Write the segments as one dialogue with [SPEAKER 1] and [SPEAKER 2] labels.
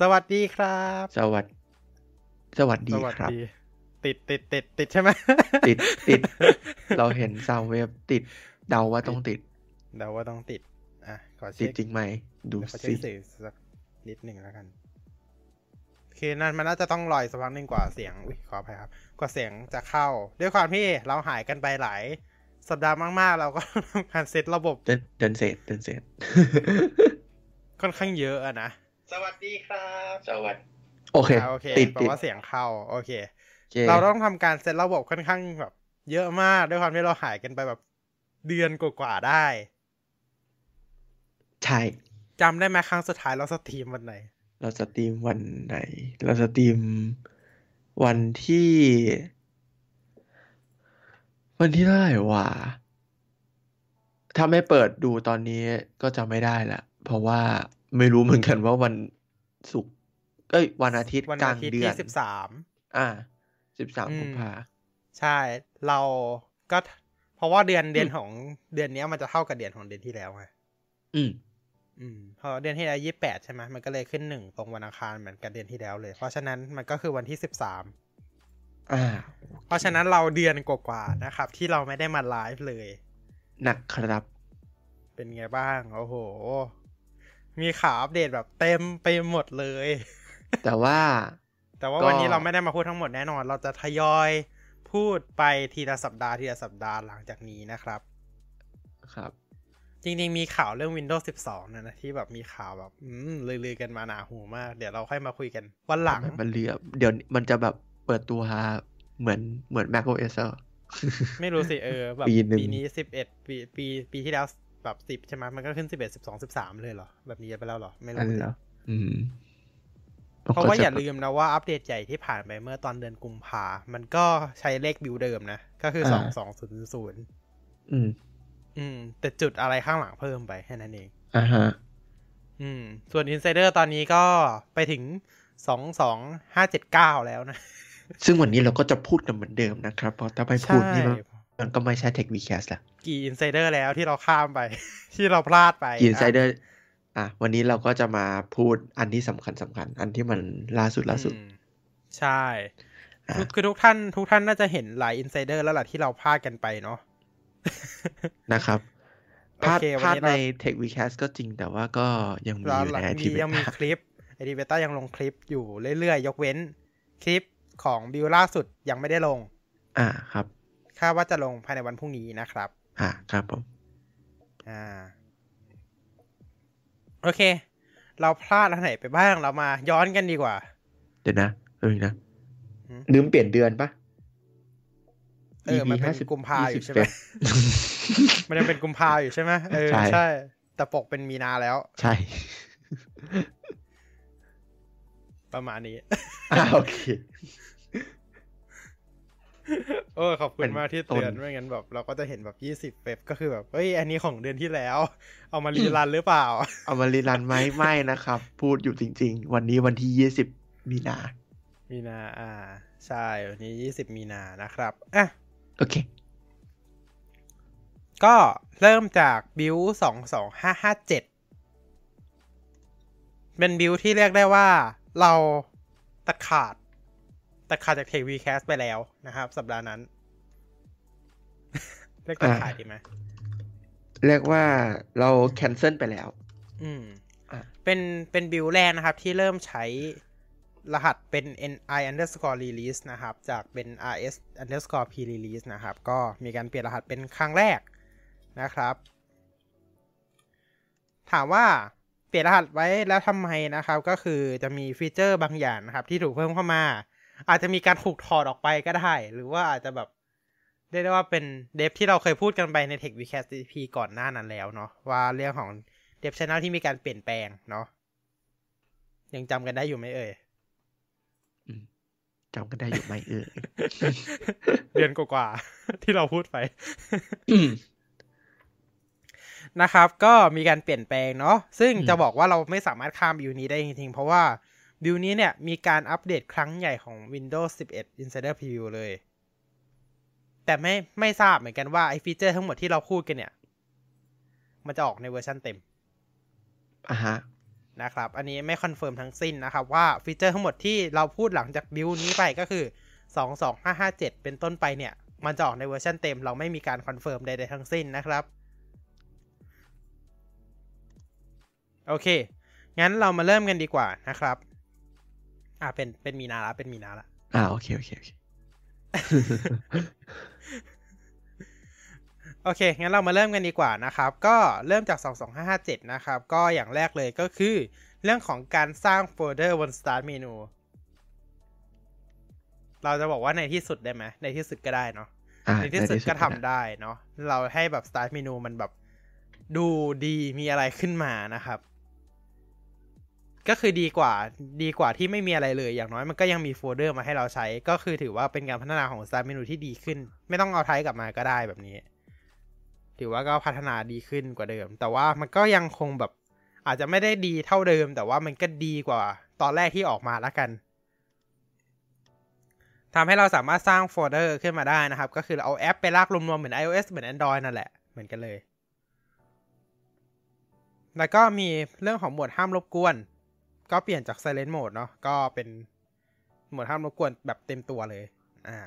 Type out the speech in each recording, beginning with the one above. [SPEAKER 1] สวัสดีครับ
[SPEAKER 2] สวัสดสวัสดี
[SPEAKER 1] สวัส
[SPEAKER 2] ครับ
[SPEAKER 1] ดี ติดติดติดติดใช่ไหม
[SPEAKER 2] ติดติด เราเห็นซาวเวฟติด เดาว่าต้องติด
[SPEAKER 1] เดาว่าต้องติด อ่ะ ขอเช็
[SPEAKER 2] ติด
[SPEAKER 1] ค
[SPEAKER 2] จริงไหม ดู
[SPEAKER 1] เดี๋ยวขอเช็
[SPEAKER 2] สิ
[SPEAKER 1] คสื่อสักนิดหนึ่งแล้วกันคือนั่นมันน่าจะต้องรอยสักพักหนึ่งกว่าเสียงอุ้ยขออภัยครับ กว่าเสียงจะเข้า ด้วยความที่เราหายกันไปหลาย สัปดาห์มากๆ เราก็ ทำการเซตระบบ
[SPEAKER 2] เดินเดินเศษเดินเศษ
[SPEAKER 1] ค่อนข้างเยอะอะนะ สวัสดีครับ
[SPEAKER 2] สวัสดโอเค
[SPEAKER 1] โอเค
[SPEAKER 2] ติด
[SPEAKER 1] แปล
[SPEAKER 2] ติด
[SPEAKER 1] ว่าเสียงเข้า โอเค
[SPEAKER 2] โอค
[SPEAKER 1] เราต้องทำการเซตระบบค่อนข้างแบบ เยอะมากด้วยความที่เราหายกันไปแบบเดือนกว่าๆได้
[SPEAKER 2] ใช่
[SPEAKER 1] จำได้ไหมครั้งสุดท้ายเราสตรีมวันไหน
[SPEAKER 2] เราสตรีมวันไหน เราสตรีมวันที่ วันที่เท่าไหร่วะถ้าไม่เปิดดูตอนนี้ก็จะไม่ได้ละ เพราะว่าไม่รู้เหมือนกันว่าวันศุกร์เอ้ย วันอาทิตย์
[SPEAKER 1] วัน
[SPEAKER 2] กลา
[SPEAKER 1] อาง ทิตย์
[SPEAKER 2] เดือน
[SPEAKER 1] ที่สิบสาม
[SPEAKER 2] อ่าสิบสาม
[SPEAKER 1] อืม
[SPEAKER 2] กุมภา
[SPEAKER 1] ใช่ เราก็ เพราะว่าเดือนเดือนของเดือนเนี้ยมันจะเท่ากับเดือนของเดือนที่แล้วไง
[SPEAKER 2] อืม
[SPEAKER 1] อืมเพอเดือนที่แล้วยี่แปดใช่ไหมมันก็เลยขึ้นหนึ่งตรงวันอังคารเหมือนกับเดือนที่แล้วเลย เพราะฉะนั้นมันก็คือวันที่สิบสาม
[SPEAKER 2] อ่า
[SPEAKER 1] เพราะฉะนั้นเราเดือนกว่าๆนะครับ ที่เราไม่ได้มาไลฟ์เลย
[SPEAKER 2] หนักครับ
[SPEAKER 1] เป็นไงบ้าง โอ้โห มีข่าวอัปเดตแบบเต็มไปหมดเลย
[SPEAKER 2] แต่ว่า
[SPEAKER 1] แต่ว่า
[SPEAKER 2] ก็
[SPEAKER 1] วันนี้เราไม่ได้มาพูดทั้งหมดแน่นอน เราจะทยอยพูดไปทีละสัปดาห์ทีละสัปดาห์หลังจากนี้นะครับ
[SPEAKER 2] ครับ
[SPEAKER 1] จริงๆมีข่าวเรื่อง Windows 12นะนะที่แบบมีข่าวแบบ อืมลือๆกันมาหนาหูมาก เดี๋ยวเราค่อยมาคุยกันวันหลัง
[SPEAKER 2] มันเรียบเดี๋ยวมันจะแบบเปิดตัวเหมือนเหมือน Mac OS อะ
[SPEAKER 1] ไม่รู้สิ เออ แบบ
[SPEAKER 2] ปีหนึ่ง
[SPEAKER 1] ปีนี้สิบเอ็ดปีปีปีที่แล้วแบบสิบใช่ไหมมันก็ขึ้นสิบเอ็ดสิบสองสิบสามเลยเหรอ แบบนี้ไปแล้วเหรอ ไม่
[SPEAKER 2] อัน
[SPEAKER 1] รู้
[SPEAKER 2] นี้
[SPEAKER 1] สิ
[SPEAKER 2] เหรออืม
[SPEAKER 1] เพราะว่าอย่าลื
[SPEAKER 2] ม
[SPEAKER 1] มนะว่าอัปเดตใหญ่ที่ผ่านไปเมื่อตอนเดือนกุมภามันก็ใช้เลขบิวเดิมนะ ก็คือสองสองศูนย์ศูนย์
[SPEAKER 2] อืม
[SPEAKER 1] อืม แต่จุดอะไรข้างหลังเพิ่มไปแค่นั้นเอง
[SPEAKER 2] อ่าฮะ
[SPEAKER 1] อืม ส่วน Insider ตอนนี้ก็ไปถึงสองสองห้าเจ็ดเก้าแล้วนะ
[SPEAKER 2] ซึ่งวันนี้เราก็จะพูดกันเหมือนเดิมนะครับ เพราะถ้าไม่พูดนี่มันมันก็ไม่ใช่ Tech Vcast ละ
[SPEAKER 1] กี่ Insider แล้วที่เราข้ามไป ที่เราพลาดไป
[SPEAKER 2] กินไซเดอร์อ่ะ วันนี้เราก็จะมาพูดอันที่สำคัญสำคัญ อันที่มันล่าสุดล่าสุด
[SPEAKER 1] อืมใช่
[SPEAKER 2] อ่ะ
[SPEAKER 1] คือคือทุกท่านทุกท่านน่าจะเห็นหลาย Insider แล้วล่ะที่เราพลาดกันไปเนาะ
[SPEAKER 2] นะครับพลาด
[SPEAKER 1] โอเควันนี้
[SPEAKER 2] พลาด
[SPEAKER 1] เรา
[SPEAKER 2] ใน Tech Vcast ก็จริงแต่ว่าก็ยังมี
[SPEAKER 1] เรา
[SPEAKER 2] อยู่
[SPEAKER 1] หลัง
[SPEAKER 2] ในอา
[SPEAKER 1] มี
[SPEAKER 2] ทิตย์
[SPEAKER 1] ยังมีคลิปไอทีเบต้ายังลงคลิปอยู่เรื่อยๆ ยกเว้นคลิปของบิวล่าสุดยังไม่ได้ลง
[SPEAKER 2] อ่าครับ
[SPEAKER 1] คาดว่าจะลงภายในวันพรุ่งนี้นะครับ
[SPEAKER 2] อ่าครับผม
[SPEAKER 1] อ่า โอเค เราพลาดอันไหนไปบ้างเรามาย้อนกันดีกว่า
[SPEAKER 2] เดี๋ยวนะเออนะ
[SPEAKER 1] หืม
[SPEAKER 2] ลืมเปลี่ยนเดือนปะ
[SPEAKER 1] เออ
[SPEAKER 2] EP
[SPEAKER 1] มันเป็น
[SPEAKER 2] 50
[SPEAKER 1] กุมภาอยู่
[SPEAKER 2] 20
[SPEAKER 1] ใช่ ไหม มันยังเป็นกุมภาอยู่ใช่ไหมเออ
[SPEAKER 2] ใช่
[SPEAKER 1] ใช่ แต่ปกเป็นมีนาแล้ว
[SPEAKER 2] ใช่
[SPEAKER 1] ประมาณนี้
[SPEAKER 2] อ่าโอเค
[SPEAKER 1] เออขอบคุ
[SPEAKER 2] เป็
[SPEAKER 1] ณ
[SPEAKER 2] น
[SPEAKER 1] มากที่เตือน
[SPEAKER 2] ต้น
[SPEAKER 1] ไม่งั้นแบบเราก็จะเห็นแบบยี่สิบ20เว็บก็คือแบบเอ้ยอันนี้ของเดือนที่แล้ว เอามารีรันหรือเปล่า
[SPEAKER 2] เอามารีรันไหมไม่นะครับ พูดอยู่จริง ๆ วันนี้วันที่ยี่สิบมีนา
[SPEAKER 1] มีนาอ่า ใช่วันนี้ยี่สิบมีนานะครับอ่ะ
[SPEAKER 2] โอเค
[SPEAKER 1] ก็เริ่มจากบิวสองสองห้าห้าเจ็ดเป็นบิวที่เรียกได้ว่าเราตัดขาดตัดขาดจากเทวีแคสไปแล้วนะครับ สัปดาห์นั้น เรียกตัดขาดดีไหม
[SPEAKER 2] เรียกว่าเราแคนเซิลไปแล้ว
[SPEAKER 1] อืม
[SPEAKER 2] อ่ะ
[SPEAKER 1] เป็นเป็นบิลแรกนะครับ ที่เริ่มใช้รหัสเป็น ni underscore release นะครับ จากเป็น rs underscore p release นะครับ ก็มีการเปลี่ยนรหัสเป็นครั้งแรกนะครับ ถามว่าเปลี่ยนรหัสไว้แล้วทำไมนะครับ ก็คือจะมีฟีเจอร์บางอย่างนะครับ ที่ถูกเพิ่มเข้ามา อาจจะมีการถูกถอดออกไปก็ได้ หรือว่าอาจจะแบบเรียกได้ว่าเป็นเดฟที่เราเคยพูดกันไปใน Tech w e c a s t p ก่อนหน้านั้นแล้วเนาะว่าเรื่องของเดฟช n นลที่มีการเปลี่ยนแปลงเนาะยังจำกันได้อยู่ไหมเอ่ ย
[SPEAKER 2] อืมจำกันได้อยู่ไหมเออ
[SPEAKER 1] เดือนกว่าๆ ที่เราพูดไป
[SPEAKER 2] อืม
[SPEAKER 1] นะครับ ก็มีการเปลี่ยนแปลงเนาะซึ่ง
[SPEAKER 2] อืม
[SPEAKER 1] จะบอกว่าเราไม่สามารถข้ามบิวนี้ได้จริงๆ เพราะว่าบิวนี้เนี่ยมีการอัปเดตครั้งใหญ่ของ Windows 11 Insider Preview เลย แต่ไม่ไม่ทราบเหมือนกันว่าไอ้ฟีเจอร์ทั้งหมดที่เราพูดกันเนี่ย มันจะออกในเวอร์ชันเต็ม
[SPEAKER 2] อ่าฮะ
[SPEAKER 1] นะครับ อันนี้ไม่คอนเฟิร์มทั้งสิ้นนะครับ ว่าฟีเจอร์ทั้งหมดที่เราพูดหลังจากบิลนี้ไปก็คือ 22557 เป็นต้นไปเนี่ย มันจะออกในเวอร์ชันเต็ม เราไม่มีการคอนเฟิร์มใดๆทั้งสิ้นนะครับ โอเค งั้นเรามาเริ่มกันดีกว่านะครับ อ่าเป็นเป็นมีนาละเป็นมีนาละ
[SPEAKER 2] อ่าโอเคโอเคโอเค
[SPEAKER 1] โอเค งั้นเรามาเริ่มกันดีกว่านะครับ ก็เริ่มจาก 22557 นะครับ ก็อย่างแรกเลยก็คือ เรื่องของการสร้างโฟลเดอร์บน Start Menu เราจะบอกว่าในที่สุดได้ไหม ในที่สุดก็ได้เนาะ
[SPEAKER 2] อ่า
[SPEAKER 1] ในที่สุดก็ทำ
[SPEAKER 2] ได้
[SPEAKER 1] ได้เนาะ เราให้แบบ Start Menu มันแบบดูดีมีอะไรขึ้นมานะครับ ก็คือดีกว่า ดีกว่าที่ไม่มีอะไรเลย อย่างน้อยมันก็ยังมีโฟลเดอร์มาให้เราใช้ ก็คือถือว่าเป็นการพัฒนาของ Start Menu ที่ดีขึ้น ไม่ต้องเอาไทป์กลับมาก็ได้แบบนี้ ถือว่าก็พัฒนาดีขึ้นกว่าเดิม แต่ว่ามันก็ยังคงแบบ อาจจะไม่ได้ดีเท่าเดิม แต่ว่ามันก็ดีกว่า ตอนแรกที่ออกมาละกันทำให้เราสามารถสร้างโฟลเดอร์ขึ้นมาได้นะครับ ก็คือเราเอาแอปไปลากรวมๆเหมือน iOS เหมือน Android นั่นแหละ เหมือนกันเลย แล้วก็มีเรื่องของโหมดห้ามรบกวน ก็เปลี่ยนจาก Silent Mode เนาะก็เป็นโหมดห้ามรบกวนแบบเต็มตัวเลย อ่า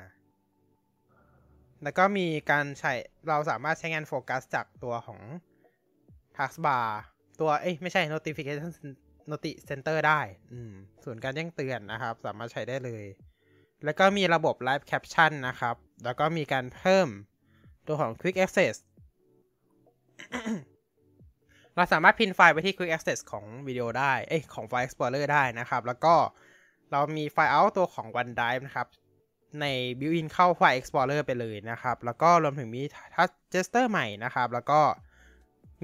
[SPEAKER 1] แล้วก็มีการใช้ เราสามารถใช้งานโฟกัสจากตัวของ Taskbar ตัว เอ้ย ไม่ใช่ notification noti center ได้ อืมส่วนย์การแจ้งเตือนนะครับ สามารถใช้ได้เลย แล้วก็มีระบบ live caption นะครับ แล้วก็มีการเพิ่มตัวของ quick access เราสามารถพินไฟล์ไปที่ Quick Access ของวิดีโอได้ เอ้ย ของไฟล์ Explorer ได้นะครับ แล้วก็เรามีไฟล์ out ตัวของ OneDrive นะครับ ใน built-in เข้าไฟล์ Explorer ไปเลยนะครับ แล้วก็รวมถึงมี Touch Gesture ใหม่นะครับ แล้วก็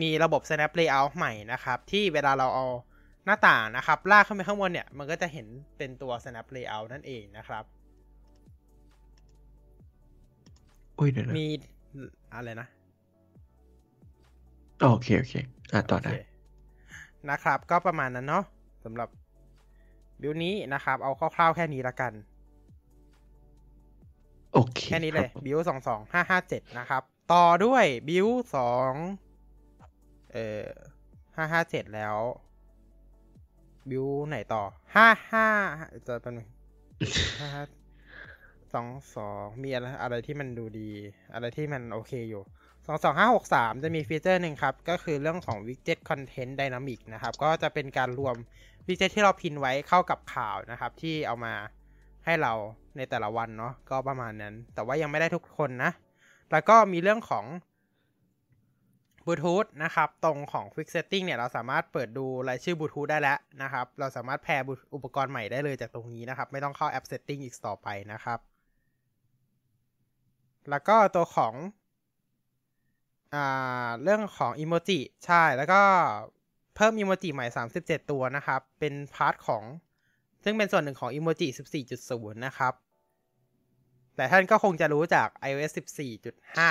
[SPEAKER 1] มีระบบ Snap Layout ใหม่นะครับ ที่เวลาเราเอาหน้าต่างนะครับ ลากขึ้นไปข้างบนเนี่ย มันก็จะเห็นเป็นตัว Snap Layout นั่นเองนะครับ
[SPEAKER 2] อุ้ยเดี๋ยวนะ
[SPEAKER 1] มีอะไรนะ
[SPEAKER 2] อ๋อโอเคโอเค อ่าต่อได้
[SPEAKER 1] โเคนะครับก็ประมาณนั้นเนาะสำหรับบิวนี้นะครับ เอาคร่าวๆแค่นี้ละกัน
[SPEAKER 2] โอเค
[SPEAKER 1] แค่นี้เลย
[SPEAKER 2] รับผม
[SPEAKER 1] บิวสองสองห้าห้าเจ็ดนะครับ ต่อด้วยบิวสองเอ่อห้าห้าเจ็ดแล้ว บิวไหนต่อห้าห้าจะเป็น ห้าสองสองมีอะไรอะไรที่มันดูดี อะไรที่มันโอเคอยู่สองสองห้าหกสามจะมีฟีเจอร์หนึ่งครับ ก็คือเรื่องของ Widget Content Dynamic นะครับ ก็จะเป็นการรวม วิเจตที่เราพินไว้เข้ากับข่าวนะครับ ที่เอามาให้เราในแต่ละวันเนาะก็ประมาณนั้น แต่ว่ายังไม่ได้ทุกคนนะ แล้วก็มีเรื่องของบลูทูธนะครับ ตรงของ Quick Setting เนี่ย เราสามารถเปิดดูรายชื่อบลูทูธได้แล้วนะครับ เราสามารถแพร์บลูอุปกรณ์ใหม่ได้เลยจากตรงนี้นะครับ ไม่ต้องเข้าแอป Setting อีกต่อไปนะครับ แล้วก็ตัวของ อ่าเรื่องของอิโมจิใช่แล้วก็เพิ่มอิโมจิใหม่ 37 ตัวนะครับ เป็นพาร์ทของ ซึ่งเป็นส่วนหนึ่งของอิโมจิ14.0 นะครับ แต่ท่านก็คงจะรู้จาก iOS 14.5
[SPEAKER 2] สิบ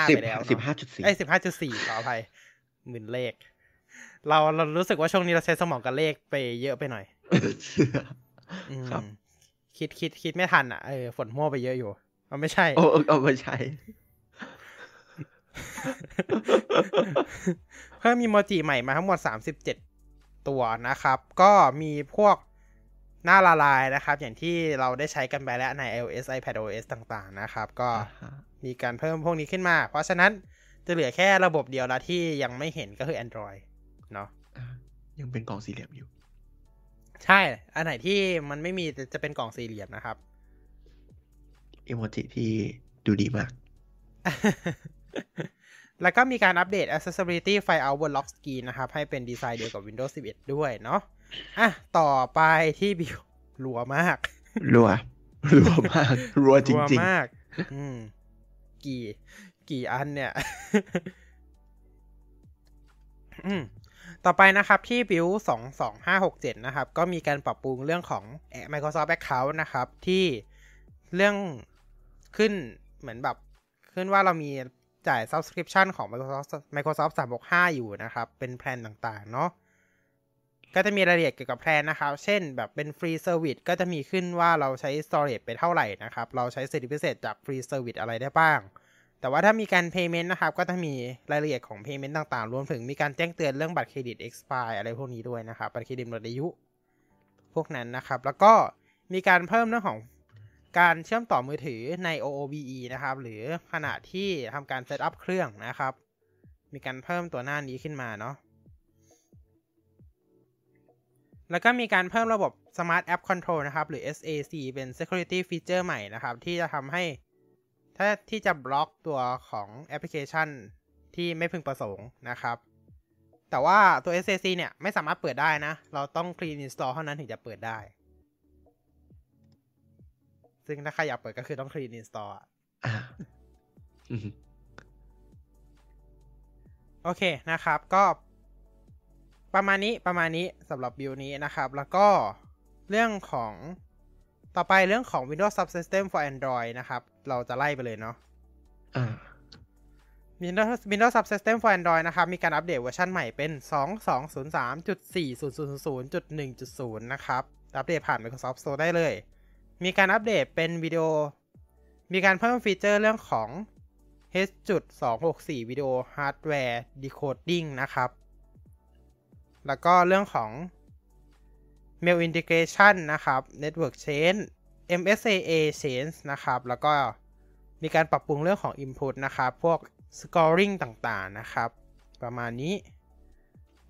[SPEAKER 1] ไปแล้วเนอะ
[SPEAKER 2] สิบห้าจุดสี่
[SPEAKER 1] เอ้ยสิบห้าจุดสี่ขออภัยหมื่นเลข เราเรารู้สึกว่าช่วงนี้เราใช้สมองกับเลขไปเยอะไปหน่อยอืม
[SPEAKER 2] ครับ
[SPEAKER 1] คิดคิดคิดไม่ทันอ่ะเออฝนมั่วไปเยอะอยู่มันไม่ใช่
[SPEAKER 2] โอ้เอาเอามาใช้
[SPEAKER 1] เพิ่มมีโมจิใหม่มาทั้งหมด 37 ตัวนะครับ ก็มีพวกหน้าละลายนะครับ อย่างที่เราได้ใช้กันไปแล้วใน iOS iPad OS ต่างๆนะครับ ก็ มีการเพิ่มพวกนี้ขึ้นมา เพราะฉะนั้นจะเหลือแค่ระบบเดียวละที่ยังไม่เห็นก็คือ Android เนาะ
[SPEAKER 2] อ่ายังเป็นกล่องสี่เหลี่ยมอยู่
[SPEAKER 1] ใช่ อันไหนที่มันไม่มีจะจะเป็นกล่องสี่เหลี่ยมนะครับ
[SPEAKER 2] อีโมจิที่ดูดีมาก
[SPEAKER 1] แล้วก็มีการอัปเดต accessibility ไฟล์ out บน lock screen นะครับ ให้เป็นดีไซน์เดียวกับ Windows 11 ด้วยเนาะ อ่ะ ต่อไปที่ บิวรัวมาก
[SPEAKER 2] รัว รัวมาก รัวจริง
[SPEAKER 1] มาก อืม กี่ กี่อันเนี่ย อืม ต่อไปนะครับที่ build 22567 นะครับ ก็มีการปรับปรุงเรื่องของ Microsoft Account นะครับ ที่เรื่องขึ้นเหมือนแบบ ขึ้นว่าเรามีจ่าย subscription ของ Microsoft Microsoft 365 อยู่นะครับ เป็นแพลนต่างๆ เนาะก็จะมีรายละเอียดเกี่ยวกับแพลนนะครับ เช่นแบบเป็น Free Service ก็จะมีขึ้นว่าเราใช้ storage ไปเท่าไหร่นะครับ เราใช้สิทธิพิเศษจาก Free Service อะไรได้บ้าง แต่ว่าถ้ามีการ payment นะครับ ก็จะมีรายละเอียดของ payment ต่างๆ รวมถึงมีการแจ้งเตือนเรื่องบัตรเครดิต expire อะไรพวกนี้ด้วยนะครับ บัตรเครดิตหมดอายุ พวกนั้นนะครับ แล้วก็มีการเพิ่มเรื่องของการเชื่อมต่อมือถือใน OOBE นะครับ หรือขณะที่ทำการเซตอัพเครื่องนะครับ มีการเพิ่มตัวหน้านี้ขึ้นมาเนาะ แล้วก็มีการเพิ่มระบบ Smart App Control นะครับ หรือ SAC เป็น Security Feature ใหม่นะครับ ที่จะทำให้ ถ้าที่จะบล็อกตัวของแอปพลิเคชันที่ไม่พึงประสงค์นะครับ แต่ว่าตัว SAC เนี่ยไม่สามารถเปิดได้นะ เราต้อง Clean Install เท่านั้นถึงจะเปิดได้ ซึ่งถ้าใครอยากเปิดก็คือต้อง Clean Install อะ
[SPEAKER 2] อ่ะอืม
[SPEAKER 1] โอเคนะครับก็ประมาณนี้ประมาณนี้สำหรับบิวนี้นะครับ แล้วก็เรื่องของต่อไปเรื่องของ Windows Subsystem for Android นะครับ เราจะไล่ไปเลยเนาะ
[SPEAKER 2] อ่า
[SPEAKER 1] Windows Windows Subsystem for Android นะครับ มีการอัปเดตเวอร์ชันใหม่เป็น 2203.4000.1.0 นะครับ อัปเดตผ่าน Microsoft Store ได้เลย มีการอัปเดตเป็นวิดีโอ มีการเพิ่มฟีเจอร์เรื่องของ H.264 วิดีโอฮาร์ดแวร์ decoding นะครับ แล้วก็เรื่องของ Mail Integration นะครับ Network Change MSAA Change นะครับ แล้วก็มีการปรับปรุงเรื่องของ Input นะครับ พวก Scoring ต่างๆ นะครับ ประมาณนี้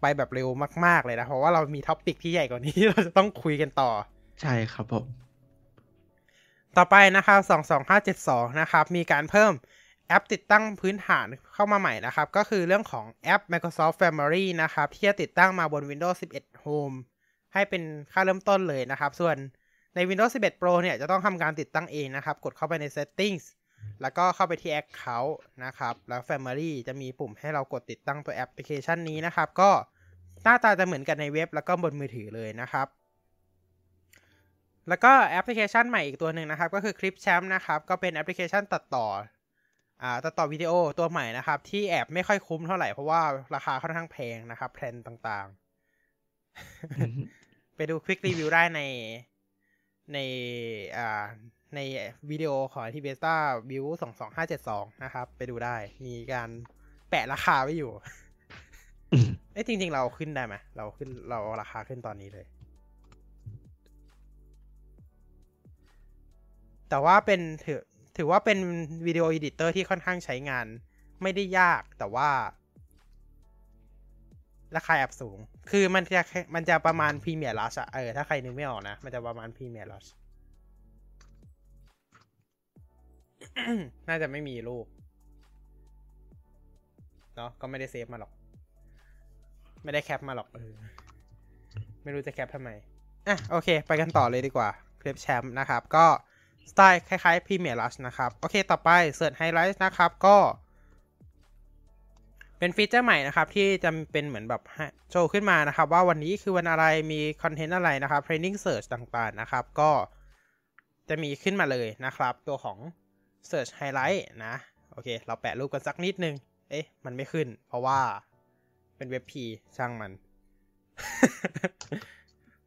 [SPEAKER 1] ไปแบบเร็วมาก ๆ เลยนะ เพราะว่าเรามีท็อปิกที่ใหญ่กว่านี้ ที่เราจะต้องคุยกันต่อ
[SPEAKER 2] ใช่ครับผม
[SPEAKER 1] ต่อไปนะครับ 22572 นะครับ มีการเพิ่มแอปติดตั้งพื้นฐานเข้ามาใหม่นะครับ ก็คือเรื่องของแอป Microsoft Family นะครับ ที่จะติดตั้งมาบน Windows 11 Home ให้เป็นค่าเริ่มต้นเลยนะครับ ส่วนใน Windows 11 Pro เนี่ย จะต้องทำการติดตั้งเองนะครับ กดเข้าไปใน Settings แล้วก็เข้าไปที่ Account นะครับ แล้ว Family จะมีปุ่มให้เรากดติดตั้งตัวแอปพลิเคชันนี้นะครับ ก็หน้าตาจะเหมือนกันในเว็บแล้วก็บนมือถือเลยนะครับ แล้วก็แอปพลิเคชันใหม่อีกตัวหนึ่งนะครับ ก็คือคลิปแชมป์นะครับ ก็เป็นแอปพลิเคชันตัดต่ออ่าตัดต่อวิดีโอตัวใหม่นะครับ ที่แอบไม่ค่อยคุ้มเท่าไหร่ เพราะว่าราคาค่อนข้างแพงนะครับแพลนต่าง
[SPEAKER 2] อืม
[SPEAKER 1] ๆ ไปดูคลิกรีวิวได้ในในอ่าในวิดีโอของที่เบต้าวิวสองสองห้าเจ็ดสองนะครับ ไปดูได้มีการแปะราคาไว้อยู่
[SPEAKER 2] อืม
[SPEAKER 1] เอ้ยจริง ๆ เราขึ้นได้ไหมเราขึ้นเราเอาราคาขึ้นตอนนี้เลย แต่ว่าเป็นถือถือว่าเป็นวิดีโออีดิเตอร์ที่ค่อนข้างใช้งาน ไม่ได้ยากแต่ว่า ราคาแอบสูง คือมันจะมันจะประมาณพรีเมียร์ลัชอะเออถ้าใครนึกไม่ออกนะ มันจะประมาณพรีเมียร์ลัช น่าจะไม่มีรูป เนาะก็ไม่ได้เซฟมาหรอก ไม่ได้แคปมาหรอกเออไม่รู้จะแคปทำไม อ่ะ โอเค ไปกันต่อเลยดีกว่า คลิปแชมป์นะครับ ก็สไตล์คล้ายๆพรีเมียร์ลัชนะครับ โอเค ต่อไปเสิร์ชไฮไลท์นะครับ ก็ เป็นฟีเจอร์ใหม่นะครับ ที่จะเป็นเหมือนแบบให้โชว์ขึ้นมานะครับ ว่าวันนี้คือวันอะไรมีคอนเทนต์อะไรนะครับเทรนนิ่งเสิร์ชต่างๆนะครับ ก็จะมีขึ้นมาเลยนะครับ ตัวของ Search Highlight นะ โอเค เราแปะรูปกันสักนิดนึง เอ๊ะ มันไม่ขึ้น เพราะว่าเป็นเว็บพีช่างมัน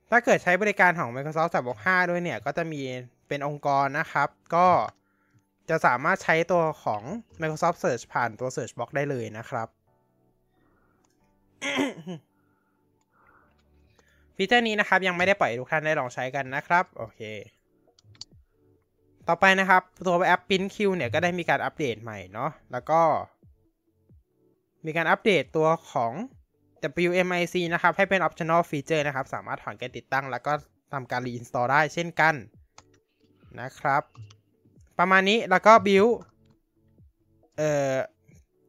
[SPEAKER 1] ถ้าเกิดใช้บริการของ Microsoft 365 ด้วยเนี่ย ก็จะมีเป็นองค์กรนะครับ ก็จะสามารถใช้ตัวของ Microsoft Search ผ่านตัว Search Box ได้เลยนะครับ ฟีเจอร์นี้นะครับ ยังไม่ได้ปล่อยให้ทุกท่านได้ลองใช้กันนะครับ โอเค ต่อไปนะครับ ตัวแอป Pin Q เนี่ยก็ได้มีการอัปเดตใหม่เนาะแล้วก็ มีการอัปเดตตัวของ WMIC นะครับ ให้เป็น optional feature นะครับ สามารถถอนการติดตั้ง แล้วก็ทำการ reinstall ได้เช่นกันนะครับ ประมาณนี้แล้วก็บิวเอ่อ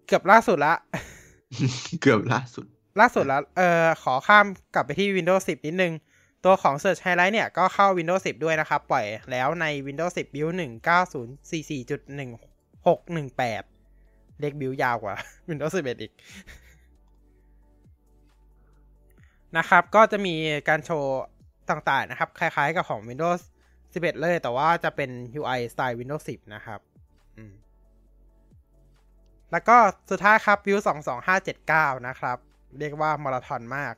[SPEAKER 1] เกือบล่าสุดละ
[SPEAKER 2] เกือบล่าสุด
[SPEAKER 1] ล่าสุดแล้ว เอ่อ ขอข้ามกลับไปที่ Windows 10 นิดนึง ตัวของ Search Highlight เนี่ย ก็เข้า Windows 10 ด้วยนะครับ ปล่อยแล้วใน Windows 10 Build 1944.1618 เด็กบิ d ยาวกว่า Windows 11 อีก นะครับ ก็จะมีการโชว์ต่างๆ นะครับ คล้ายๆ กับของ Windows 11 เลย แต่ว่าจะเป็น UI สไตล์ Windows 10 นะครับ อืม แล้วก็สุดท้ายครับวิว22579 นะครับ เรียกว่ามาราธอนมาก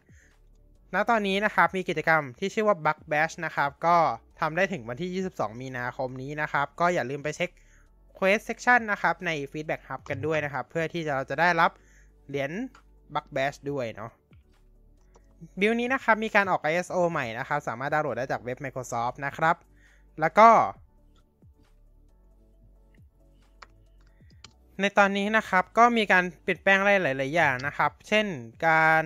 [SPEAKER 1] ณ ตอนนี้นะครับ มีกิจกรรมที่ชื่อว่า Bug Bash นะครับ ก็ทำได้ถึงวันที่ 22 มีนาคมนี้นะครับ ก็อย่าลืมไปเช็ค Quest Section นะครับใน Feedback Hub กันด้วยนะครับ เพื่อที่จะเราจะได้รับเหรียญบักแบชด้วยเนาะบิลนี้นะครับมีการออก ISO ใหม่นะครับ สามารถดาวน์โหลดได้จากเว็บ Microsoft นะครับ แล้วก็ ในตอนนี้นะครับก็มีการเปลี่ยนแปลงอะไรหลาย ๆ อย่างนะครับ เช่นการ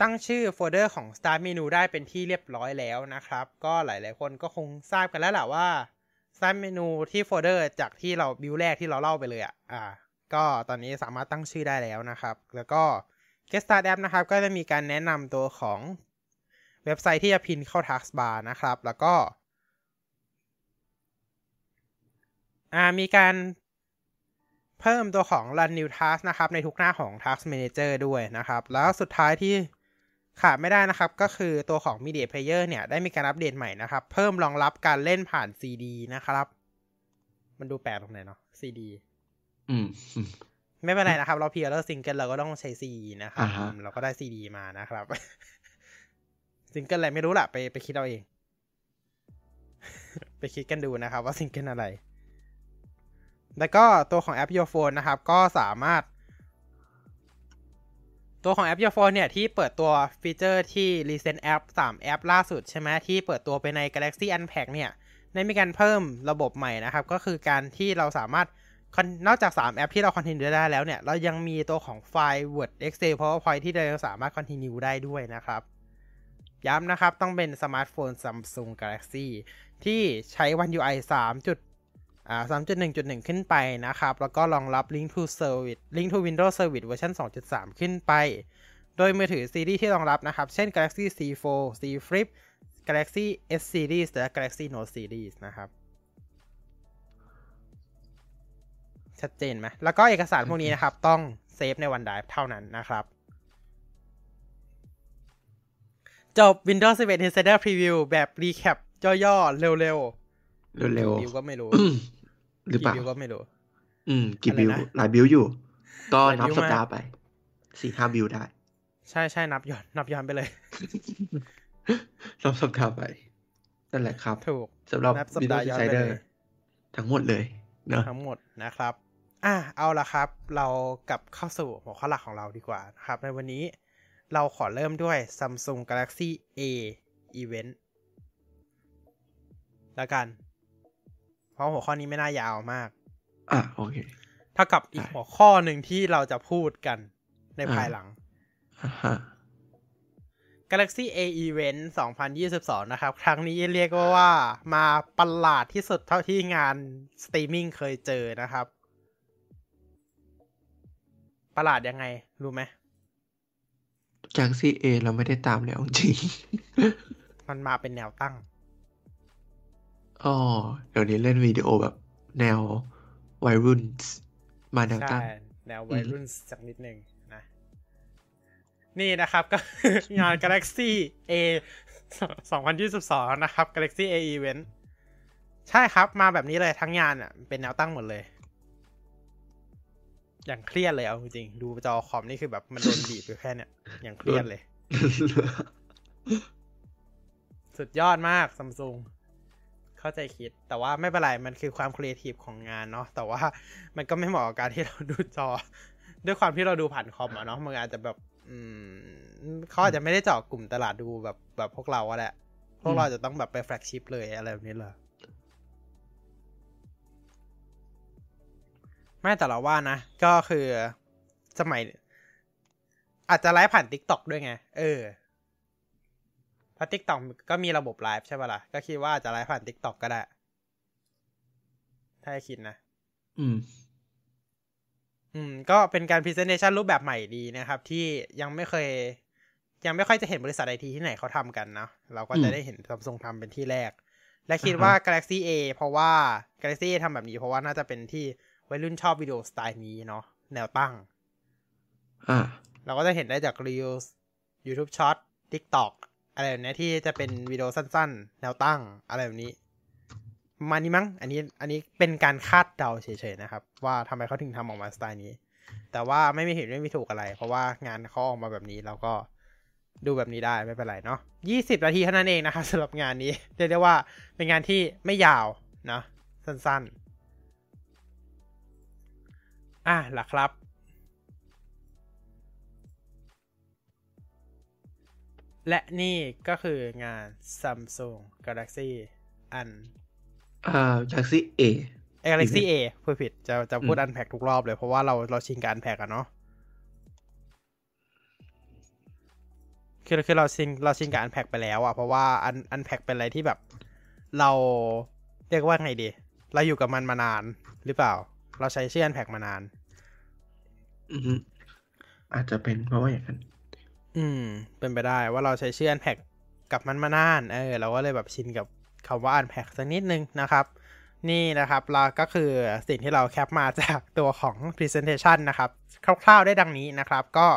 [SPEAKER 1] ตั้งชื่อโฟลเดอร์ของ Start Menu ได้เป็นที่เรียบร้อยแล้วนะครับ ก็หลาย ๆ คนก็คงทราบกันแล้วแหละว่า Start Menu ที่โฟลเดอร์จากที่เราบิวแรกที่เราเล่าไปเลยอะอ่ะก็ตอนนี้สามารถตั้งชื่อได้แล้วนะครับ แล้วก็ Get Start App นะครับ ก็จะมีการแนะนำตัวของเว็บไซต์ที่จะพินเข้า Taskbar นะครับ แล้วก็ อ่ามีการเพิ่มตัวของ Run New Task นะครับ ในทุกหน้าของ Task Manager ด้วยนะครับ แล้วสุดท้ายที่ขาดไม่ได้นะครับ ก็คือตัวของ Media Player เนี่ย ได้มีการอัปเดตใหม่นะครับ เพิ่มรองรับการเล่นผ่าน CD นะครับ มันดูแปลกตรงไหนเนาะ CD
[SPEAKER 2] อืม
[SPEAKER 1] ไม่เป็นไรนะครับ เราเพียร์แล้วซิงเกิลเราก็ต้องใช้ CD นะครับ
[SPEAKER 2] อ่าฮะ
[SPEAKER 1] อืมเราก็ได้ซีดีมานะครับ ซิงเกิลอะไรไม่รู้ล่ะ ไปไปคิดเอาเอง ไปคิดกันดูนะครับ ว่าซิงเกิลอะไร แล้วก็ตัวของแอป Your Phone นะครับ ก็สามารถ ตัวของแอป Your Phone เนี่ย ที่เปิดตัวฟีเจอร์ที่ Recent App 3 แอปล่าสุดใช่ไหมที่เปิดตัวไปใน Galaxy Unpack เนี่ย ได้มีการเพิ่มระบบใหม่นะครับ ก็คือการที่เราสามารถ con- นอกจาก 3 แอปที่เรา continue ได้แล้วเนี่ย เรายังมีตัวของไฟล์ Word Excel PowerPoint ที่เรายังสามารถ continue ได้ด้วยนะครับ ย้ำนะครับ ต้องเป็นสมาร์ทโฟน Samsung Galaxy ที่ใช้ One UI 3จุดอ่า3.1.1 ขึ้นไปนะครับ แล้วก็รองรับ Link to Service Link to Windows Service เวอร์ชัน2.3 ขึ้นไป โดยมือถือซีรีส์ที่รองรับนะครับ เช่น Galaxy C4 C Flip Galaxy S Series และ Galaxy Note Series นะครับ ชัดเจนไหม แล้วก็เอกสารพวกนี้นะครับ ต้องเซฟในวันไดฟ์เท่านั้นนะครับ จบ Windows 11 Insider Preview แบบ Recap ย่อๆ เร็วๆ
[SPEAKER 2] เร็ว
[SPEAKER 1] บิวก็ไม่รู้
[SPEAKER 2] ๆ หรือเปล่า
[SPEAKER 1] บิวก็ไม่รู้
[SPEAKER 2] อืม กี่
[SPEAKER 1] อะไร
[SPEAKER 2] บิว
[SPEAKER 1] นะ
[SPEAKER 2] หลายบิวอยู่ ก็
[SPEAKER 1] หลาย
[SPEAKER 2] นับ
[SPEAKER 1] บิว
[SPEAKER 2] สัปดาห์
[SPEAKER 1] มาก
[SPEAKER 2] ไป สี่ห้าบิวได้
[SPEAKER 1] ใช่ใช่นับย้อนนับย้อนไปเลย
[SPEAKER 2] นับสัปดาห์ไป นั่นแหละครับ
[SPEAKER 1] ถูก
[SPEAKER 2] สำหรับ
[SPEAKER 1] นับสัปดาห์
[SPEAKER 2] Windows
[SPEAKER 1] ย้อนไป
[SPEAKER 2] Insider
[SPEAKER 1] เลย
[SPEAKER 2] ทั้งหมดเลยเนอะ
[SPEAKER 1] ทั้งหมดนะครับ อ่ะ เอาละครับ เรากลับเข้าสู่หัวข้อหลักของเราดีกว่านะครับ ในวันนี้เราขอเริ่มด้วย Samsung Galaxy A Event แล้วกัน เพราะหัวข้อนี้ไม่น่ายาวมาก
[SPEAKER 2] อ่ะ โอเค
[SPEAKER 1] เท่ากับอีก
[SPEAKER 2] ใช่
[SPEAKER 1] หัวข้อหนึ่งที่เราจะพูดกันในภายหลัง
[SPEAKER 2] อ่าฮะ
[SPEAKER 1] Galaxy A Event 2022 นะครับ ครั้งนี้เรียกว่าว่ามาประหลาดที่สุดเท่าที่งานสตรีมมิ่งเคยเจอนะครับ ประหลาดยังไง รู้ไหม
[SPEAKER 2] จากซีเอเราไม่ได้ตามแล้วจริง
[SPEAKER 1] มันมาเป็นแนวตั้ง
[SPEAKER 2] อ๋อ เดี๋ยวนี้เล่นวิดีโอแบบแนววัยรุ่นมาแนว
[SPEAKER 1] ใช่
[SPEAKER 2] ตั้ง
[SPEAKER 1] แนววัยรุ่นสักนิดหนึ่งนะ นี่นะครับก็ งาน Galaxy A 2022 นะครับ Galaxy A Event ใช่ครับมาแบบนี้เลยทั้งงานอ่ะ เป็นแนวตั้งหมดเลย อย่างเครียดเลยเอาจริงๆดูจอคอมนี่คือแบบมันโดนบีบอยู่แค่เนี่ย อย่างเครียดเลย สุดยอดมากซัมซุงเข้าใจคิด แต่ว่าไม่เป็นไร มันคือความครีเอทีฟของงานเนาะแต่ว่ามันก็ไม่เหมาะกับการที่เราดูจอ ด้วยความที่เราดูผ่านคอมอะเนาะมันอาจจะแบบ อืมเขาอาจจะไม่ได้เจาะกลุ่มตลาดดูแบบแบบพวกเราอะแหละ พวกเราจะต้องแบบไปแฟลกชิพเลยอะไรแบบนี้เลยไม่แต่เราว่านะ ก็คือสมัย อาจจะไลฟ์ผ่าน t ิ k t o k ด้วยไง เออ เพราะ t ิ k t o k ก็มีระบบไลฟ์ใช่ปะล่ะ ก็คิดว่าอาจจะไลฟ์ผ่าน t ิ k t o k ก็ได้ ถ้าให้คิดนะ
[SPEAKER 2] อืม
[SPEAKER 1] อืม ก็เป็นการพรีเซนเ t ชันรูปแบบใหม่ดีนะครับ ที่ยังไม่เคย ยังไม่ค่อยจะเห็นบริษัทไอทีที่ไหนเขาทำกันนะ เราก็จะ
[SPEAKER 2] อืม
[SPEAKER 1] ได้เห็นซัมซุงทำเป็นที่แรก และคิด
[SPEAKER 2] อ่าฮะ
[SPEAKER 1] ว่า Galaxy A เพราะว่า Galaxy A ทำแบบนี้เพราะว่าน่าจะเป็นที่วัยรุ่นชอบวิดีโอสไตล์นี้เนาะแนวตั้ง
[SPEAKER 2] อ่ะ
[SPEAKER 1] เราก็จะเห็นได้จากรีวิว YouTube Short TikTok อะไรแบบเนี้ยที่จะเป็นวิดีโอสั้นๆ แนวตั้งอะไรแบบนี้ประมาณนี้มั้ง อันนี้อันนี้เป็นการคาดเดาเฉยๆนะครับ ว่าทำไมเขาถึงทำออกมาสไตล์นี้ แต่ว่าไม่มีเหตุไม่มีถูกอะไร เพราะว่างานเขาออกมาแบบนี้เราก็ดูแบบนี้ได้ไม่เป็นไรเนาะ20 นาทีเท่านั้นเอง นะครับสำหรับงานนี้ เรียกได้ว่าเป็นงานที่ไม่ยาวนะสั้นๆ อ่ะเหรอครับ และนี่ก็คืองาน Samsung Galaxy อัน
[SPEAKER 2] อ่า Galaxy A
[SPEAKER 1] Galaxy
[SPEAKER 2] อีก
[SPEAKER 1] A
[SPEAKER 2] ไห
[SPEAKER 1] พูดผิดจะจะพูด
[SPEAKER 2] อืม
[SPEAKER 1] อันแพ็กทุกรอบเลย เพราะว่าเราเราชินกับอันแพ็กอะเนาะคือคือเราชินเราชินกับอันแพ็กไปแล้วอะเพราะว่าอันอันแพ็กเป็นอะไรที่แบบ เราเรียกว่าไงดี เราอยู่กับมันมานานหรือเปล่า เราใช้ชื่ออันแพ็กมานาน
[SPEAKER 2] อือฮึอาจจะเป็นเพราะว่าอย่างนั้น
[SPEAKER 1] อืม เป็นไปได้ว่าเราใช้ชื่ออันแพ็กกับมันมานาน เออ เราก็เลยแบบชินกับคำว่าอันแพ็กสักนิดนึงนะครับ นี่นะครับเราก็คือสิ่งที่เราแคปมาจากตัวของ Presentation นะครับ คร่าวๆได้ดังนี้นะครับ ก็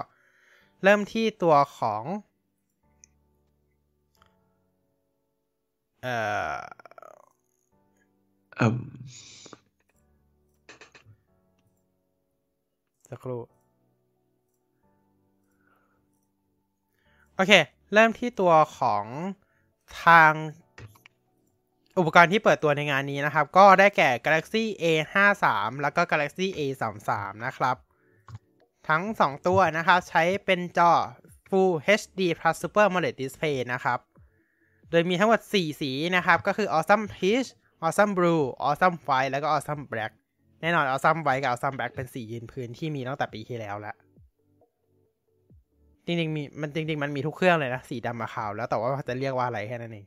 [SPEAKER 1] เริ่มที่ตัวของ เอ่อ
[SPEAKER 2] เอ่ม
[SPEAKER 1] สักครู่ โอเค เริ่มที่ตัวของทางอุปกรณ์ที่เปิดตัวในงานนี้นะครับ ก็ได้แก่ Galaxy A 5 3แล้วก็ Galaxy A 3 3นะครับ ทั้ง 2 ตัวนะครับ ใช้เป็นจอ Full HD Plus Super AMOLED Display นะครับ โดยมีทั้งหมด 4 สีนะครับ ก็คือ Awesome Peach Awesome Blue Awesome White แล้วก็ Awesome Black แน่นอนเอาซัมไว้กับเอาซัมแบ็กเป็นสียืนพื้นที่มีตั้งแต่ปีที่แล้วละจริงๆมีมันจริง ๆ มันมีทุกเครื่องเลยนะ สีดำกับขาวแล้วแต่ว่าจะเรียกว่าอะไรแค่นั้นเอง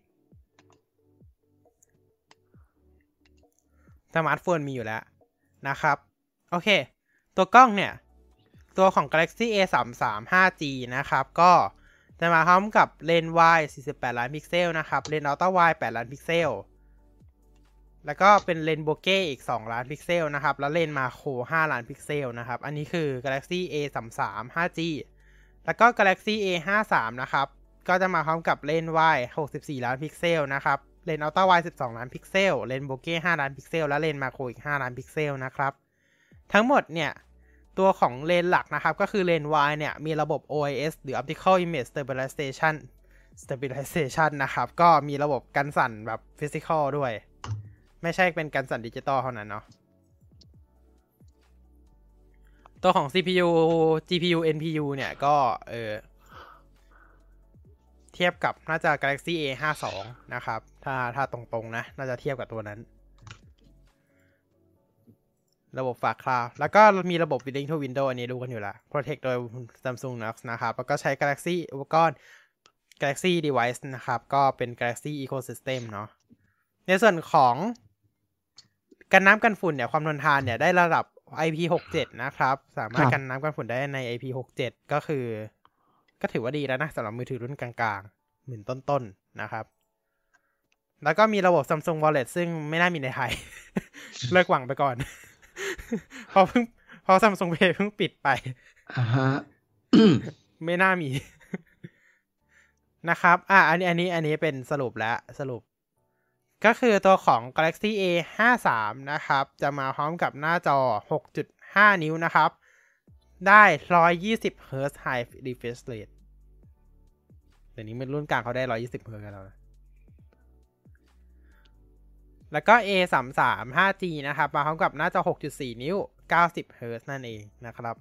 [SPEAKER 1] สมาร์ทโฟนมีอยู่แล้วนะครับ โอเค ตัวกล้องเนี่ย ตัวของ Galaxy A 3 3 5G นะครับ ก็จะมาพร้อมกับเลนส์วาย48 ล้านพิกเซลนะครับเลนส์อัลตร้าวาย8ล้านพิกเซล แล้วก็เป็นเลนส์โบเก้อีก 2 ล้านพิกเซลนะครับ แล้วเลนส์มาโคร5ล้านพิกเซลนะครับ อันนี้คือ Galaxy A 3 3 5G แล้วก็ Galaxy A 5 3นะครับ ก็จะมาพร้อมกับเลนส์ Y 64 ล้านพิกเซลนะครับ เลนส์อัลตร้า Y 12 ล้านพิกเซล เลนส์โบเก้5ล้านพิกเซล และเลนส์มาโครอีก 5 ล้านพิกเซลนะครับ ทั้งหมดเนี่ย ตัวของเลนส์หลักนะครับ ก็คือเลนส์ Y เนี่ย มีระบบ OIS หรือ Optical Image Stabilization Stabilization นะครับ ก็มีระบบกันสั่นแบบ Physical ด้วย ไม่ใช่เป็นการสั่นดิจิตอลเท่านั้นเนาะ ตัวของ CPU GPU NPU เนี่ยก็เออเทียบกับน่าจะ Galaxy A 5 2นะครับ ถ้าถ้าตรงๆนะ น่าจะเทียบกับตัวนั้น ระบบฝากคลาวด์แล้วก็มีระบบ Link to Windows อันนี้รู้กันอยู่ละ Protect โดย Samsung Knox นะครับ แล้วก็ใช้ Galaxy อุปกรณ์ Galaxy Device นะครับ ก็เป็น Galaxy Ecosystem เนาะ ในส่วนของกันน้ำกันฝุ่นเนี่ยความทนทานเนี่ยได้ระดับ IP67 นะครับ สามารถ
[SPEAKER 2] ครับ
[SPEAKER 1] กันน้ำกันฝุ่นได้ใน IP67 ก็คือ ก็ถือว่าดีแล้วนะสำหรับมือถือรุ่นกลางๆหมื่นต้นๆนะครับ แล้วก็มีระบบ Samsung Wallet ซึ่งไม่น่ามีในไทย เลิกหวังไปก่อน เพราะเพิ่งเพราะ Samsung Pay เพิ่งปิดไป
[SPEAKER 2] อ่าฮะ
[SPEAKER 1] ไม่น่ามี นะครับ อ่ะ อันนี้ อันนี้ อันนี้เป็นสรุปแล้วสรุป ก็คือตัวของ Galaxy A 5 3นะครับ จะมาพร้อมกับหน้าจอ 6.5 นิ้วนะครับ ได้ 120 Hz High Refresh Rate เดี๋ยวนี้มันรุ่นกลางเขาได้ 120 Hz กันแล้วนะ แล้วก็ A 3 3 5G นะครับ มาพร้อมกับหน้าจอ 6.4 นิ้ว 90 Hz นั่นเองนะครับ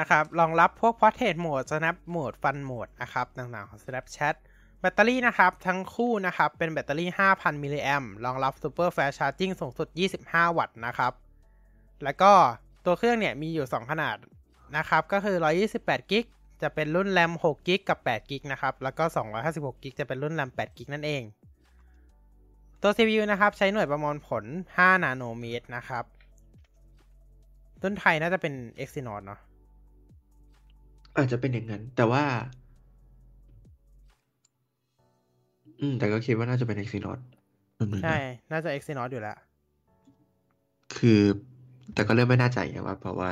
[SPEAKER 1] นะครับ รองรับพวก Portrait Mode Snap Mode Fun Mode นะครับ ต่างๆของ Snapchat แบตเตอรี่นะครับ ทั้งคู่นะครับ เป็นแบตเตอรี่ 5,000 มิลลิแอมรองรับ Super Fast Charging สูงสุด 25 วัตต์นะครับ แล้วก็ตัวเครื่องเนี่ย มีอยู่ 2 ขนาดนะครับ ก็คือ 128 กิก จะเป็นรุ่น RAM 6 กิก กับ 8 กิกนะครับ แล้วก็ 256 กิก จะเป็นรุ่น RAM 8 กิกนั่นเอง ตัว CPU นะครับ ใช้หน่วยประมวลผล 5 นาโนเมตรนะครับ รุ่นไทยน่าจะเป็น Exynos เนาะ
[SPEAKER 2] อาจจะเป็นอย่างนั้น แต่ว่า อืม แต่ก็คิดว่าน่าจะเป็น Exynos อืม
[SPEAKER 1] ใช่ น่าจะ Exynos อยู่แล้ว
[SPEAKER 2] คือ แต่ก็เริ่มไม่น่าใจไงว่า เพราะว่า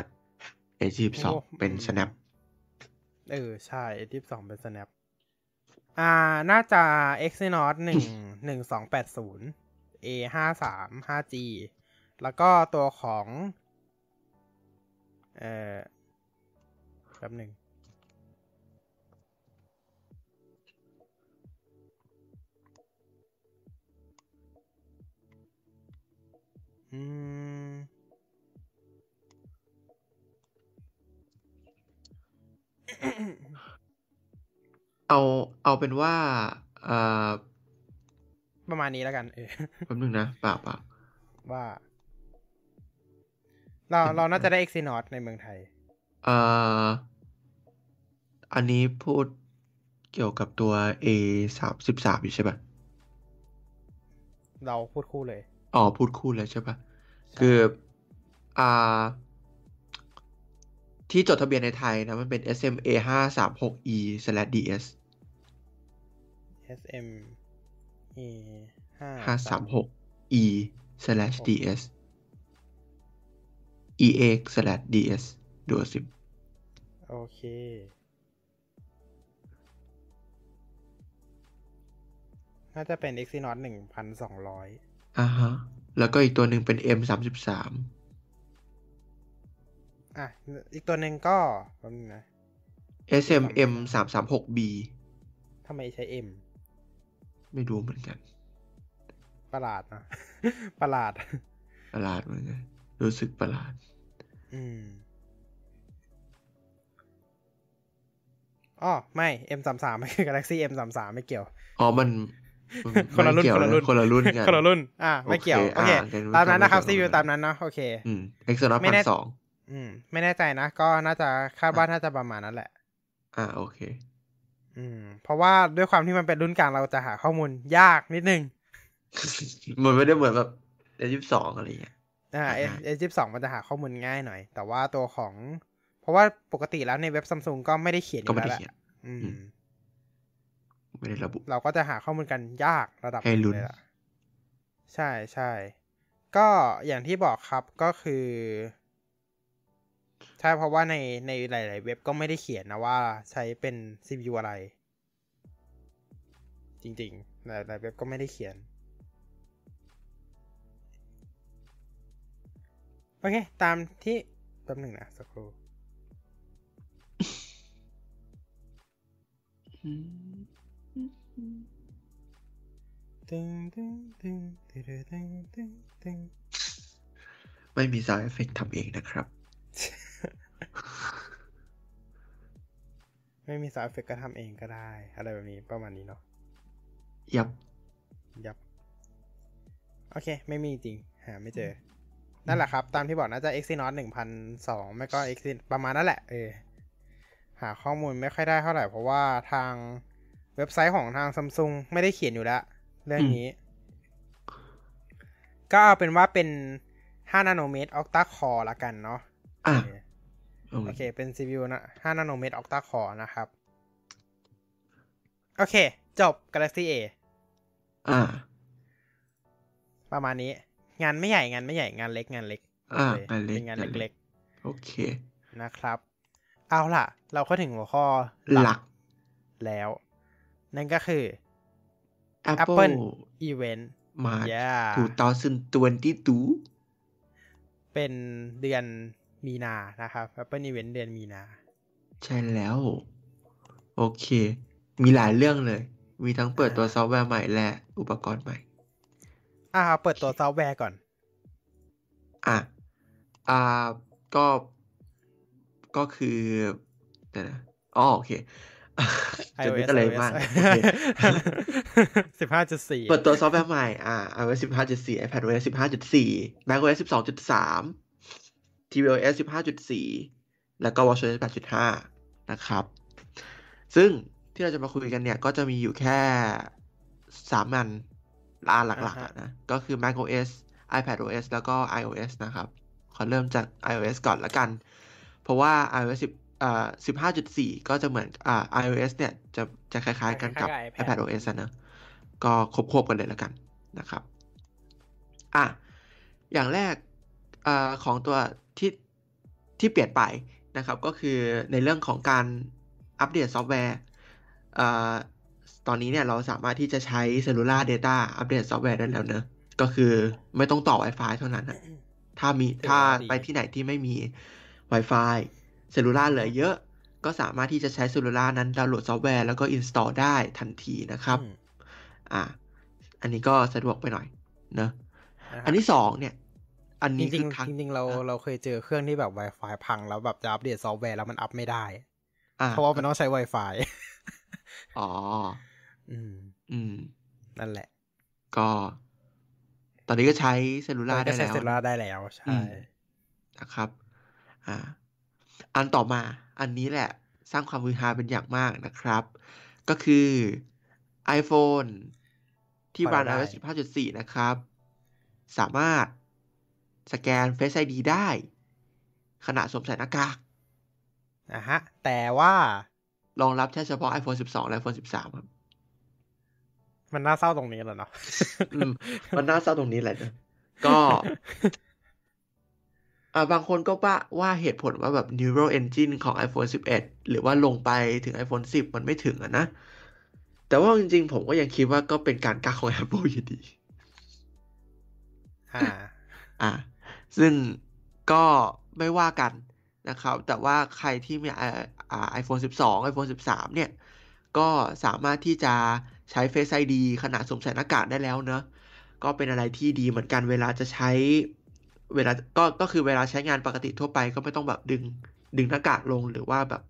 [SPEAKER 2] A22
[SPEAKER 1] โอ้
[SPEAKER 2] เป็น Snap
[SPEAKER 1] เออ ใช่ที่สองเป็น Snap อ่า น่าจะ Exynos ห นึ่งหนึ่งสองแปดศูนย์ A ห้าสามห้า G แล้วก็ตัวของ เอ่อแป๊บหนึ่ง
[SPEAKER 2] อ เอาเอาเป็นว่าอ่า
[SPEAKER 1] ประมาณนี้แล้วกัน เออ
[SPEAKER 2] แป๊บนึงนะเปล่าเปล่า
[SPEAKER 1] ว่า เราเราน่าจะได้ Exynos ในเมืองไทย
[SPEAKER 2] เอ่ออันนี้พูดเกี่ยวกับตัว A สามสิบสามอยู่ใช่ป่ะ
[SPEAKER 1] เราพูดคู่เลย
[SPEAKER 2] อ๋อ พูดคู่แล้วใช่ป่ะ คืออ่าที่จดทะเบียนในไทยนะ มันเป็น SMA ห้าสามหก E DS
[SPEAKER 1] ใช่ SM E ห้า
[SPEAKER 2] ห้าสามหก E DS EA DS ดูสิ
[SPEAKER 1] โอเค น่าจะเป็น Exynos หนึ่งพันสองร้อย
[SPEAKER 2] อ่าฮะ แล้วก็อีกตัวหนึ่งเป็น M สามสิบสาม
[SPEAKER 1] อ่ะ อีกตัวหนึ่งก็แป๊บนึงนะ
[SPEAKER 2] SMM สามสามหก B
[SPEAKER 1] ทำไมใช้ M
[SPEAKER 2] ไม่รู้เหมือนกัน
[SPEAKER 1] ประหลาดนะ ประหลาด
[SPEAKER 2] ประหลาดเหมือนกันรู้สึกประหลาด
[SPEAKER 1] อืมอ๋อไม่ M สามสามไม่คือ Galaxy M สามสามไม่เกี่ยว
[SPEAKER 2] อ๋อ มันมั
[SPEAKER 1] คนละรุ่น
[SPEAKER 2] มัเกี่ยว
[SPEAKER 1] คนละรุ่
[SPEAKER 2] คนละรุ่นกัน
[SPEAKER 1] คนละรุ่น อ่า ไม่เกี่ยว โอ
[SPEAKER 2] โอ
[SPEAKER 1] เค
[SPEAKER 2] เค
[SPEAKER 1] ตา
[SPEAKER 2] อ่าม
[SPEAKER 1] นั้นนะครับ
[SPEAKER 2] งั้นไม่
[SPEAKER 1] ซี
[SPEAKER 2] เกี่
[SPEAKER 1] วิ
[SPEAKER 2] ยว ว
[SPEAKER 1] ตามนั้นเนาะ โอเค
[SPEAKER 2] อืมเอ็กซ์ตร้า
[SPEAKER 1] ไม่
[SPEAKER 2] พัน
[SPEAKER 1] แน่
[SPEAKER 2] สอง
[SPEAKER 1] อืม ไม่แน่ใจนะ ก็น่าจะคาดว่าน่าจะประมาณนั้นแหละ
[SPEAKER 2] อ่าโอเค
[SPEAKER 1] อืม เพราะว่าด้วยความที่มันเป็นรุ่นกลางเราจะหาข้อมูลยากนิดนึง
[SPEAKER 2] มันไม่ได้เหมือนแบบเอ็กซ์ยี่สิบสองอะไรอย่างเงี้ย
[SPEAKER 1] อ่าเอ
[SPEAKER 2] อ่าฮะ
[SPEAKER 1] เอจิบสองมันจะหาข้อมูลง่ายหน่อย แต่ว่าตัวของ เพราะว่าปกติแล้วในเว็บซัมซุงก็ไม่ได้เขียนอ
[SPEAKER 2] ก็
[SPEAKER 1] ยู่
[SPEAKER 2] ไม่
[SPEAKER 1] แล้วแหละ
[SPEAKER 2] ได้เขียน
[SPEAKER 1] อื
[SPEAKER 2] อื
[SPEAKER 1] ม
[SPEAKER 2] ม ไม่ได้ระบุ
[SPEAKER 1] เราก็จะหาข้อมูลกันยากระดับ
[SPEAKER 2] ให้
[SPEAKER 1] นึ่ง
[SPEAKER 2] ลุ้น
[SPEAKER 1] เยะใช่ใช่ก็อย่างที่บอกครับก็คือ ใช่เพราะว่าในในหลาย ๆ เว็บก็ไม่ได้เขียนนะว่าใช้เป็น CPU อะไร จริงๆหลายๆเว็บก็ไม่ได้เขียน โอเค ตามที่แป๊บหนึ่งนะสักครู่ ตึงตึงตึงตึงตึงตึงตึง
[SPEAKER 2] ไม่มีซาวด์เอฟเฟกต์ทำเองนะครับ
[SPEAKER 1] ไม่มีสาวเอฟเฟกก็ทำเองก็ได้ อะไรแบบนี้ประมาณนี้เนาะ
[SPEAKER 2] ยับ
[SPEAKER 1] ยับ โอเค ไม่มีจริง หาไม่เจอ นั่นแหละครับ ตามที่บอกน่าจะ Exynos 1002 ไม่ก็ Exynos ประมาณนั่นแหละ เออ หาข้อมูลไม่ค่อยได้เท่าไหร่ เพราะว่าทางเว็บไซต์ของทางซัมซุงไม่ได้เขียนอยู่แล้ว เรื่องนี้ ก็เอาเป็นว่าเป็น 5 นาโนเมตร Octa Core ละกันเนาะ
[SPEAKER 2] อ่ะ
[SPEAKER 1] โอเค เป็น CPU นะ 5 นาโนเมตร Octa Core นะครับ โอเค จบ Galaxy A
[SPEAKER 2] อ่า
[SPEAKER 1] ประมาณนี้ งานไม่ใหญ่ งานไม่ใหญ่ งานเล็ก งานเล็ก
[SPEAKER 2] อ่า
[SPEAKER 1] โค
[SPEAKER 2] งานเล็ก
[SPEAKER 1] เป็นงาน
[SPEAKER 2] งานเล็ก
[SPEAKER 1] เล็ก
[SPEAKER 2] โอเค
[SPEAKER 1] ๆ นะครับ เอาล่ะ เราก็ถึงหัวข้อ
[SPEAKER 2] หลัก
[SPEAKER 1] แล้ว นั่นก็คือ
[SPEAKER 2] Apple
[SPEAKER 1] Event
[SPEAKER 2] มา
[SPEAKER 1] Yeah
[SPEAKER 2] 2022
[SPEAKER 1] เป็นเดือนมีนานะครับ Apple Event เดือนมีนา
[SPEAKER 2] ใช่แล้ว โอเค มีหลายเรื่องเลย มีทั้งเปิดตัวซอฟต์แวร์ใหม่และอุปกรณ์ใหม่
[SPEAKER 1] อ่า เปิดตัวซอฟต์แวร์ก่อน
[SPEAKER 2] อ่ะ อ่า ก็ ก็คือเดี๋ยวนะอ๋อ โอเค จะนึก
[SPEAKER 1] iOS
[SPEAKER 2] อะไรมากโอเค
[SPEAKER 1] สิบห้าจุดสี่
[SPEAKER 2] เปิดตัวซอฟต์แวร์ใหม่ อ่า iOS 15.4 iPadOS 15.4 macOS 12.3 tvOS 15.4 แล้วก็ watchOS 8.5 นะครับ ซึ่งที่เราจะมาคุยกันเนี่ย ก็จะมีอยู่แค่สามอันอันหลักๆอะนะ ก็คือ macOS iPadOS แล้วก็ iOS นะครับ ขอเริ่มจาก iOS ก่อนละกัน เพราะว่า iOS 10อ่า15.4 ก็จะเหมือน อ่า iOS เนี่ย จะ จะคล้ายๆกันกับ
[SPEAKER 1] คล้ายๆกับ iPad
[SPEAKER 2] iPadOS อะนะ ก็ควบควบกันเลยละกันนะครับ อ่ะ อย่างแรกอาของตัวที่ที่เปลี่ยนไปนะครับ ก็คือในเรื่องของการอัปเดตซอฟต์แวร์อ่าตอนนี้เนี่ยเราสามารถที่จะใช้ Cellular Data อัปเดตซอฟต์แวร์ได้แล้วเนอะก็คือไม่ต้องต่อ Wi-Fi เท่านั้นนะถ้ามี
[SPEAKER 1] ถือว่า
[SPEAKER 2] ถ้า
[SPEAKER 1] ดี
[SPEAKER 2] ไปที่ไหนที่ไม่มี Wi-Fi เซลลูล่าเหลือเยอะ ก็สามารถที่จะใช้เซลลูล่านั้นดาวน์โหลดซอฟต์แวร์แล้วก็อินสตอลได้ทันทีนะครับ
[SPEAKER 1] อืม
[SPEAKER 2] อ่า อันนี้ก็สะดวกไปหน่อยเนอะ
[SPEAKER 1] นะครับ
[SPEAKER 2] อันที่สองเนี่ย อัน
[SPEAKER 1] จ
[SPEAKER 2] นี้
[SPEAKER 1] ริงจริง
[SPEAKER 2] คือครั้ง
[SPEAKER 1] ๆจริงๆเราเราเคยเจอเครื่องที่แบบ Wi-Fi พังแล้วแบบจะอัปเดตซอฟต์แวร์แล้วมันอัพไม่ได้
[SPEAKER 2] อ่า
[SPEAKER 1] เพราะว่ามันต้องใช้ Wi-Fi
[SPEAKER 2] อ๋อ
[SPEAKER 1] อืม
[SPEAKER 2] อืม
[SPEAKER 1] นั่นแหละ
[SPEAKER 2] ก็ ตอนนี้ก็ใช้เซลลูล่า
[SPEAKER 1] ก็
[SPEAKER 2] ได้
[SPEAKER 1] ใช้
[SPEAKER 2] แล้ว
[SPEAKER 1] เซลลูล่าได้แล้วใช่
[SPEAKER 2] อืม นะครับ อ่า อันต่อมา อันนี้แหละสร้างความฮือฮาเป็นอย่างมากนะครับ ก็คือ iPhone ที่รัน
[SPEAKER 1] เปิดได้
[SPEAKER 2] iOS 15.4 นะครับ สามารถสแกน Face ID ได้ ขณะสวมใส่หน้ากาก
[SPEAKER 1] นะฮะ แต่ว่าร
[SPEAKER 2] องรับแค่เฉพาะ iPhone 12 และ iPhone 13 ครับ
[SPEAKER 1] มันน่าเศร้าตรงนี้แหละเนาะ
[SPEAKER 2] อืม มันน่าเศร้าตรงนี้แหละ นะก็ อ่าบางคนก็ว่าว่าเหตุผลว่าแบบ neural engine ของ iPhone 11 หรือว่าลงไปถึง iPhone 10 มันไม่ถึงอะนะ แต่ว่าจริงๆ ผมก็ยังคิดว่าก็เป็นการกักของ Apple อยู่ดี
[SPEAKER 1] อ่า
[SPEAKER 2] อ่ะซึ่งก็ไม่ว่ากันนะครับ แต่ว่าใครที่มีอ่าอ่า iPhone 12 iPhone 13 เนี่ย ก็สามารถที่จะใช้ Face ID ขนาดสวมใส่หน้ากากได้แล้วเนอะก็เป็นอะไรที่ดีเหมือนกันเวลาจะใช้เวลาก็ก็คือเวลาใช้งานปกติทั่วไปก็ไม่ต้องแบบดึงดึงหน้ากากลงหรือว่าแบบ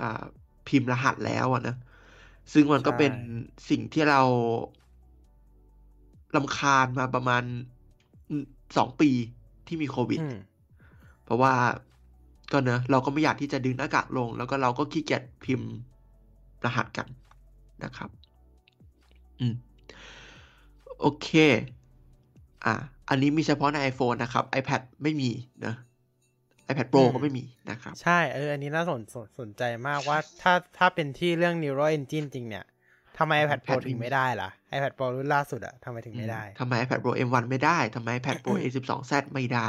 [SPEAKER 2] อ่าพิมพ์รหัสแล้วอะนะซึ่งมันก็
[SPEAKER 1] ใช่
[SPEAKER 2] เป็นสิ่งที่เราลำคาญมาประมาณอืมสองปีที่มีโควิด
[SPEAKER 1] อืม
[SPEAKER 2] เพราะว่าก็เนอะเราก็ไม่อยากที่จะดึงหน้ากากลง แล้วก็เราก็ขี้เกียจพิมพ์รหัสกันนะครับ อืม โอเค อ่ะ อันนี้มีเฉพาะใน iPhone นะครับ iPad ไม่มีเนอะ iPad Pro
[SPEAKER 1] อืม
[SPEAKER 2] ก็ไม่มีนะครับ
[SPEAKER 1] ใช่ เออ อันนี้น่าสนสนสนใจมากว่า ถ้าถ้าเป็นที่เรื่อง neural engine จริงเนี่ยทำไม iPad Pro
[SPEAKER 2] iPad
[SPEAKER 1] ถึงไม่ได้ล่ะ iPad Pro รุ่นล่าสุดอะทำไมถึงไม่ได้
[SPEAKER 2] ทำไม iPad Pro M1 ไม่ได้ทำไม iPad Pro A12Z ไม่ได้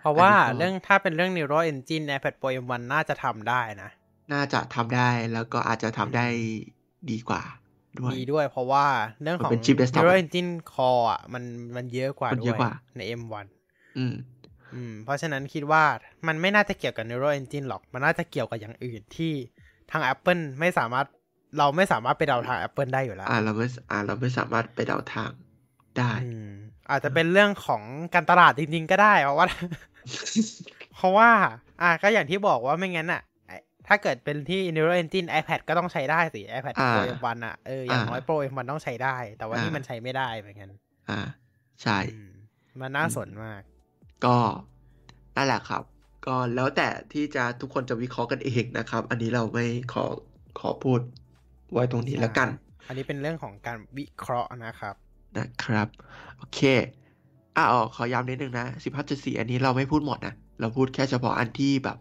[SPEAKER 1] เพราะว่า
[SPEAKER 2] อันนี้ก็
[SPEAKER 1] เรื่องถ้าเป็นเรื่อง neural engine iPad Pro M1 น่าจะทำได้นะ
[SPEAKER 2] น่าจะทำได้แล้วก็อาจจะทำได้ดีกว่าด้วย
[SPEAKER 1] ดีด้วยเพราะว่าเรื่องของ
[SPEAKER 2] มันเป็น chip desktop
[SPEAKER 1] neural engine core อะมันมันเยอะกว่า
[SPEAKER 2] มัน
[SPEAKER 1] ด้
[SPEAKER 2] เย
[SPEAKER 1] วย
[SPEAKER 2] อะกว่า
[SPEAKER 1] ใน M1
[SPEAKER 2] อืม
[SPEAKER 1] อืม เพราะฉะนั้นคิดว่ามันไม่น่าจะเกี่ยวกับ neural engine หรอก มันน่าจะเกี่ยวกับอย่างอื่นที่ทาง Apple ไม่สามารถเราไม่สามารถไปเดาทาง Apple ได้อยู่แล้ว
[SPEAKER 2] อ่าเราไม่อ่าเราไม่สามารถไปเดาทางได้
[SPEAKER 1] อืม อาจจะเป็นเรื่องของการตลาดจริง ๆ ก็ได้ เพราะว่า เพราะว่า อ่ะก็อย่างที่บอกว่าไม่งั้นอ่ะไอ้ถ้าเกิดเป็นที่ neural engine iPad ก็ต้องใช้ได้สิ iPad
[SPEAKER 2] อ่า
[SPEAKER 1] Pro M1 อ่ะเอออย่างน้อย Pro M1 ต้องใช้ได้ แต่ว่านี่
[SPEAKER 2] อ่ามั
[SPEAKER 1] มันใช้ไม่ได้เหมือนกัน
[SPEAKER 2] อ่า ใช่
[SPEAKER 1] อืมมันน่าสนมาก
[SPEAKER 2] ก็นั่นแหละครับ ก็แล้วแต่ที่จะทุกคนจะวิเคราะห์กันเองนะครับ อันนี้เราไม่ขอขอพูดไว้ตรงนี้แล้วกัน
[SPEAKER 1] อันนี้เป็นเรื่องของการวิเคราะห์นะครับ
[SPEAKER 2] นะครับ โอเคอ่าขอย้ำนิดนึงนะ15.4 อันนี้เราไม่พูดหมดนะ เราพูดแค่เฉพาะอันที่แบบ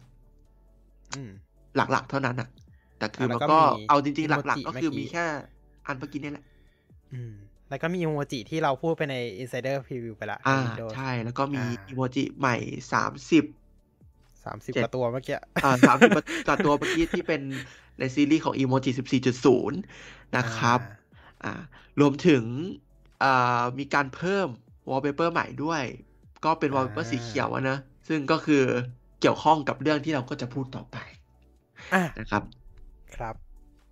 [SPEAKER 1] อืม
[SPEAKER 2] หลักๆ เท่านั้นอะแต่คือมัน
[SPEAKER 1] แล้วก็
[SPEAKER 2] ก็
[SPEAKER 1] มี
[SPEAKER 2] เอาจริงๆ หลัก
[SPEAKER 1] emoji
[SPEAKER 2] ๆ ก็คือ
[SPEAKER 1] เมื่อกี้
[SPEAKER 2] มีแค่อันเมื่อกี้เนี่ยแหละ
[SPEAKER 1] อืม แล้วก็มีอีโมจิที่เราพูดไปใน insider preview ไปละ
[SPEAKER 2] อ่า
[SPEAKER 1] ใน Windows
[SPEAKER 2] ใช่ แล้วก็มี
[SPEAKER 1] อ่า
[SPEAKER 2] อีโมจิใหม่ 30
[SPEAKER 1] สามสิบ
[SPEAKER 2] เจ็ด
[SPEAKER 1] กว่าตัวเมื่อกี้
[SPEAKER 2] อ่าสามสิบกว่าตัวเมื่อกี้ที่เป็นในซีรีส์ของอีโมจิสิบสี่จุดศูนย์นะครับ อ่ารวมถึงอ่ามีการเพิ่มวอลเปเปอร์ใหม่ด้วย ก็เป็นวอลเปเปอร์
[SPEAKER 1] อ่า
[SPEAKER 2] สีเขียวอะนะ ซึ่งก็คือเกี่ยวข้องกับเรื่องที่เราก็จะพูดต่อไป
[SPEAKER 1] อ่า
[SPEAKER 2] นะครับ
[SPEAKER 1] ครับ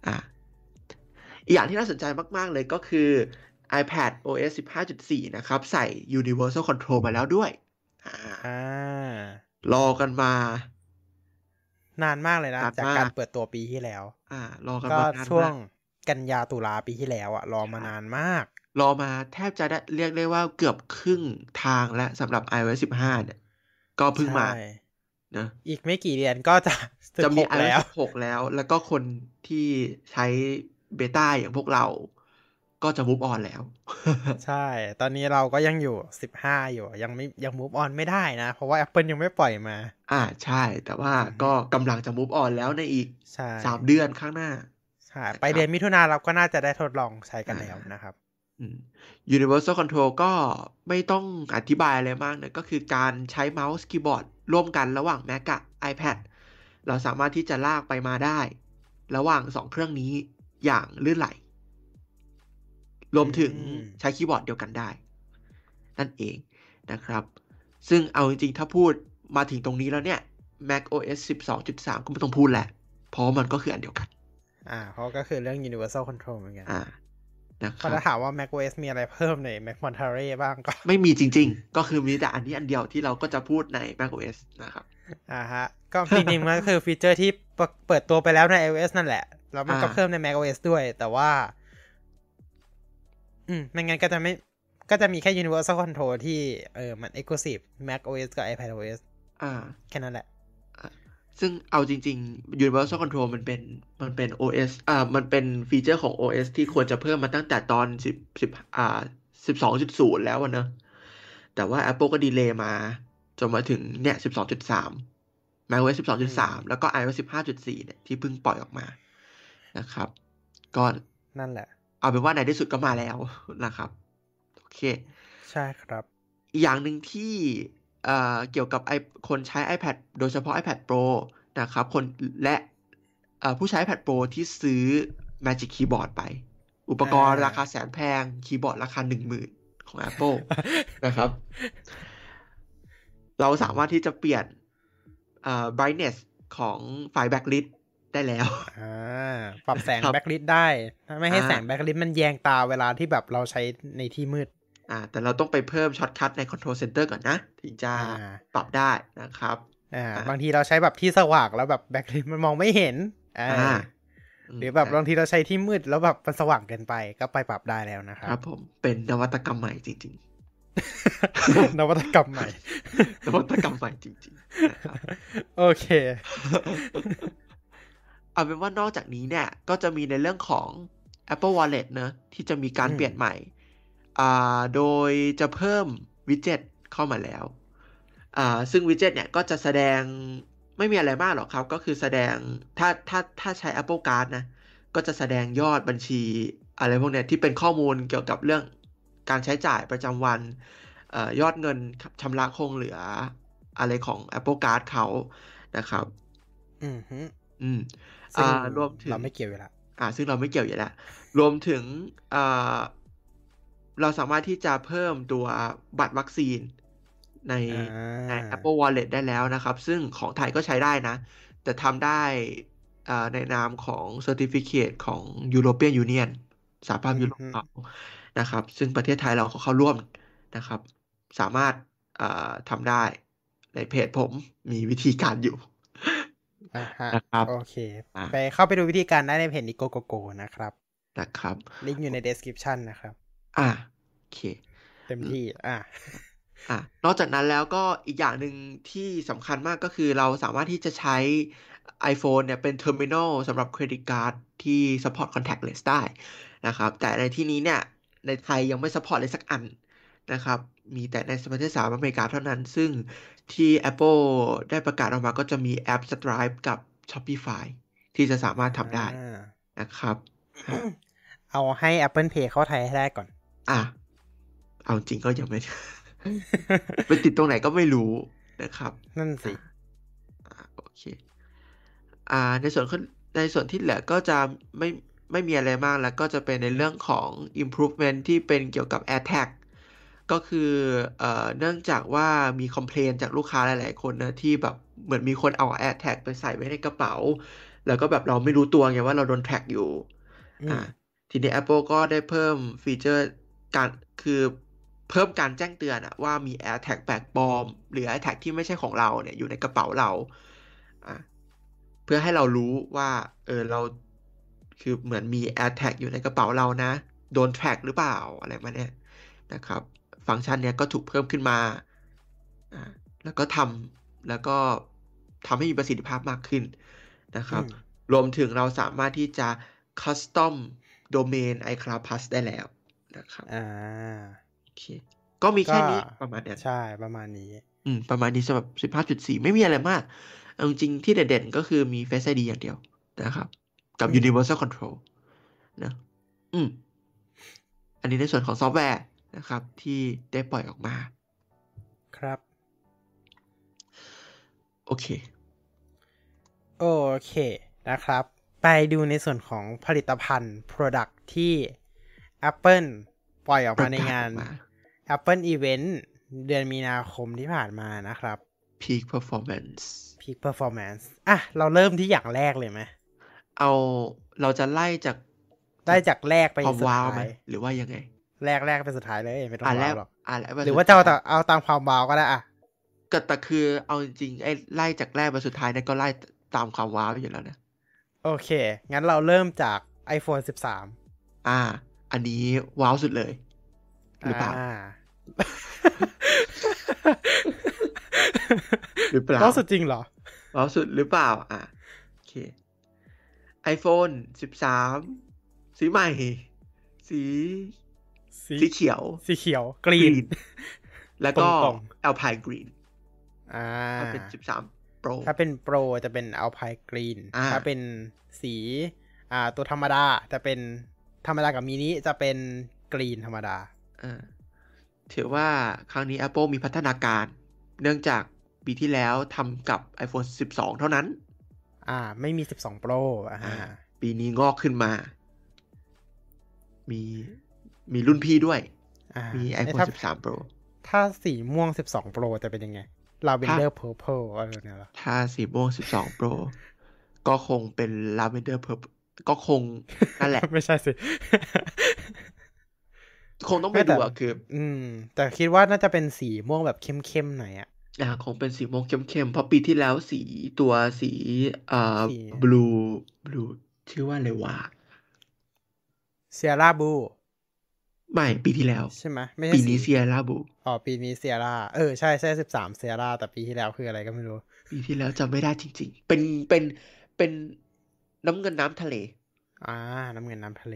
[SPEAKER 2] อ่ะอีกอย่างที่น่าสนใจมาก ๆ เลยก็คือ iPad OS 15.4 นะครับ ใส่ Universal Control มาแล้วด้วยอ่า
[SPEAKER 1] อ่า
[SPEAKER 2] รอกันมา
[SPEAKER 1] นานมากเลยนะ
[SPEAKER 2] นานมาก
[SPEAKER 1] จากการเปิดตัวปีที่แล้ว
[SPEAKER 2] อ่ารอกัน
[SPEAKER 1] ก็
[SPEAKER 2] มานานมาก
[SPEAKER 1] ช่วงกันยาตุลาปีที่แล้วอะรอมานานมาก
[SPEAKER 2] รอมาแทบจะได้เรียกได้ว่าเกือบครึ่งทางแล้วสำหรับ iOS 15 เนี่ย ก็เพิ่งมา
[SPEAKER 1] ใช่
[SPEAKER 2] นะ
[SPEAKER 1] อีกไม่กี่เดือนก็จะ
[SPEAKER 2] จะมี
[SPEAKER 1] 16
[SPEAKER 2] iOS
[SPEAKER 1] แล้ว
[SPEAKER 2] 16 แล้ว แล้วก็คนที่ใช้เบต้าอย่างพวกเรา ก็จะมุฟออนแล้ว
[SPEAKER 1] ใช่ ตอนนี้เราก็ยังอยู่ 15 อยู่ ยังไม่ยัง move on ไม่ได้นะ เพราะว่า Apple ยังไม่ปล่อยมา
[SPEAKER 2] อ่าใช่ แต่ว่า
[SPEAKER 1] อือฮึ
[SPEAKER 2] ก็กำลังจะมุฟออนแล้วในอีก
[SPEAKER 1] ใช่
[SPEAKER 2] 3 เดือนข้างหน้า
[SPEAKER 1] ใช่ไปเดือนมิถุนาเราก็น่าจะได้ทดลองใช้กันแล้วนะครับ
[SPEAKER 2] อืม Universal Control ก็ไม่ต้องอธิบายอะไรมากนะ ก็คือการใช้เมาส์คีย์บอร์ดร่วมกันระหว่าง Mac กับ iPad เราสามารถที่จะลากไปมาได้ ระหว่าง 2 เครื่องนี้อย่างลื่นไหล รวมถึง
[SPEAKER 1] อืม
[SPEAKER 2] ใช้คีย์บอร์ดเดียวกันได้ นั่นเองนะครับ ซึ่งเอาจริงๆ ถ้าพูดมาถึงตรงนี้แล้วเนี่ย Mac OS 12.3 ก็ไม่ต้องพูดแหละ เพราะมันก็คืออันเดียวกัน
[SPEAKER 1] อ่าเพราะก็คือเรื่อง universal control เหมือนกัน
[SPEAKER 2] อ่า นะค
[SPEAKER 1] พอ
[SPEAKER 2] รับ
[SPEAKER 1] จะถามว่า macOS มีอะไรเพิ่มใน Mac Monterey บ้างก็
[SPEAKER 2] ไม่มีจริงๆ ก็คือมีแต่อันนี้อันเดียวที่เราก็จะพูดใน macOS นะครับ
[SPEAKER 1] อ่าฮะ ก็จริงๆมันก็คือฟีเจอร์ที่เปิดตัวไปแล้วใน iOS นั่นแหละ แล้วมันก็
[SPEAKER 2] อ่า
[SPEAKER 1] เพิ่มใน macOS ด้วย แต่ว่า อืมไม่งั้นก็จะไม่ ก็จะมีแค่ universal control ที่เออมัน exclusive macOS กับ iPadOS
[SPEAKER 2] อ่า
[SPEAKER 1] แค่นั้นแหละ
[SPEAKER 2] ซึ่งเอาจริง ๆ Universal Control มันเป็นมันเป็น OS อ่ามันเป็นฟีเจอร์ของ OS ที่ควรจะเพิ่มมาตั้งแต่ตอน10 10อ่า12.0 แล้วอะเนอะแต่ว่า Apple ก็ดีเลย์มาจนมาถึงเนี่ย 12.3 macOS 12.3 แล้วก็ iOS 15.4 เนี่ยที่เพิ่งปล่อยออกมานะครับ ก็
[SPEAKER 1] นั่นแหละ
[SPEAKER 2] เอาเป็นว่าในที่สุดก็มาแล้วนะครับ โอเค
[SPEAKER 1] ใช่ครับ
[SPEAKER 2] อีกอย่างหนึ่งที่เอ่อเกี่ยวกับไอคนใช้ iPad โดยเฉพาะ iPad Pro นะครับ คนและเอ่อผู้ใช้ iPad Pro ที่ซื้อ Magic Keyboard ไป อุปกรณ์
[SPEAKER 1] อ่า
[SPEAKER 2] ราคาแสนแพง คีย์บอร์ดราคาหนึ่งหมื่นของ Apple นะครับ เราสามารถที่จะเปลี่ยนเอ่อ brightness ของไฟ backlit ได้แล้ว
[SPEAKER 1] อ่า ปรับแสง
[SPEAKER 2] ครับ
[SPEAKER 1] แบ็คลิ t ได้ ไม่ให้
[SPEAKER 2] อ่า
[SPEAKER 1] แสงแบ็คลิ t มันแยงตาเวลาที่แบบเราใช้ในที่มืด
[SPEAKER 2] อ่าแต่เราต้องไปเพิ่มช็อตคัทใน Control Center ก่อนนะ ถึงจะ
[SPEAKER 1] อ่า
[SPEAKER 2] ปรับได้นะครับ
[SPEAKER 1] อ่า
[SPEAKER 2] อ่า
[SPEAKER 1] บางทีเราใช้แบบที่สว่างแล้วแบบแบ็คลิ t มันมองไม่เห็น อ่
[SPEAKER 2] อ่า
[SPEAKER 1] า หรือแบบ
[SPEAKER 2] ม
[SPEAKER 1] บางทีเราใช้ที่มืดแล้วแบบมันสว่างเกินไปก็ไปปรับได้แล้วนะค
[SPEAKER 2] ค
[SPEAKER 1] รั
[SPEAKER 2] รับ บ ผมเป็นนวัตกรรมใหม่จริง
[SPEAKER 1] นวัตกรรมใหม่
[SPEAKER 2] ๆ นวัตกรรมใหม่จริงๆนะครับ
[SPEAKER 1] โอเค
[SPEAKER 2] เอาเป็นว่านอกจากนี้เนี่ย ก็จะมีในเรื่องของ Apple Wallet เนอะที่จะมีการ
[SPEAKER 1] อืม
[SPEAKER 2] เปลี่ยนใหม่อ่าโดยจะเพิ่มวิดเจ็ตเข้ามาแล้วอ่าซึ่งวิดเจ็ตเนี่ยก็จะแสดงไม่มีอะไรมากหรอกครับ ก็คือแสดงถ้าถ้าถ้าใช้ Apple Card นะ ก็จะแสดงยอดบัญชีอะไรพวกเนี้ยที่เป็นข้อมูลเกี่ยวกับเรื่องการใช้จ่ายประจำวันเออยอดเงินชำระคงเหลืออะไรของ Apple Card เขานะครับ
[SPEAKER 1] อือฮึ
[SPEAKER 2] อืม
[SPEAKER 1] ซึ่ง
[SPEAKER 2] อ่ารวมถึง
[SPEAKER 1] เราไม่เกี่ยวเวลา
[SPEAKER 2] อ่าซึ่งเราไม่เกี่ยวอยู่แล้วรวมถึงอ่าเราสามารถที่จะเพิ่มตัวบัตรวัคซีนในใน Apple Wallet ได้แล้วนะครับ ซึ่งของไทยก็ใช้ได้นะ แต่ทำได้อ่าในนามของ Certificate ของ European Union สหภาพยุโรป
[SPEAKER 1] อืม
[SPEAKER 2] เขานะครับ ซึ่งประเทศไทยเราก็เข้าร่วมนะครับ สามารถอ่าทำได้ในเพจผมมีวิธีการอยู่
[SPEAKER 1] อ่าฮะ
[SPEAKER 2] นะครับ
[SPEAKER 1] โอเค
[SPEAKER 2] อ่า
[SPEAKER 1] ไปเข้าไปดูวิธีการได้ในเพจนิโกโกโกนะครับ
[SPEAKER 2] นะครับ
[SPEAKER 1] ลิงก์อยู่ใน description นะครับ
[SPEAKER 2] อ่าโอเค
[SPEAKER 1] เต็มที่ อ่า
[SPEAKER 2] อ่ะนอกจากนั้นแล้วก็อีกอย่างหนึ่งที่สำคัญมากก็คือเราสามารถที่จะใช้ iPhone เนี่ยเป็นเทอร์มินอลสำหรับเครดิตการ์ดที่ support contactless ได้นะครับ แต่ในที่นี้เนี่ย ในไทยยังไม่ support เลยสักอันนะครับ มีแต่ในประเทศสหรัฐอเมริกาเท่านั้น ซึ่งที่ Apple ได้ประกาศออกมาก็จะมีแอป Stripe กับ Shopify ที่จะสามารถทำได้นะครับ
[SPEAKER 1] เอาให้ Apple Pay เข้าไทยให้ได้ก่อน
[SPEAKER 2] อ่ะ เอาจริงก็ยังไม่ ไปติดตรงไหนก็ไม่รู้นะครับ
[SPEAKER 1] นั่นสิ
[SPEAKER 2] อ่าโอเคอ่าในส่วนขึ้นในส่วนที่เหลือก็จะไม่ไม่มีอะไรมากแล้วก็จะเป็นในเรื่องของ improvement ที่เป็นเกี่ยวกับ air tag ก็คือเอ่อเนื่องจากว่ามี complaint จากลูกค้าหลาย ๆ คนนะที่แบบเหมือนมีคนเอา air tag ไปใส่ไว้ในกระเป๋า แล้วก็แบบเราไม่รู้ตัวไงว่าเราโดน tag อยู่
[SPEAKER 1] อืม
[SPEAKER 2] อ่าทีนี้ Apple ก็ได้เพิ่มฟีเจอร์การคือเพิ่มการแจ้งเตือนอะว่ามี AirTag แปลกปลอม หรือ AirTag ที่ไม่ใช่ของเราเนี่ยอยู่ในกระเป๋าเราอ่ะเพื่อให้เรารู้ว่าเออเราคือเหมือนมี AirTag อยู่ในกระเป๋าเรานะ โดน track หรือเปล่าอะไรมาเนี่ยนะครับ ฟังก์ชันเนี้ยก็ถูกเพิ่มขึ้นมาอ่าแล้วก็ทำแล้วก็ทำให้มีประสิทธิภาพมากขึ้นนะครับ
[SPEAKER 1] อืม
[SPEAKER 2] รวมถึงเราสามารถที่จะ custom domain iCloud Plus ได้แล้วนะครับ
[SPEAKER 1] อ่า
[SPEAKER 2] โอเคก็มีแค่นี้
[SPEAKER 1] ก็
[SPEAKER 2] ประมาณเนี้ย
[SPEAKER 1] ใช่ประมาณนี้
[SPEAKER 2] อืมประมาณนี้สำหรับ 15.4 ไม่มีอะไรมากเอาจริงๆที่เด่นๆก็คือมี Face ID อย่างเดียวนะครับ กับ
[SPEAKER 1] อืม
[SPEAKER 2] Universal Control นะอืม อันนี้ในส่วนของซอฟต์แวร์นะครับ ที่ได้ปล่อยออกมา
[SPEAKER 1] ครับ
[SPEAKER 2] โอเค
[SPEAKER 1] โอเคนะครับ ไปดูในส่วนของผลิตภัณฑ์ Product ที่ Apple ปล่อยออกมาใน งาน
[SPEAKER 2] ประกาศออกมา
[SPEAKER 1] Apple Event เดือนมีนาคมที่ผ่านมานะครับ
[SPEAKER 2] Peak Performance
[SPEAKER 1] Peak Performance อ่ะ เราเริ่มที่อย่างแรกเลยไหม
[SPEAKER 2] เอาเราจะไล่จาก
[SPEAKER 1] ได้จากแรกไป
[SPEAKER 2] ความ
[SPEAKER 1] สุด
[SPEAKER 2] ว้าวไหม
[SPEAKER 1] ท้าย
[SPEAKER 2] หรือว่ายังไง
[SPEAKER 1] แรกแรกไปสุดท้ายเลยไม่ต้อง
[SPEAKER 2] อ่าแร
[SPEAKER 1] ว้าก วหรอก
[SPEAKER 2] อ่าแรกไป
[SPEAKER 1] หรือ
[SPEAKER 2] สุด
[SPEAKER 1] ว่าจะเอา
[SPEAKER 2] ท้ย
[SPEAKER 1] แต่เอาตามความว้าวก็ได้อ่ะ
[SPEAKER 2] ก็แต่คือเอาจริงๆไอ้ไล่จากแรกมาสุดท้ายเนี่ยก็ไล่ตามความว้าวอยู่แล้วนะ
[SPEAKER 1] โอเค งั้นเราเริ่มจาก iPhone 13
[SPEAKER 2] อ่า อันนี้ว้าวสุดเลย หรือเปล่า หรือเปล่า
[SPEAKER 1] ต้องสุดจริงเหรอ
[SPEAKER 2] ว้าวสุดหรือเปล่า อ่ะโอเค iPhone 13 สีใหม่ สี
[SPEAKER 1] สี
[SPEAKER 2] สีเขียว
[SPEAKER 1] สีเขียวกรีน
[SPEAKER 2] นแล้วก็
[SPEAKER 1] ตรง
[SPEAKER 2] Alpine Green
[SPEAKER 1] อ่า
[SPEAKER 2] ถ้าเป็น 13 Pro
[SPEAKER 1] ถ้าเป็นโปรจะเป็นอัลไพกรีน
[SPEAKER 2] อ่า
[SPEAKER 1] ถ้าเป็นสี อ่า ตัวธรรมดาจะเป็นธรรมดากับมินิจะเป็นกรีนธรรมดา
[SPEAKER 2] เออถือว่าครั้งนี้ Apple มีพัฒนาการ เนื่องจากปีที่แล้วทำกับ iPhone 12 เท่านั้น
[SPEAKER 1] อ่า ไม่มี 12 Pro อ่า
[SPEAKER 2] อ่า ปีนี้งอกขึ้นมา มี มีรุ่นพี่ด้วย
[SPEAKER 1] อ่า
[SPEAKER 2] มี
[SPEAKER 1] ไอ้
[SPEAKER 2] iPhone
[SPEAKER 1] ถ้า
[SPEAKER 2] 13 Pro
[SPEAKER 1] ถ้าสีม่วง 12 Pro จะเป็นยังไง Lavender Purple อะไรแบบเนี่ยเหรอ
[SPEAKER 2] ถ้าสีม่วง 12 Pro ก็คงเป็น Lavender Purple ก็คง นั่นแหละ
[SPEAKER 1] ไม่ใช่สิ
[SPEAKER 2] คงต้องไปดูอะคือ
[SPEAKER 1] อืม แต่คิดว่าน่าจะเป็นสีม่วงแบบเข้มๆหน่อยอะ
[SPEAKER 2] อ่าคงเป็นสีม่วงเข้มๆ เพราะปีที่แล้วสีตัวสีเอ่อ
[SPEAKER 1] สี
[SPEAKER 2] บลูบลูชื่อว่าอะไรวะ
[SPEAKER 1] เซียร่าบู
[SPEAKER 2] ไม่ปีที่แล้ว
[SPEAKER 1] ใช่ไหมไม่ใช่
[SPEAKER 2] ปีนี้เซียร่าบู
[SPEAKER 1] อ๋อปีนี้เซียร่าเออใช่ใช่สิบสามเซียร่าแต่ปีที่แล้วคืออะไรก็ไม่รู้
[SPEAKER 2] ปีที่แล้วจำไม่ได้จริง ๆ เป็นเป็นเป็นน้ำเงินน้ำทะเล
[SPEAKER 1] อ่า น้ำเงินน้ำทะเล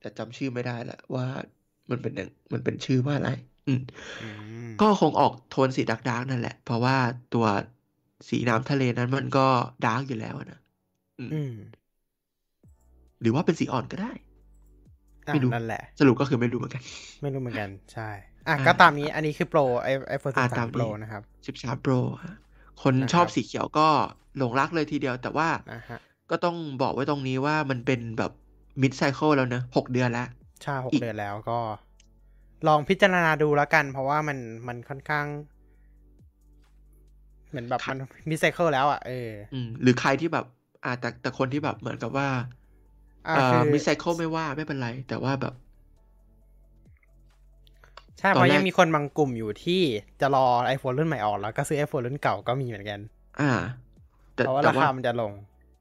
[SPEAKER 2] แต่จำชื่อไม่ได้ละว่ามันเป็นอย่างมันเป็นชื่อว่าอะไร อืม
[SPEAKER 1] อืม
[SPEAKER 2] ก็คงออกโทนสีดาร์กๆนั่นแหละ เพราะว่าตัวสีน้ำทะเลนั้นมันก็ดาร์กอยู่แล้วอะนะอืม
[SPEAKER 1] อืม
[SPEAKER 2] หรือว่าเป็นสีอ่อนก็ได้
[SPEAKER 1] อ่ะ
[SPEAKER 2] ไม่รู้
[SPEAKER 1] นั่นแหละ
[SPEAKER 2] สรุปก็คือไม่รู้เหมือนกัน
[SPEAKER 1] ไม่รู้เหมือนกัน ใช่ อ่ะ
[SPEAKER 2] อ่า
[SPEAKER 1] ก็ตามนี้ อันนี้คือโปรไอไอโฟนสิ
[SPEAKER 2] อ่า
[SPEAKER 1] บ
[SPEAKER 2] ตา
[SPEAKER 1] สาม ม
[SPEAKER 2] นี้
[SPEAKER 1] โปรนะครับ
[SPEAKER 2] 13 Pro ฮะคน
[SPEAKER 1] นะครับ
[SPEAKER 2] ชอบสีเขียวก็หลงรักเลยทีเดียว แต่ว่า
[SPEAKER 1] อ่าฮะ
[SPEAKER 2] ก็ต้องบอกไว้ตรงนี้ว่ามันเป็นแบบ mid cycle แล้วนะ6เดือนแล้ว
[SPEAKER 1] ชาหก
[SPEAKER 2] อีก
[SPEAKER 1] เดือนแล้วก็ ลองพิจารณาดูแล้วกัน เพราะว่ามันมันค่อนข้าง เหมือนแบบมันมีไซเคิลแล้วอ่ะ เออ
[SPEAKER 2] อืมหรือใครที่แบบอ่าแต่แต่คนที่แบบเหมือนกับว่า
[SPEAKER 1] อ่า
[SPEAKER 2] เอ่
[SPEAKER 1] คือ อ
[SPEAKER 2] mid cycle ไม่ว่าไม่เป็นไร แต่ว่าแบบ
[SPEAKER 1] ใช่
[SPEAKER 2] ตอน
[SPEAKER 1] เพราะ
[SPEAKER 2] แรก
[SPEAKER 1] ยังมีคนบางกลุ่มอยู่ที่จะรอ iPhone รุ่นใหม่ออกแล้วก็ซื้อ iPhone รุ่นเก่าก็มีเหมือนกัน
[SPEAKER 2] อ่า แต่
[SPEAKER 1] เพราะว่า
[SPEAKER 2] แต่
[SPEAKER 1] ราคามันจะลง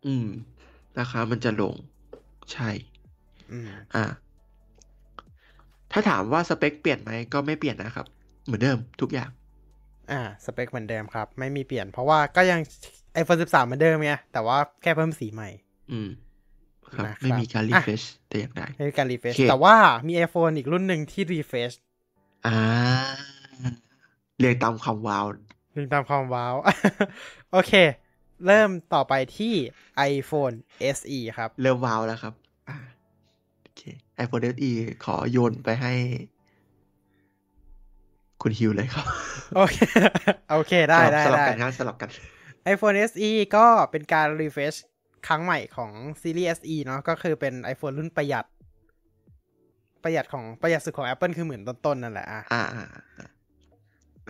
[SPEAKER 2] อืม ราคามันจะลง ใช่
[SPEAKER 1] อืม
[SPEAKER 2] อ่า ถ้าถามว่าสเปคเปลี่ยนไหมก็ไม่เปลี่ยนนะครับ เหมือนเดิมทุกอย่าง
[SPEAKER 1] อ่า สเปคเหมือนเดิมครับ ไม่มีเปลี่ยน เพราะว่าก็ยัง iPhone 13เหมือนเดิมไงแต่ว่าแค่เพิ่มสีใหม่
[SPEAKER 2] อืม ครับ
[SPEAKER 1] นะครับ
[SPEAKER 2] ไม่มีการรี
[SPEAKER 1] อ่ะ
[SPEAKER 2] เฟชแต่อย่างใด
[SPEAKER 1] ไม่มีการรีเฟช
[SPEAKER 2] โอเค
[SPEAKER 1] แต่ว่ามี iPhone อีกรุ่นหนึ่งที่รีเฟช
[SPEAKER 2] อ่า เรียงตามความว้าว
[SPEAKER 1] ถึงตามความว้าว โอเค เริ่มต่อไปที่ iPhone SE ครับ
[SPEAKER 2] เริ่มว้าวแล้วครับ อ่าโอเค iPhone SE ขอโยนไปให้ คุณฮิวเลยครับ
[SPEAKER 1] โอเค โอเค ได้ได้
[SPEAKER 2] สลับ
[SPEAKER 1] ได้
[SPEAKER 2] กันนะสลับกัน
[SPEAKER 1] iPhone SE ก็เป็นการรีเฟชครั้งใหม่ของซีรีส์ SE เนาะก็คือเป็น iPhone รุ่นประหยัด ประหยัดของประหยัดสุดของ Apple คือหมื่นต้นๆนั่นแหละอ่ะ
[SPEAKER 2] อ่าอ่า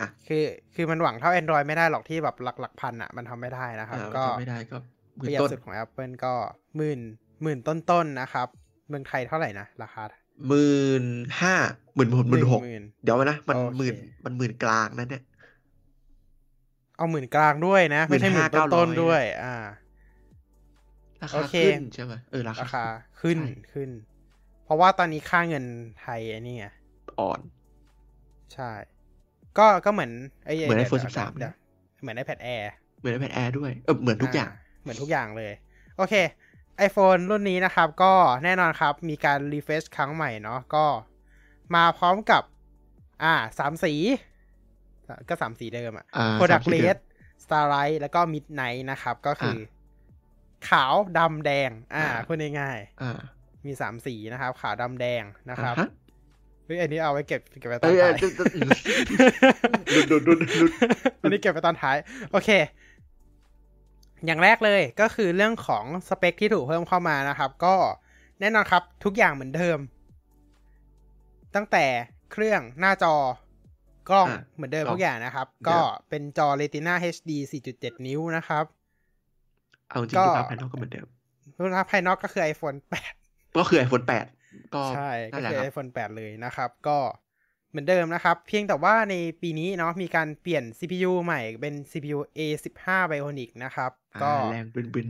[SPEAKER 2] อ่า
[SPEAKER 1] คือคือมันหวังเท่า Android ไม่ได้หรอกที่แบบหลักหลักพันอะมันทำไม่ได้นะครับ
[SPEAKER 2] อ่ามัน
[SPEAKER 1] ก็
[SPEAKER 2] ทำไม่ได้ก็หมื่
[SPEAKER 1] ป
[SPEAKER 2] น
[SPEAKER 1] ระหยัด
[SPEAKER 2] ต้น
[SPEAKER 1] สุดของ Apple ก็หมื่นหมื่นต้นๆนะครับ เมืองไทยเท่าไหร่นะ ราคา
[SPEAKER 2] หมื่นห้าหมื่นหกหมื่นหก
[SPEAKER 1] มื่น
[SPEAKER 2] เดี๋ยวนะ มัน
[SPEAKER 1] โอเค
[SPEAKER 2] หมื่นมันหมื่นกลางนั่นเนี่ย
[SPEAKER 1] เอาหมื่นกลางด้วยนะ ไม่ใช่หมื่นต้น
[SPEAKER 2] 15,900
[SPEAKER 1] ต้นๆด้วย อ่า
[SPEAKER 2] รา
[SPEAKER 1] โอ
[SPEAKER 2] คา
[SPEAKER 1] เค
[SPEAKER 2] ขึ้นใช่ไหมเออรา
[SPEAKER 1] รา
[SPEAKER 2] คา
[SPEAKER 1] คาขึ้นขึ้น เพราะว่าตอนนี้ค่าเงินไทยไอ้นี่ไง
[SPEAKER 2] อ่อน
[SPEAKER 1] ใช่ ก็ก็เหมือนไอ้
[SPEAKER 2] เหมือน
[SPEAKER 1] ดี๋ยว
[SPEAKER 2] iPhone
[SPEAKER 1] ดี๋ยว
[SPEAKER 2] 13
[SPEAKER 1] เดี๋ยวเหมือน iPad Air
[SPEAKER 2] เหมือน iPad Air ด้วย เออเหมือนทุกอย่าง
[SPEAKER 1] เหมือนทุกอย่างเลย โอเค iPhone รุ่นนี้นะครับ ก็แน่นอนครับมีการรีเฟรชครั้งใหม่เนาะก็มาพร้อมกับ อ่าสามสีก็สามสีเดิมอะ
[SPEAKER 2] อ่า
[SPEAKER 1] Product
[SPEAKER 2] สามสีเดิม
[SPEAKER 1] Red Starlight แล้วก็ Midnight นะครับ ก็คืออขาวดำแดง อ่า
[SPEAKER 2] อ่า
[SPEAKER 1] พูดง่าย
[SPEAKER 2] อ่า
[SPEAKER 1] ๆมีสามสีนะครับ ขาวดำแดงนะครับ
[SPEAKER 2] อ่าฮะ
[SPEAKER 1] เฮ้ยอันนี้เอาไว้เก็บเก็บไว้ตอ
[SPEAKER 2] เอ้
[SPEAKER 1] น
[SPEAKER 2] ยเอ้
[SPEAKER 1] ท้าย ย
[SPEAKER 2] ดุดดุด ดุดดุดดุด
[SPEAKER 1] อันนี้เก็บไปตอนท้าย โอเค อย่างแรกเลยก็คือเรื่องของสเปคที่ถูกเพิ่มเข้ามานะครับ ก็แน่นอนครับทุกอย่างเหมือนเดิม ตั้งแต่เครื่องหน้าจอกล้อง
[SPEAKER 2] อ่ะ
[SPEAKER 1] เหมือนเดิม
[SPEAKER 2] กล้อง
[SPEAKER 1] ทุกอย่างนะครับ
[SPEAKER 2] เดิม
[SPEAKER 1] ก็เป็นจอ Retina HD 4.7 นิ้วนะครับ
[SPEAKER 2] เอาจริง
[SPEAKER 1] ก็
[SPEAKER 2] รูปลักษณ์ภายนอกก็เหมือนเดิม
[SPEAKER 1] รุ่นรับภายนอกก็คือ iPhone 8
[SPEAKER 2] ก็คือ iPhone 8 ก็
[SPEAKER 1] ใช่ ก็
[SPEAKER 2] นั่นแหละ
[SPEAKER 1] คือ
[SPEAKER 2] ครับ
[SPEAKER 1] iPhone 8 เลยนะครับ ก็ เหมือนเดิมนะครับ เพียงแต่ว่าในปีนี้เนาะมีการเปลี่ยน CPU ใหม่เป็น CPU A15 Bionic นะครับ
[SPEAKER 2] อ่า
[SPEAKER 1] ก็
[SPEAKER 2] แรงบึนบึน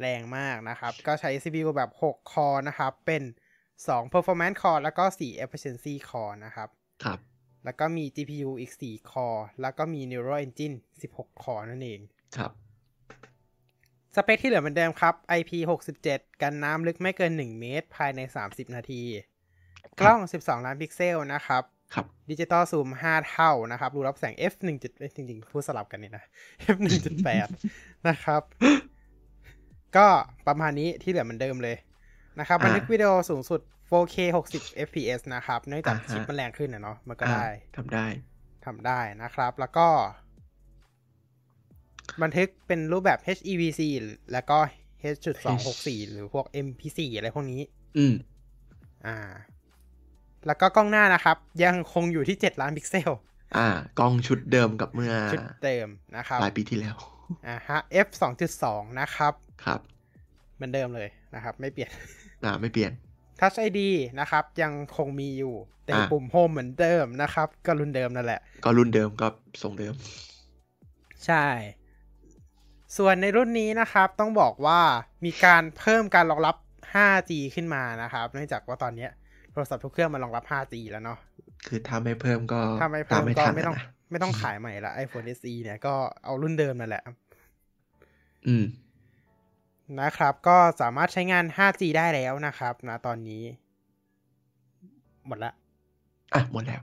[SPEAKER 1] แรงมากนะครับ ก็ใช้ CPU แบบ 6 คอร์นะครับ เป็น 2 performance core แล้วก็ 4 efficiency core นะครับ
[SPEAKER 2] ครับ
[SPEAKER 1] แล้วก็มี GPU อีก 4 คอร์ แล้วก็มี neural engine 16 คอร์นั่นเอง
[SPEAKER 2] ครับ
[SPEAKER 1] สเปคที่เหลือเหมือนเดิมครับ IP67 กันน้ำลึกไม่เกิน 1 เมตร ภายใน 30 นาที กล้อง 12 ล้านพิกเซลนะครับ
[SPEAKER 2] ครับ
[SPEAKER 1] ดิจิตอลซูม 5 เท่านะครับรูรับแสง f 1 7เอ้ยจริงๆ พูดสลับกันนี่นะ f 1 8 นะครับ ก็ประมาณนี้ที่เหลือเหมือนเดิมเลยนะครับ
[SPEAKER 2] อ่า
[SPEAKER 1] บันทึกวิดีโอสูงสุด 4K 60 fps นะครับ เนื่องจาก
[SPEAKER 2] อ่าฮะ
[SPEAKER 1] ชิปมันแรงขึ้นนะเนาะมันก็
[SPEAKER 2] อ่า
[SPEAKER 1] ได้
[SPEAKER 2] ทำได้
[SPEAKER 1] ทำได้นะครับ แล้วก็ บันทึกเป็นรูปแบบ HEVC แล้วก็ H.264 หรือพวก MP4 อะไรพวกนี้
[SPEAKER 2] อืม
[SPEAKER 1] อ่า แล้วก็กล้องหน้านะครับ ยังคงอยู่ที่ 7 ล้านพิกเซล
[SPEAKER 2] อ่ากล้องชุดเดิมกับเมื่อ
[SPEAKER 1] ชุดเต็มนะครับ
[SPEAKER 2] หลายปีที่แล้ว
[SPEAKER 1] อ่าฮะ f 2.2 นะครับ
[SPEAKER 2] ครับ
[SPEAKER 1] เหมือนเดิมเลยนะครับ ไม่เปลี่ยน
[SPEAKER 2] อ่าไม่เปลี่ยน
[SPEAKER 1] Touch ID นะครับ ยังคงมีอยู่ แต่
[SPEAKER 2] อ่า
[SPEAKER 1] ปุ่มโฮมเหมือนเดิมนะครับ ก็รุ่นเดิมนั่นแหละ
[SPEAKER 2] ก็รุ่นเดิมก็ทรงเดิม
[SPEAKER 1] ใช่ ส่วนในรุ่นนี้นะครับ ต้องบอกว่ามีการเพิ่มการรองรับ 5G ขึ้นมานะครับ เนื่องจากว่าตอนเนี้ยโทรศัพท์ทุกเครื่องมันรองรับ 5G แล้วเนาะ
[SPEAKER 2] คือถ้าไม่เพิ่มก็
[SPEAKER 1] ถ้าไม่เพิ่มก็ไม่ต้อง
[SPEAKER 2] ะนะ
[SPEAKER 1] ไม่ต้องขายใหม่ละ iPhone SE เนี่ยก็เอารุ่นเดิมนั่นแหละ
[SPEAKER 2] อืม
[SPEAKER 1] นะครับ ก็สามารถใช้งาน 5G ได้แล้วนะครับนะตอนนี้ หมดละ
[SPEAKER 2] อ่ะ หมดแล้ว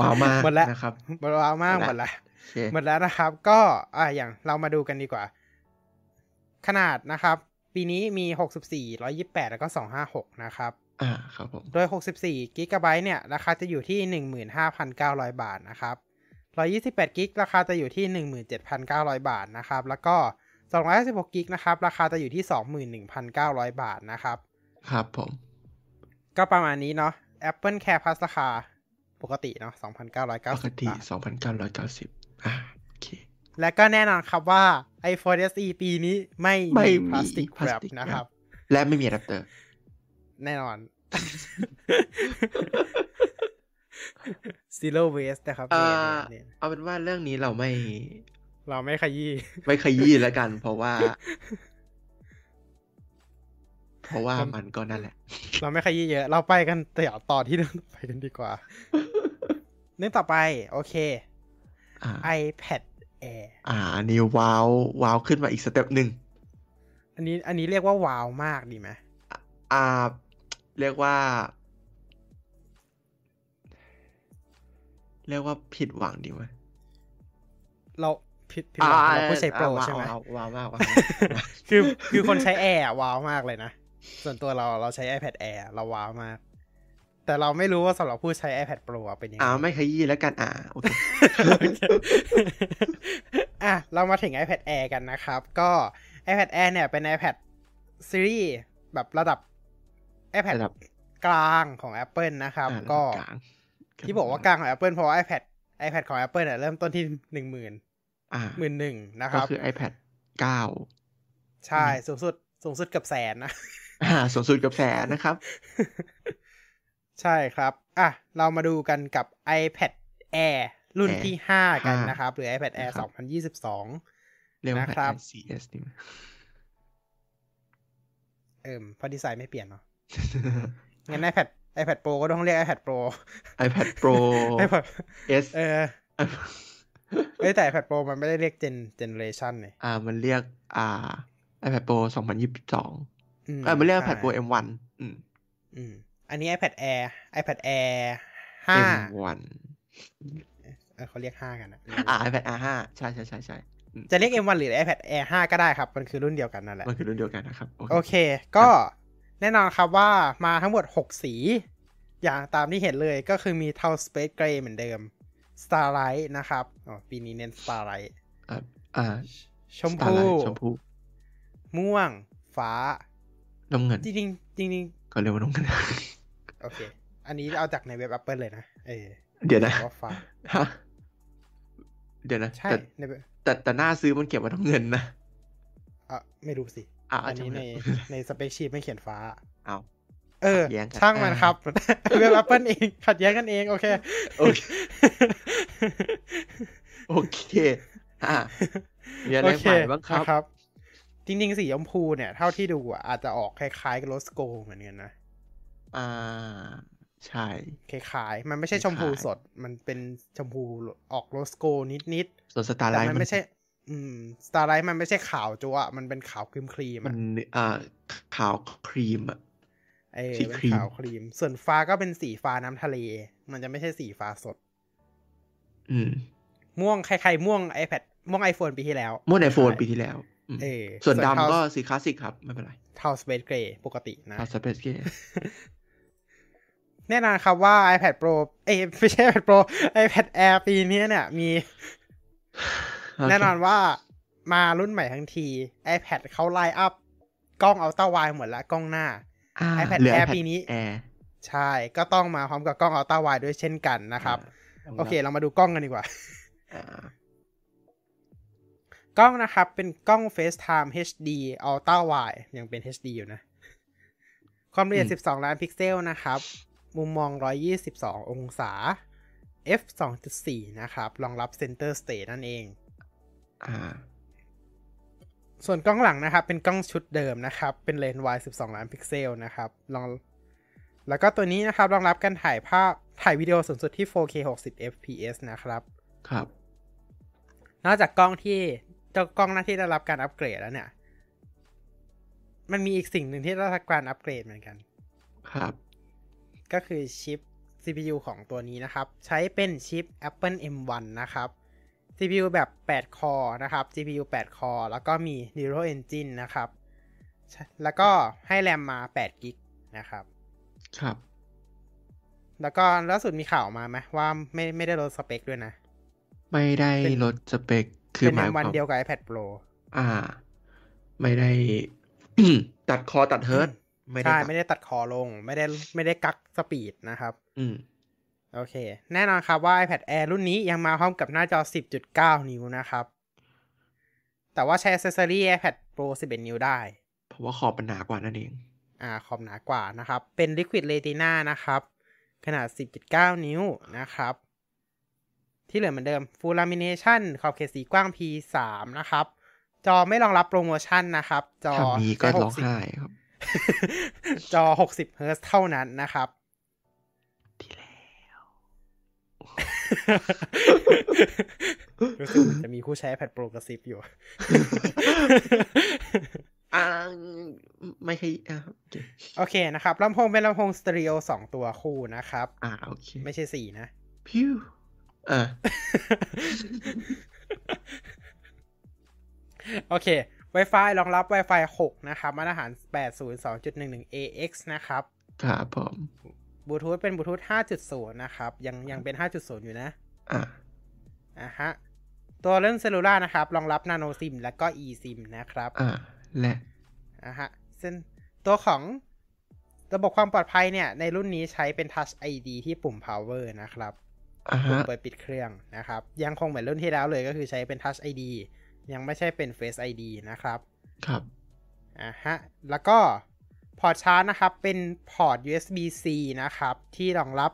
[SPEAKER 2] ว้าวมาก
[SPEAKER 1] หมดแล้ว
[SPEAKER 2] นะครับ
[SPEAKER 1] หมดแล้วมาก
[SPEAKER 2] ห
[SPEAKER 1] ห
[SPEAKER 2] ม
[SPEAKER 1] ม
[SPEAKER 2] ด
[SPEAKER 1] ด
[SPEAKER 2] ละ
[SPEAKER 1] ละ
[SPEAKER 2] โอเค
[SPEAKER 1] หมดแล้วนะครับ ก็อ่ะอย่างเรามาดูกันดีกว่า ขนาดนะครับ ปีนี้มี 64 128 แล้วก็ 256 นะครับ
[SPEAKER 2] อ่า ครับผม
[SPEAKER 1] โดย 64 กิกะไบต์เนี่ย ราคาจะอยู่ที่ 15,900 บาทนะครับ 128 กิกราคาจะอยู่ที่ 17,900 บาทนะครับ แล้วก็ 256 กิกนะครับ ราคาจะอยู่ที่ 21,900 บาทนะครับ
[SPEAKER 2] ครับผม
[SPEAKER 1] ก็ประมาณนี้เนาะ Apple Care Plus ราคาปกติเนาะ2,990
[SPEAKER 2] ปกติ
[SPEAKER 1] บาท
[SPEAKER 2] 2,990 อ่าโอเค
[SPEAKER 1] และก็แน่นอนครับว่า iPhone SE ปีนี้ไม่
[SPEAKER 2] ไม่
[SPEAKER 1] มี
[SPEAKER 2] มี
[SPEAKER 1] พลาสติกแรป
[SPEAKER 2] plastic
[SPEAKER 1] นะครับ
[SPEAKER 2] และไม่มีอะแดปเตอร์
[SPEAKER 1] แน่นอน Zero Waste นะครับ
[SPEAKER 2] อ่า
[SPEAKER 1] เนี่ยเนี่ยเนี่ย
[SPEAKER 2] เอาเป็นว่าเรื่องนี้เราไม่
[SPEAKER 1] เราไม่ขยี้
[SPEAKER 2] ไม่ขยี้แล้วกัน เพราะว่า เพราะว่า
[SPEAKER 1] ครับ
[SPEAKER 2] มันก็นั่นแหละ
[SPEAKER 1] เราไม่ขยี้เยอะ เราไปกันเตี่ยวต่อที่เรื่องต่อไปกันดี กว่า เรื่องต่อไป โอเค
[SPEAKER 2] อ่า
[SPEAKER 1] iPad Air
[SPEAKER 2] อ่าอันนี้ว้าวว้าวขึ้นมาอีกสเต็ปหนึ่ง
[SPEAKER 1] อันนี้อันนี้เรียกว่าว้าวมากดีไหม
[SPEAKER 2] อ่า เรียกว่า เรียกว่าผิดหวังดีไหม
[SPEAKER 1] เราผิดผิดหวังเราผู้ใช้โปรใช่ไหม
[SPEAKER 2] ว้าวว้าวว้าวว้าว
[SPEAKER 1] คือคือคนใช้ Air อะว้าวมากเลยนะ ส่วนตัวเราเราใช้ iPad Air เราว้าวมาก แต่เราไม่รู้ว่าสำหรับผู้ใช้ iPad Pro อะเป็นยังไง
[SPEAKER 2] อ่าไม่ขยี้แล้วกันอ่าโอเค
[SPEAKER 1] โอเคอ่ะ เรามาถึง iPad Air กันนะครับ ก็ iPad Air เนี่ยเป็น iPad ซีรีส์แบบระดับ iPad
[SPEAKER 2] ระดับ
[SPEAKER 1] กลางของ Apple นะครับ
[SPEAKER 2] อ่า
[SPEAKER 1] ก็
[SPEAKER 2] ลาง
[SPEAKER 1] ที่บอกว่ากลางของ Apple เพราะว่า iPad iPad ของ Apple เนี่ยเริ่มต้นที่หนึ่งหมื่น
[SPEAKER 2] อ่า
[SPEAKER 1] หมื่นหนึ่งนะค
[SPEAKER 2] ก็
[SPEAKER 1] รับ
[SPEAKER 2] คือ iPad 9
[SPEAKER 1] ใช่
[SPEAKER 2] อืม
[SPEAKER 1] สูงสุดสูงสุดเกือบแสนนะ
[SPEAKER 2] อ่าสูงสุดกับแสนนะครับ
[SPEAKER 1] ใช่ครับ อ่ะ เรามาดูกันกับ iPad Air รุ่น
[SPEAKER 2] Air
[SPEAKER 1] ที่ 5 กัน
[SPEAKER 2] ห้าน
[SPEAKER 1] นะครับ หรือ iPad Air
[SPEAKER 2] นะครับ
[SPEAKER 1] 2022
[SPEAKER 2] เรียกว่า
[SPEAKER 1] นะครับ
[SPEAKER 2] iPad CS นี่ไหม
[SPEAKER 1] เอิ่มเพอดีไซน์ไม่เปลี่ยนเนาะ งั้น iPad iPad Pro ก็ต้องเรียก iPad Pro
[SPEAKER 2] iPad Pro
[SPEAKER 1] iPad
[SPEAKER 2] S
[SPEAKER 1] เออเอ้ยแต่ iPad Pro มันไม่ได้เรียก Gen Generation เลย
[SPEAKER 2] อ่ามันเรียกอ่า iPad Pro 2022
[SPEAKER 1] ม
[SPEAKER 2] อ่ามันเรียก iPad
[SPEAKER 1] ใช่
[SPEAKER 2] Pro M1 อืม
[SPEAKER 1] อืมอันนี้ iPad Air iPad Air 5
[SPEAKER 2] M1
[SPEAKER 1] เออเขาเรียก 5 กันนะ
[SPEAKER 2] อ่า iPad R5 ใช่ใช่ใช่ใช่
[SPEAKER 1] จะเรียก M1 หรือ iPad Air 5 ก็ได้ครับ มันคือรุ่นเดียวกันนั่นแหละ
[SPEAKER 2] มันคือรุ่นเดียวกันนะครับ โอเค
[SPEAKER 1] โอเค ก็แน่นอนครับว่ามาทั้งหมด 6 สี อย่างตามที่เห็นเลยก็คือมีเทา Space Gray เหมือนเดิม Starlight นะครับอ๋อปีนี้เน้น Starlight
[SPEAKER 2] อ่าอ่า
[SPEAKER 1] ชม
[SPEAKER 2] สตาร์
[SPEAKER 1] พู
[SPEAKER 2] ไลท์ชมพู
[SPEAKER 1] ม่วง ฟ้า
[SPEAKER 2] น้ำเงิน
[SPEAKER 1] จริงจริงๆจริง
[SPEAKER 2] ก็เรียกว่าน้ำเงิน
[SPEAKER 1] ๆโอเค อันนี้เอาจากในเว็บ Apple เลยนะ เออ
[SPEAKER 2] เดี๋ยวนะ
[SPEAKER 1] ว่าฟ้า
[SPEAKER 2] ฮะเดี๋ยวนะ
[SPEAKER 1] ใช่
[SPEAKER 2] แต่
[SPEAKER 1] ในเว็บ
[SPEAKER 2] แต่แต่หน้าซื้อมันเขียนว่าน้ำเงินนะ
[SPEAKER 1] อ่ะไม่รู้สิ
[SPEAKER 2] อ่า
[SPEAKER 1] อันนี้ในในสเปคชีพไม่เขียนฟ้า
[SPEAKER 2] เอา
[SPEAKER 1] เออ
[SPEAKER 2] ขัดแย้งกัน
[SPEAKER 1] ช่างมัน
[SPEAKER 2] อ่า
[SPEAKER 1] ครับ เว็บ Apple เองขัดแย้งกันเอง โอเค
[SPEAKER 2] โอเค โอเค อ่ะ มีอะไรใหม่บ้างครับ
[SPEAKER 1] นะครับ จริงๆ สีชมพูเนี่ย เท่าที่ดูอ่ะอาจจะออกคล้ายๆกับโรสโกเหมือนกันนะ
[SPEAKER 2] อ่า ใช่
[SPEAKER 1] คล้ายๆ มันไม่ใช่ชมพู
[SPEAKER 2] คล้าย
[SPEAKER 1] สด มันเป็นชมพูออกโรสโกนิด
[SPEAKER 2] ส่วนสตา
[SPEAKER 1] ๆ
[SPEAKER 2] ร์ไล
[SPEAKER 1] แต่
[SPEAKER 2] ท์
[SPEAKER 1] มันไม่ใช่ อืม สตาร์ไลท์มันไม่ใช่ขาวจัวะมันเป็นขาวครีมครีมๆ
[SPEAKER 2] มั
[SPEAKER 1] อะ
[SPEAKER 2] นอ่าขาวครีมอ่ะ
[SPEAKER 1] เออ
[SPEAKER 2] สี
[SPEAKER 1] เป็น
[SPEAKER 2] ครีม
[SPEAKER 1] ขาวครีม ส่วนฟ้าก็เป็นสีฟ้าน้ำทะเล มันจะไม่ใช่สีฟ้าสด
[SPEAKER 2] อืม
[SPEAKER 1] ม่วงใครๆม่วง iPad ม่วง iPhone ปีที่แล้ว
[SPEAKER 2] เมื่อไอโฟนปีที่แล้วอืม
[SPEAKER 1] เออ
[SPEAKER 2] ส่วนดำก็สีคลาสสิกครับ ไม่เป็นไร
[SPEAKER 1] เทาสเปซเกรย์ปกตินะ
[SPEAKER 2] คาสเปซเก
[SPEAKER 1] แน่นอนครับว่า iPad Pro เอ้ย ไม่ใช่ iPad Pro iPad Air ปีนี้เนี่ยมี แน่นอนว่ามารุ่นใหม่ทั้งที iPad เขาไลน์อัพกล้องอัลต a าไวหมดละกล้องหน้า iPad Air ปีนี้
[SPEAKER 2] Air
[SPEAKER 1] ใช่ก็ต้องมาพร้อมกับกล้องอัลต a าไวด้วยเช่นกันนะครับ
[SPEAKER 2] า
[SPEAKER 1] โอเค เรามาดูกล้องกันดีกว่า
[SPEAKER 2] อ่าก
[SPEAKER 1] ล้องนะครับเป็นกล้อง FaceTime HD Ultra Wide ยังเป็น HD อยู่นะ ความละเอียด 12 ล้านพิกเซลนะครับ มุมมอง 122 องศา f 2.4 นะครับ รองรับ Center Stage นั่นเอง
[SPEAKER 2] อ่า
[SPEAKER 1] ส่วนกล้องหลังนะครับ เป็นกล้องชุดเดิมนะครับ เป็นเลนส์วาย12 ล้านพิกเซลนะครับรองแล้วก็ตัวนี้นะครับ รองรับการถ่ายภาพถ่ายวิดีโอสูงสุดที่ 4K 60 fps นะครับ
[SPEAKER 2] ครับ
[SPEAKER 1] นอกจากกล้องที่เจ้ากล้องหน้าที่ได้รับการอัปเกรดแล้วเนี่ย มันมีอีกสิ่งหนึ่งที่ได้รับการอัปเกรดเหมือนกัน
[SPEAKER 2] ครับ
[SPEAKER 1] ก็คือชิป CPU ของตัวนี้นะครับ ใช้เป็นชิป Apple M1 นะครับ CPU แบบ 8 คอร์นะครับ GPU 8 คอร์แล้วก็มี Neural Engine นะครับใช่แล้วก็ให้แรมมา8กิกนะครับ
[SPEAKER 2] ครับ
[SPEAKER 1] แล้วก็ล่าสุดมีข่าวมาไหมว่าไม่ไม่ได้ลดสเปคด้วยนะ
[SPEAKER 2] ไม่ได้
[SPEAKER 1] เป็น
[SPEAKER 2] ลดสเปค คือ
[SPEAKER 1] เป็น
[SPEAKER 2] หมายค
[SPEAKER 1] M1
[SPEAKER 2] วาม
[SPEAKER 1] เดียวกับ iPad Pro
[SPEAKER 2] อ่า ไม่ได้ ตัดคอตัดเฮิร์ตไม่ได้
[SPEAKER 1] ใช่
[SPEAKER 2] ตัด
[SPEAKER 1] ไม่ได้ตัดคอลง ไม่ได้ไม่ได้กักสปีดนะครับ
[SPEAKER 2] อืม
[SPEAKER 1] โอเค แน่นอนครับว่า iPad Air รุ่นนี้ยังมาพร้อมกับหน้าจอ 10.9 นิ้วนะครับ แต่ว่าใช้อ c เซอรี่ iPad Pro 11 นิ้วได้
[SPEAKER 2] เพราะว่าขอบมันหนากว่านั่นเอง
[SPEAKER 1] อ่าขอบหนากว่านะครับ เป็น Liquid Retina นะครับ ขนาด 10.9 นิ้วนะครับ ที่เหลือเหมือนเดิม Full Lamination ขอบเขตสีกว้าง P3 นะครับ จอไม่รองรับโปรโมชั่นนะครับ จอ
[SPEAKER 2] ถ้ามีก็ร้อง
[SPEAKER 1] 60
[SPEAKER 2] ไห้ครับ
[SPEAKER 1] จอ 60 เฮิร์ตซ์เท่านั้นนะครับ
[SPEAKER 2] ที่แล้ว
[SPEAKER 1] รู้สึกเหมือนจะมีผู้ใช้ iPad Pro กระซิบอยู่
[SPEAKER 2] อ่า ไม่ใช่อ่าโอเค
[SPEAKER 1] โอเคนะครับลำโพงเป็นลำโพงสเตอริโอสองตัวคู่นะครับ
[SPEAKER 2] อ่าโอเค
[SPEAKER 1] ไม่ใช่สี่นะ
[SPEAKER 2] พิวเออ
[SPEAKER 1] โอเค Wi-Fi รองรับ Wi-Fi 6 นะครับ มาตรฐาน 802.11 AX นะครับ
[SPEAKER 2] ครับผม
[SPEAKER 1] บลูทูธเป็นบลูทูธ5.0 นะครับ ยังยังเป็น 5.0 อยู่นะ
[SPEAKER 2] อ่า
[SPEAKER 1] อ่ะฮะ ตัวเรื่องเซลลูล่านะครับ รองรับนาโนซิมและก็ e ซิมนะครับ
[SPEAKER 2] อ่า และ
[SPEAKER 1] อ่ะฮะเส้นตัวของระบบความปลอดภัยเนี่ย ในรุ่นนี้ใช้เป็น Touch ID ที่ปุ่ม power นะครับ
[SPEAKER 2] อ่า
[SPEAKER 1] ปุ่ม
[SPEAKER 2] ฮะ
[SPEAKER 1] เปิดปิดเครื่องนะครับ ยังคงเหมือนรุ่นที่แล้วเลยก็คือใช้เป็น Touch ID ยังไม่ใช่เป็น Face ID นะครับ
[SPEAKER 2] ครับ
[SPEAKER 1] อ่ะฮะ แล้วก็พอร์ตชาร์จนะครับ เป็นพอร์ต USB-C นะครับ ที่รองรับ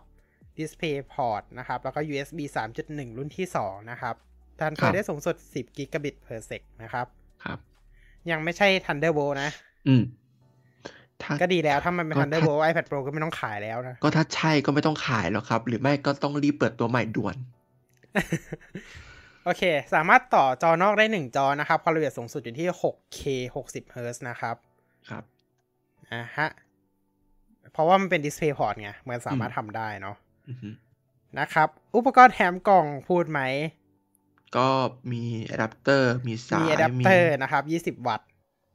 [SPEAKER 1] Display Port นะครับ แล้วก็ USB 3.1 รุ่นที่ 2 นะครับทันไฟได้สูงสุด 10 g b per sec นะครับ
[SPEAKER 2] ครับ
[SPEAKER 1] ยังไม่ใช่ Thunderbolt นะ
[SPEAKER 2] อืม ถ้า
[SPEAKER 1] ก็ดีแล้วถ้ามันเป็น
[SPEAKER 2] ก็
[SPEAKER 1] Thunderbolt iPad Pro ก็ไม่ต้องขายแล้วนะ
[SPEAKER 2] ก็ถ้าใช่ก็ไม่ต้องขายหรอกครับ หรือไม่ก็ต้องรีบเปิดตัวใหม่ด่วน
[SPEAKER 1] โอเค สามารถต่อจอนอกได้ 1 จอนะครับ ความละเอียดสูงสุดอยู่ที่ 6K 60 Hz นะครับ
[SPEAKER 2] ครับ
[SPEAKER 1] อ่ะฮะ เพราะว่ามันเป็น DisplayPort ไง มันสามารถทำได้เนาะ
[SPEAKER 2] อือฮึ
[SPEAKER 1] นะครับ อุปกรณ์แถมกล่องพูดไหม
[SPEAKER 2] ก็มีอะแดปเตอร์ มีสาย
[SPEAKER 1] มีอะแดปเตอร์นะครับ 20 วัตต์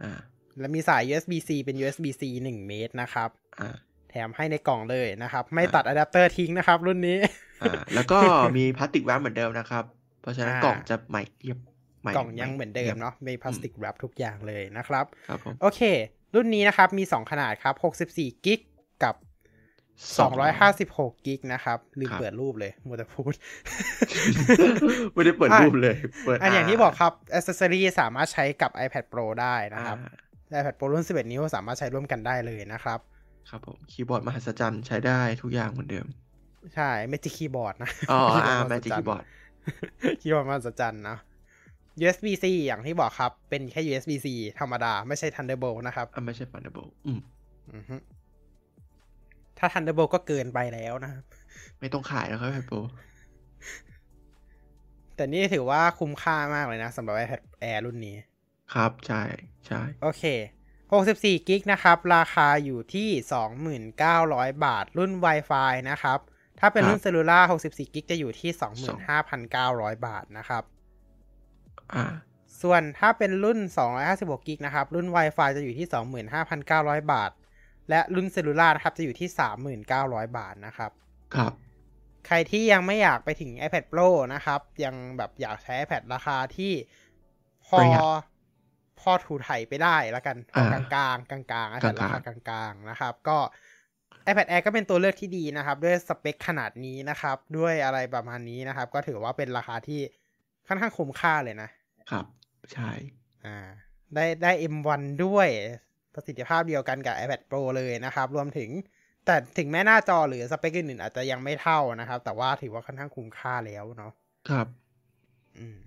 [SPEAKER 2] อ่า
[SPEAKER 1] และมีสาย USB-C เป็น USB-C 1 เมตรนะครับ
[SPEAKER 2] อ่า
[SPEAKER 1] แถมให้ในกล่องเลยนะครับ ไม่ตัดอะแดปเตอร์ทิ้งนะครับ รุ่นนี้
[SPEAKER 2] อ่า แล้ว ก็มีพลาสติกแวมเหมือนเดิมนะครับ เพราะฉะนั้น
[SPEAKER 1] อ่า
[SPEAKER 2] กล่องจะใหม่เรียบใ
[SPEAKER 1] กล่องยังเหมือนเดิมเนาะ มีพลาสติกแรปทุกอย่างเลยนะครับ
[SPEAKER 2] ครับผม
[SPEAKER 1] โอเค รุ่นนี้นะครับ มี 2 ขนาดครับ 64 กิกกับ 256 กิกนะครับ ลืมเปิดรูปเลยมัวแต่พูด
[SPEAKER 2] ไม่ได้เปิดรูปเลย เปิด
[SPEAKER 1] อันอย่างที่บอกครับอ c เซ s o รีสามารถใช้กับ iPad Pro ได้นะครับ
[SPEAKER 2] อ่า
[SPEAKER 1] iPad Pro รุ่น 11 นิ้วสามารถใช้ร่วมกันได้เลยนะครับ
[SPEAKER 2] ครับผมคีย์บอร์ดมหัศจรรย์ใช้ได้ทุกอย่างเหมือนเดิม
[SPEAKER 1] ใช่เมจิกคีย์บอร์ดนะ
[SPEAKER 2] อ๋อ อ่าแมจิกคีย์บอร์ด
[SPEAKER 1] คีย์บอร์ดมหัศจรรย์นะ USB C อย่างที่บอกครับ เป็นแค่ USB C ธรรมดา ไม่ใช่ Thunderbolt นะครับ
[SPEAKER 2] อ่ะไม่ใช่ Thunderbolt อืม
[SPEAKER 1] อือฮึถ้า Thunderbolt ก็เกินไปแล้วนะครับ
[SPEAKER 2] ไม่ต้องขายแล้วครับ iPad Pro
[SPEAKER 1] แต่นี่ถือว่าคุ้มค่ามากเลยนะสำหรับ iPad Air รุ่นนี้
[SPEAKER 2] ครับ ใช่ใช่
[SPEAKER 1] โอเค 64กิกนะครับ ราคาอยู่ที่ 2,900 บาท รุ่น Wi-Fi นะครับ ถ้าเป็นรุ่นเซลลูล่า64กิกจะอยู่ที่ 25,900 บาทนะครับ
[SPEAKER 2] อ่า
[SPEAKER 1] ส่วนถ้าเป็นรุ่น 256กิกนะครับ รุ่น Wi-Fi จะอยู่ที่ 25,900 บาท และรุ่นเซลลูล่านะครับ จะอยู่ที่ 3,900 บาทนะครับ
[SPEAKER 2] ครับ
[SPEAKER 1] ใครที่ยังไม่อยากไปถึง iPad Pro นะครับ ยังแบบอยากใช้ iPad ราคาที่พอพอถูไถไปได้ละกันพอกลางกลางกลางกลางๆ iPad ราคากลางกลางๆนะครับ ก็ iPad Air ก็เป็นตัวเลือกที่ดีนะครับ ด้วยสเปคขนาดนี้นะครับ ด้วยอะไรประมาณนี้นะครับ ก็ถือว่าเป็นราคาที่ค่อนข้างคุ้มค่าเลยนะ
[SPEAKER 2] ครับ ใช่
[SPEAKER 1] อ่าได้ได้ M1 ด้วยประสิทธิภาพเดียวกันกับ iPad Pro เลยนะครับ รวมถึง แต่ถึงแม้หน้าจอหรือสเปคอื่นๆอาจจะยังไม่เท่านะครับ แต่ว่าถือว่าค่อนข้างคุ้มค่าแล้วเนาะ
[SPEAKER 2] ครับ
[SPEAKER 1] อืม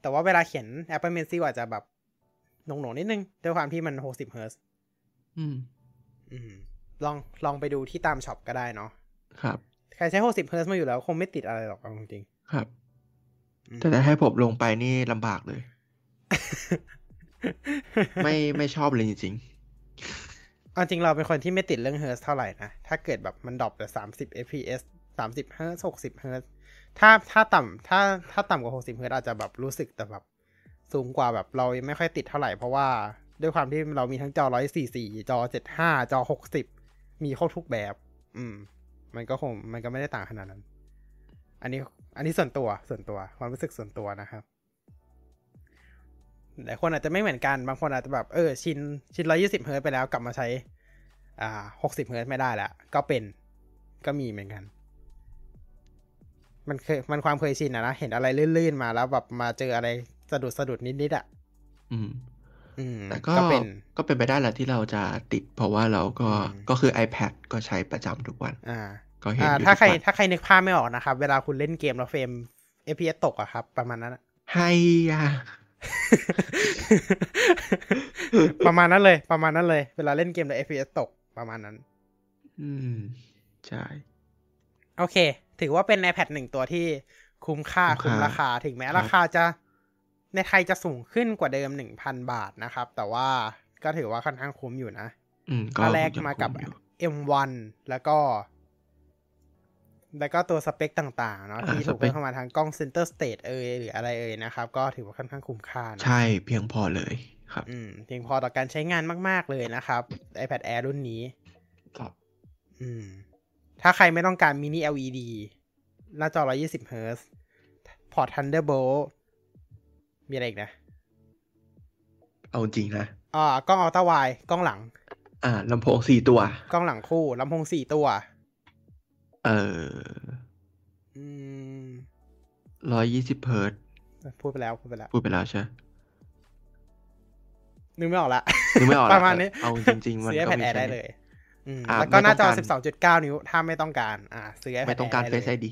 [SPEAKER 1] แต่ว่าเวลาเขียน Apple Pencil อาจจะแบบหน่งๆนิดนึงด้วยความที่มัน 60 h z
[SPEAKER 2] อืม
[SPEAKER 1] อืม ลองลองไปดูที่ตามช็อปก็ได้เนาะ
[SPEAKER 2] ครับ
[SPEAKER 1] ใครใช้ 60 h z มาอยู่แล้ว คงไม่ติดอะไรหรอกเอาจริง
[SPEAKER 2] ครับ
[SPEAKER 1] ๆอืม
[SPEAKER 2] แต่ ถ้าให้ผมลงไปนี่ลำบากเลย ไม่ไม่ชอบเลยจริง
[SPEAKER 1] เอาจริงเราเป็นคนที่ไม่ติดเรื่องเฮิร์เท่าไหร่นะ ถ้าเกิดแบบมันดรอปแต่สามสิบ fps สามสิบเฮิร์หกสิบเฮิร์ถ้าถ้าต่ำถ้าถ้าต่ำกว่าหกสิบเฮิร์อาจจะแบบรู้สึกแต่แบบสูงกว่าแบบเรายังไม่ค่อยติดเท่าไหร่ เพราะว่าด้วยความที่เรามีทั้งจอร้อยสี่สี่จอเจ็ดห้าจอหกสิบมีครบทุกแบบ อืม มันก็คงมันก็ไม่ได้ต่างขนาดนั้น อันนี้อันนี้ส่วนตัวส่วนตัวความรู้สึกส่วนตัวนะครับ หลายคนอาจจะไม่เหมือนกัน บางคนอาจจะแบบ เออ ชิน ชินร้อยี่สิบเฮิร์ตไปแล้วกลับมาใช้ อ่าหกสิบเฮิร์ตไม่ได้แล้ว ก็เป็น ก็มีเหมือนกัน มันเคย มันความเคยชินอะนะ เห็นอะไรลื่นๆมาแล้วแบบมาเจออะไรสะดุดสะดุดนิดๆอะ
[SPEAKER 2] ๆ อืม
[SPEAKER 1] อืม
[SPEAKER 2] แต่ก็
[SPEAKER 1] ก็เป็น
[SPEAKER 2] ก็เป็นไปได้แหละที่เราจะติด เพราะว่าเราก็
[SPEAKER 1] อืม
[SPEAKER 2] ก็คือ iPad ก็ใช้ประจำทุกวัน
[SPEAKER 1] อ่า
[SPEAKER 2] ก็เห็น
[SPEAKER 1] อ่า
[SPEAKER 2] อยู่
[SPEAKER 1] ถ้าใคร
[SPEAKER 2] ทุกวัน
[SPEAKER 1] ถ้าใครนึกภาพไม่ออกนะครับ เวลาคุณเล่นเกมแล้วเฟรม FPS ตกอะครับ ประมาณนั้น อะ
[SPEAKER 2] ให้อ่ะ
[SPEAKER 1] ประมาณนั้นเลย ประมาณนั้นเลย เวลาเล่นเกมแล้ว FPS ตก ประมาณนั้น
[SPEAKER 2] อืม ใช่
[SPEAKER 1] โอเค ถือว่าเป็น iPad หนึ่งตัวที่คุ้มค่า
[SPEAKER 2] คุ้
[SPEAKER 1] คุ้
[SPEAKER 2] ม
[SPEAKER 1] ม
[SPEAKER 2] ค่า
[SPEAKER 1] ราคา ถึงแม้
[SPEAKER 2] ครับ
[SPEAKER 1] ราคาจะในไทยจะสูงขึ้นกว่าเดิมหนึ่งพันบาทนะครับ แต่ว่าก็ถือว่าค่อนข้างคุ้มอยู่นะ
[SPEAKER 2] อืม ก็
[SPEAKER 1] ถ้าแรกมากับ
[SPEAKER 2] ยังคงอยู่
[SPEAKER 1] M1 แล้วก็ แล้วก็ตัวสเปคต่างๆ เนาะ
[SPEAKER 2] อ่า
[SPEAKER 1] ที่ถูก
[SPEAKER 2] สเป
[SPEAKER 1] เพิ่
[SPEAKER 2] ค
[SPEAKER 1] มเข้ามาทางกล้อง center stage เอยหรืออะไรเอยนะครับ ก็ถือว่าค่อนข้างคุ้มค่านะ
[SPEAKER 2] ใช่เพียงพอเลยครับ
[SPEAKER 1] อืมเพียงพอต่อการใช้งานมาก ๆ เลยนะครับ iPad Air รุ่นนี้
[SPEAKER 2] ครับ
[SPEAKER 1] อืม ถ้าใครไม่ต้องการมินิ LED หน้าจอ 120 Hz พอร์ต Thunderbolt มีอะไรอีกนะ
[SPEAKER 2] เอาจริงนะ
[SPEAKER 1] อ่ากล้องอัลตร้าไวด์กล้องหลัง
[SPEAKER 2] อ่าลำโพงสี่ตัว
[SPEAKER 1] กล้องหลังคู่ลำโพงสี่ตัว
[SPEAKER 2] เออ
[SPEAKER 1] อืม
[SPEAKER 2] ร้อยยี่สิบเฮิร์ตซ์
[SPEAKER 1] พูดไปแล้ว พูดไปแล้ว
[SPEAKER 2] พูดไปแล้วใช่ไหม
[SPEAKER 1] นึกไม่ออกละ
[SPEAKER 2] นึกไม่ออก
[SPEAKER 1] ประมาณนี้
[SPEAKER 2] เอาจริง ๆ มัน
[SPEAKER 1] ซื้อ
[SPEAKER 2] ก็
[SPEAKER 1] iPad
[SPEAKER 2] มี
[SPEAKER 1] Air
[SPEAKER 2] แค่
[SPEAKER 1] ได้
[SPEAKER 2] นี้
[SPEAKER 1] เลย อืม
[SPEAKER 2] อ่า
[SPEAKER 1] แล้วก็หน้าจอ
[SPEAKER 2] ไม่ต้องการ
[SPEAKER 1] 12.9 นิ้ว ถ้าไม่ต้องการ อ่า ซื้อ iPad
[SPEAKER 2] ไม่ต้องการ
[SPEAKER 1] Air ได้เลย
[SPEAKER 2] Face ID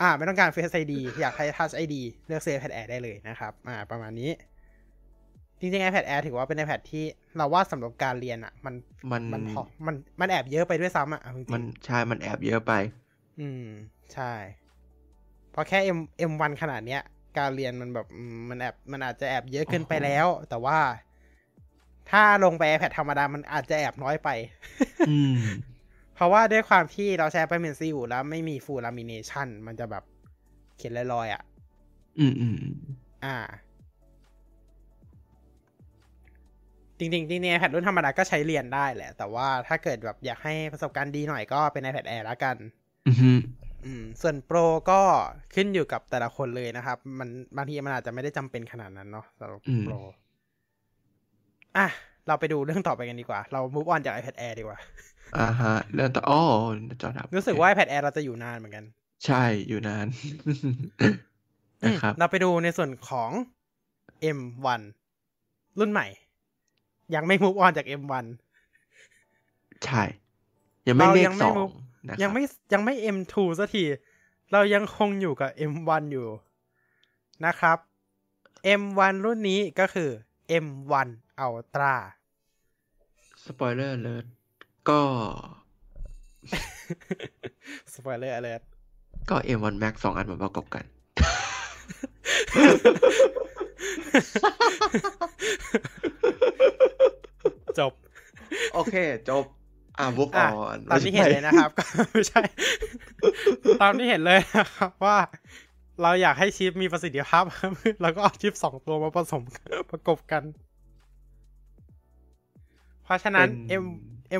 [SPEAKER 1] อ่า ไม่ต้องการ Face ID อยากใช้ Touch ID เลือกซื้อ iPad Air ได้เลยนะครับ อ่า ประมาณนี้ จริงๆ iPad Air ถือว่าเป็น iPad ที่เราว่าสำหรับการเรียนอะมัน
[SPEAKER 2] มัน
[SPEAKER 1] มันพอมันมันแอบเยอะไปด้วยซ้ำอ่ะเอาจริงๆ
[SPEAKER 2] มันใช่มันแอบเยอะไป
[SPEAKER 1] อืม ใช่เพอแค่ M M1 ขนาดเนี้ย การเรียนมันแบบอืมมันแอบมันอาจจะแอบเยอะเกินไปแล้ว แต่ว่า ถ้าลงไป iPad ธรรมดา มันอาจจะแอบน้อยไป
[SPEAKER 2] อืม
[SPEAKER 1] เพราะว่าด้วยความที่เราใช้ Apple Pencil อยู่แล้วไม่มี Full Lamination มันจะแบบเขียนลอยๆอ่ะ
[SPEAKER 2] อืมอืม
[SPEAKER 1] อ่า จริงๆจริงๆ iPad รุ่นธรรมดาก็ใช้เรียนได้แหละ แต่ว่าถ้าเกิดแบบอยากให้ประสบการณ์ดีหน่อยก็เป็น iPad Air ละกัน
[SPEAKER 2] อืมฮึ
[SPEAKER 1] อืมส่วนโปรก็ขึ้นอยู่กับแต่ละคนเลยนะครับ มันบางทีมันอาจจะไม่ได้จำเป็นขนาดนั้นเนาะสำหรับโปรอ่ะ เราไปดูเรื่องต่อไปกันดีกว่า เรา move on จาก iPad Air ดีกว่า
[SPEAKER 2] อ่าฮะเรื่องต่ออ๋อจอดับ
[SPEAKER 1] รู้สึกว่า iPad Air เราจะอยู่นานเหมือนกัน
[SPEAKER 2] ใช่อยู่นาน นะครับ
[SPEAKER 1] อืมเราไปดูในส่วนของ M1 รุ่นใหม่ ยังไม่ move on จาก M1
[SPEAKER 2] ใช่ ยังไม่เลข
[SPEAKER 1] เรายังไม่
[SPEAKER 2] สอง
[SPEAKER 1] move
[SPEAKER 2] นะ
[SPEAKER 1] ยัง
[SPEAKER 2] ครับ
[SPEAKER 1] ไม่ยังไม่ M2 สักที เรายังคงอยู่กับ M1 อยู่นะครับ M1 รุ่นนี้ก็คือ M1 Ultra
[SPEAKER 2] สปอยเลอร์เลยก็
[SPEAKER 1] Spoiler alert
[SPEAKER 2] ก็ M1 Max สองอันมาประกอบกัน
[SPEAKER 1] จบ
[SPEAKER 2] โอเค จบ อ่ะวกอ
[SPEAKER 1] อ่ะ
[SPEAKER 2] อน
[SPEAKER 1] ตามที่เห็นเลยนะครับ ก็ไม่ใช่ ตามที่เห็นเลยนะครับว่าเราอยากให้ชิปมีประสิทธิภาพ ครับเราก็เอาชิปสองตัวมาผสมประกบกัน เพราะฉะนั้น
[SPEAKER 2] เป็น
[SPEAKER 1] M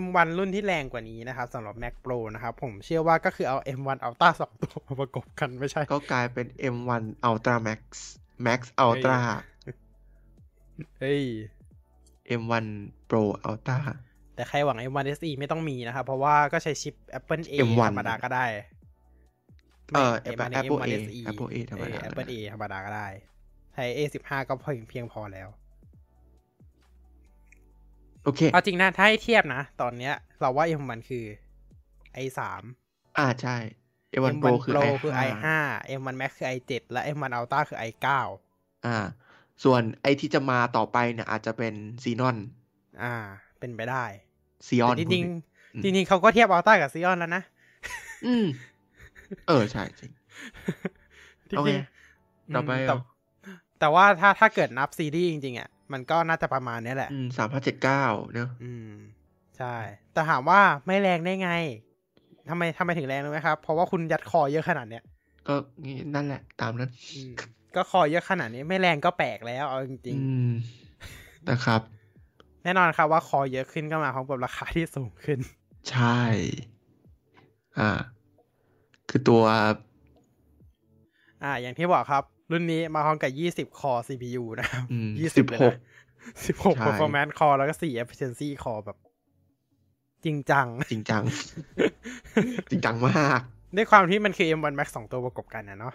[SPEAKER 1] M1 รุ่นที่แรงกว่านี้นะครับสำหรับ Mac Pro นะครับ ผมเชื่อว่าก็คือเอา M1 Ultra สองตัวมาประกบกันไม่ใช่
[SPEAKER 2] ก็กลายเป็น M1 Ultra Max Max Ultra
[SPEAKER 1] เฮ้ย
[SPEAKER 2] M1 Pro Ultra
[SPEAKER 1] แต่ใครหวัง M1 SE ไม่ต้องมีนะครับ เพราะว่าก็ใช้ชิป Apple A
[SPEAKER 2] M1
[SPEAKER 1] ธรรมดาก็ได้
[SPEAKER 2] เอ่อ
[SPEAKER 1] ไม่ M1
[SPEAKER 2] Apple A
[SPEAKER 1] SE
[SPEAKER 2] Apple A ธรรมดา
[SPEAKER 1] เออ Apple A ธรรมดาก็ได้ใช้ A สิบห้าก็เพียงเพียงพอแล้ว
[SPEAKER 2] โอเค
[SPEAKER 1] เอาจริงนะ ถ้าให้เทียบนะ ตอนเนี้ย เราว่า M1 คือ i สาม
[SPEAKER 2] อ่าใช่ M1 Pro คือ
[SPEAKER 1] Pro
[SPEAKER 2] i
[SPEAKER 1] คือ i ห้า M1 Max คือ i เจ็ดและ M1 Ultra คือ i เก้า
[SPEAKER 2] อ่า ส่วนไอที่จะมาต่อไปเนี่ยอาจจะเป็นซีนอน
[SPEAKER 1] อ่า เป็นไปได้
[SPEAKER 2] ซีออ
[SPEAKER 1] แต่
[SPEAKER 2] น
[SPEAKER 1] จริง
[SPEAKER 2] อื
[SPEAKER 1] ๆ
[SPEAKER 2] ม
[SPEAKER 1] จริงๆเขาก็เทียบ Ultra กับ Xeon แล้วนะ
[SPEAKER 2] อืม เออ ใช่จริง
[SPEAKER 1] จริงๆ
[SPEAKER 2] โอเค
[SPEAKER 1] ม
[SPEAKER 2] ต่อไปเหรอ
[SPEAKER 1] แต่แต่ว่าถ้าถ้าเกิดนับซีรีส์จริงๆอ่ะ มันก็น่าจะประมาณเนี้ยแหละ
[SPEAKER 2] อืมสามพันเจ็ดเก้าเนอะ
[SPEAKER 1] อืม ใช่ แต่ถามว่าไม่แรงได้ไงทำไมทำไมถึงแรงรู้ไหมครับ เพราะว่าคุณยัดคอเยอะขนาดเนี้ย
[SPEAKER 2] ก็งี้นั่นแหละ ตามนั้น
[SPEAKER 1] อืมก็คอเยอะขนาดนี้ไม่แรงก็แปลกแล้วเอาจริง
[SPEAKER 2] อืม นะครับ
[SPEAKER 1] ๆ แน่นอนครับว่าคอเยอะขึ้นก็มาพร้อมกับราคาที่สูงขึ้น
[SPEAKER 2] ใช่ อ่า คือตัว
[SPEAKER 1] อ่า อย่างที่บอกครับ รุ่นนี้มาพร้อมกับ 20 คอ CPU นะครับ
[SPEAKER 2] อืม
[SPEAKER 1] ยี่
[SPEAKER 2] สิ
[SPEAKER 1] สิบบ เลย
[SPEAKER 2] หก
[SPEAKER 1] นะ16
[SPEAKER 2] ใช่
[SPEAKER 1] performance core แล้วก็4 efficiency core แบบ จริงจัง
[SPEAKER 2] จริงจัง จริงจังมาก
[SPEAKER 1] ด้วยความที่มันคือ M1 Max สองตัวประกบกันนะเนาะ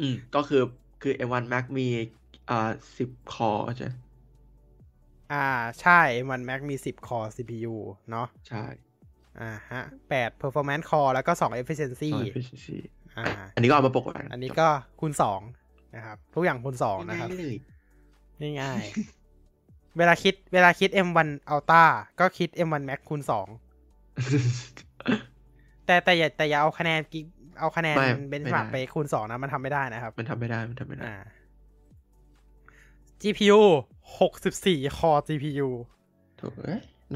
[SPEAKER 2] อืม ก็คือคือ M1 Max มีอ่าสิบคอใช่
[SPEAKER 1] อ่า ใช่ M1 Max มี 10 core CPU เนาะ
[SPEAKER 2] ใช่
[SPEAKER 1] อ่าฮะ8 performance core แล้วก็ 2 efficiency
[SPEAKER 2] ซอย efficiency
[SPEAKER 1] อ่า
[SPEAKER 2] อันนี้ก็เอามาปกกัน
[SPEAKER 1] อันนี้ก็คูณ 2 นะครับ ทุกอย่างคูณ 2 นะครับ
[SPEAKER 2] ง่ายๆเลย
[SPEAKER 1] ง่ายๆ เวลาคิดเวลาคิด M1 Ultra ก็คิด M1 Max คูณ 2 แต่แต่อย่าแต่อย่าเอาคะแนนกิกเอาคะแนน
[SPEAKER 2] ไม่
[SPEAKER 1] เบน
[SPEAKER 2] ไม่
[SPEAKER 1] ช์มาร์ก
[SPEAKER 2] ได้
[SPEAKER 1] ไปคูณ 2 นะ มันทำไม่ได้นะครับ
[SPEAKER 2] มันทำไม่ได้ มันทำไม่ได้
[SPEAKER 1] อ่า GPU 64 core GPU
[SPEAKER 2] โถูก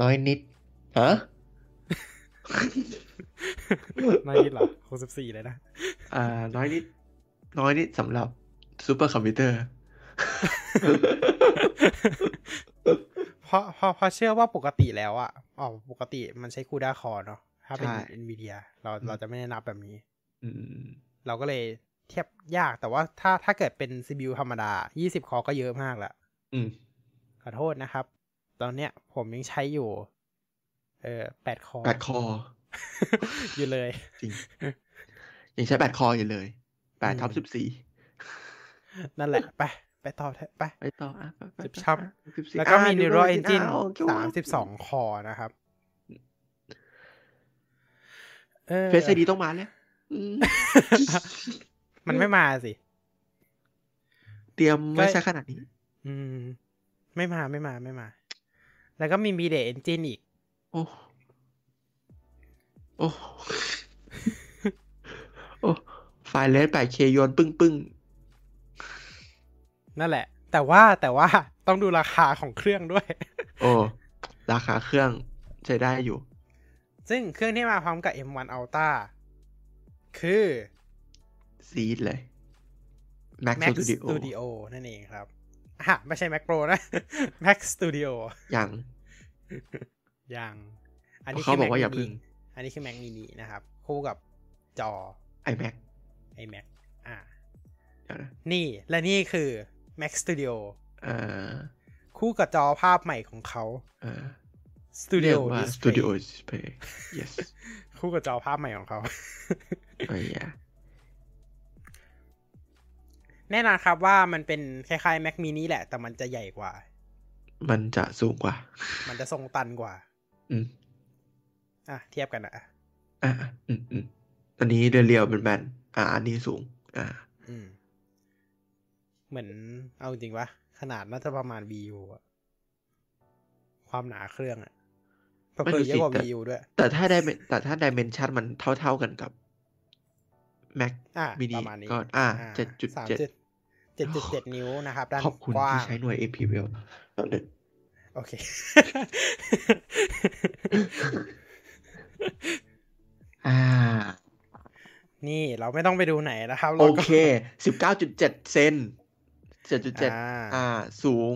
[SPEAKER 2] น้อยนิด ฮะ
[SPEAKER 1] ไม่คิดเหรอ64 เลยนะ
[SPEAKER 2] อ่า น้อยนิด น้อยนิดสำหรับซูเปอร์คอมพิ วเตอร์
[SPEAKER 1] เพราะเพราะเพราะเชื่อว่าปกติแล้วอะอ๋อปกติมันใช้คูด้าคอเนาะถ้าเป็น
[SPEAKER 2] ใช่
[SPEAKER 1] NVIDIA เราเราจะไม่ได้นับแบบนี้
[SPEAKER 2] อืม
[SPEAKER 1] เราก็เลยเทียบยากแต่ว่าถ้าถ้าเกิดเป็น CPU ธรรมดา 20 คอก็เยอะมากละ
[SPEAKER 2] อืม
[SPEAKER 1] ขอโทษนะครับ ตอนเนี้ยผมยังใช้อยู่ เออ8คอ
[SPEAKER 2] แปดคอ
[SPEAKER 1] อยู่เลย
[SPEAKER 2] จริง ยังใช้แปดคออยู่เลย แปด
[SPEAKER 1] อืม
[SPEAKER 2] ทับสิบสี่
[SPEAKER 1] นั่นแหละ ไป ไปต่อเถอะไป
[SPEAKER 2] ไปต่ออ่ะไปไปไป
[SPEAKER 1] สิบทับ
[SPEAKER 2] 14
[SPEAKER 1] แล้วก็มี
[SPEAKER 2] อ่ะ
[SPEAKER 1] Neural Engine
[SPEAKER 2] Engine อ้วคิดว่
[SPEAKER 1] 32 คอนะครับเออ
[SPEAKER 2] Face ID ต้องมาแล้วอืม
[SPEAKER 1] มันไม่มาสิ
[SPEAKER 2] เตรียมไม่ใช่ขนาดนี้
[SPEAKER 1] อืม ไม่มาไม่มาไม่มา แล้วก็มี Media Engine อีก
[SPEAKER 2] โอ้ โอ้ โอ้ไฟล์เลนแปดเคโยนปึ้งปึ้ง
[SPEAKER 1] นั่นแหละ แต่ว่าแต่ว่าต้องดูราคาของเครื่องด้วย
[SPEAKER 2] โอ้ ราคาเครื่องใช้ได้อยู่
[SPEAKER 1] ซึ่งเครื่องที่มาพร้อมกับ M1 Ultra คือ
[SPEAKER 2] ซีดเลย Mac
[SPEAKER 1] Mac
[SPEAKER 2] Studio
[SPEAKER 1] Studio นั่นเองครับอ่ะไม่ใช่ Mac Pro นะ Mac Studio
[SPEAKER 2] อย่าง
[SPEAKER 1] ยัง
[SPEAKER 2] เขาบอกว่าอย่าพึ่ง
[SPEAKER 1] อันนี้คือ Mac Mini นะครับ คู่กับจอ
[SPEAKER 2] iMac
[SPEAKER 1] iMac อ่ะ
[SPEAKER 2] เดี๋ยวนะ
[SPEAKER 1] นี่และนี่คือ Mac Studio
[SPEAKER 2] เอ่อ
[SPEAKER 1] คู่กับจอภาพใหม่ของเขา
[SPEAKER 2] เอ่อ
[SPEAKER 1] Studio
[SPEAKER 2] เรียกว่า
[SPEAKER 1] Display
[SPEAKER 2] Studio Display yes
[SPEAKER 1] คู่กับจอภาพใหม่ของเขา
[SPEAKER 2] โอ้ยอ่ะ
[SPEAKER 1] แน่นอนครับว่ามันเป็นคล้ายๆ Mac Mini แหละ แต่มันจะใหญ่กว่า
[SPEAKER 2] มันจะสูงกว่า
[SPEAKER 1] มันจะทรงตันกว่า
[SPEAKER 2] อืม
[SPEAKER 1] อ่ะเทียบกันนะอ่ะ
[SPEAKER 2] อ่าอืมอืมอันนี้เรียวๆเป็นแบนๆอ่า อันนี้สูง อ่า
[SPEAKER 1] อืม เหมือนเอาจริงปะขนาดน่าจะประมาณ VU อะความหนาเครื่องอะประ
[SPEAKER 2] ไม่
[SPEAKER 1] เพิ่ม
[SPEAKER 2] รู้
[SPEAKER 1] เยอะกว่า
[SPEAKER 2] สิแต่
[SPEAKER 1] VU ด้วย
[SPEAKER 2] แต่ถ้าได้แต่ถ้าดิเมนชันมันเท่าๆกันกับ Mac
[SPEAKER 1] อ่ะ
[SPEAKER 2] Mini
[SPEAKER 1] ประมาณนี้
[SPEAKER 2] ก็อ่ะ
[SPEAKER 1] สาม
[SPEAKER 2] 7.7
[SPEAKER 1] จุดเจ็ดจุดเจ็ดนิ้วนะครับ ด้าน
[SPEAKER 2] ขอบคุณ
[SPEAKER 1] กว้า
[SPEAKER 2] ที่
[SPEAKER 1] ง
[SPEAKER 2] ใช้หน่วย APL แล้วเนี่ย
[SPEAKER 1] โอเค
[SPEAKER 2] อ่า
[SPEAKER 1] นี่เราไม่ต้องไปดูไหนนะครับ
[SPEAKER 2] โอ
[SPEAKER 1] ราก็
[SPEAKER 2] เค 19.7 เซน 7.7
[SPEAKER 1] อ่า
[SPEAKER 2] อ่า สูง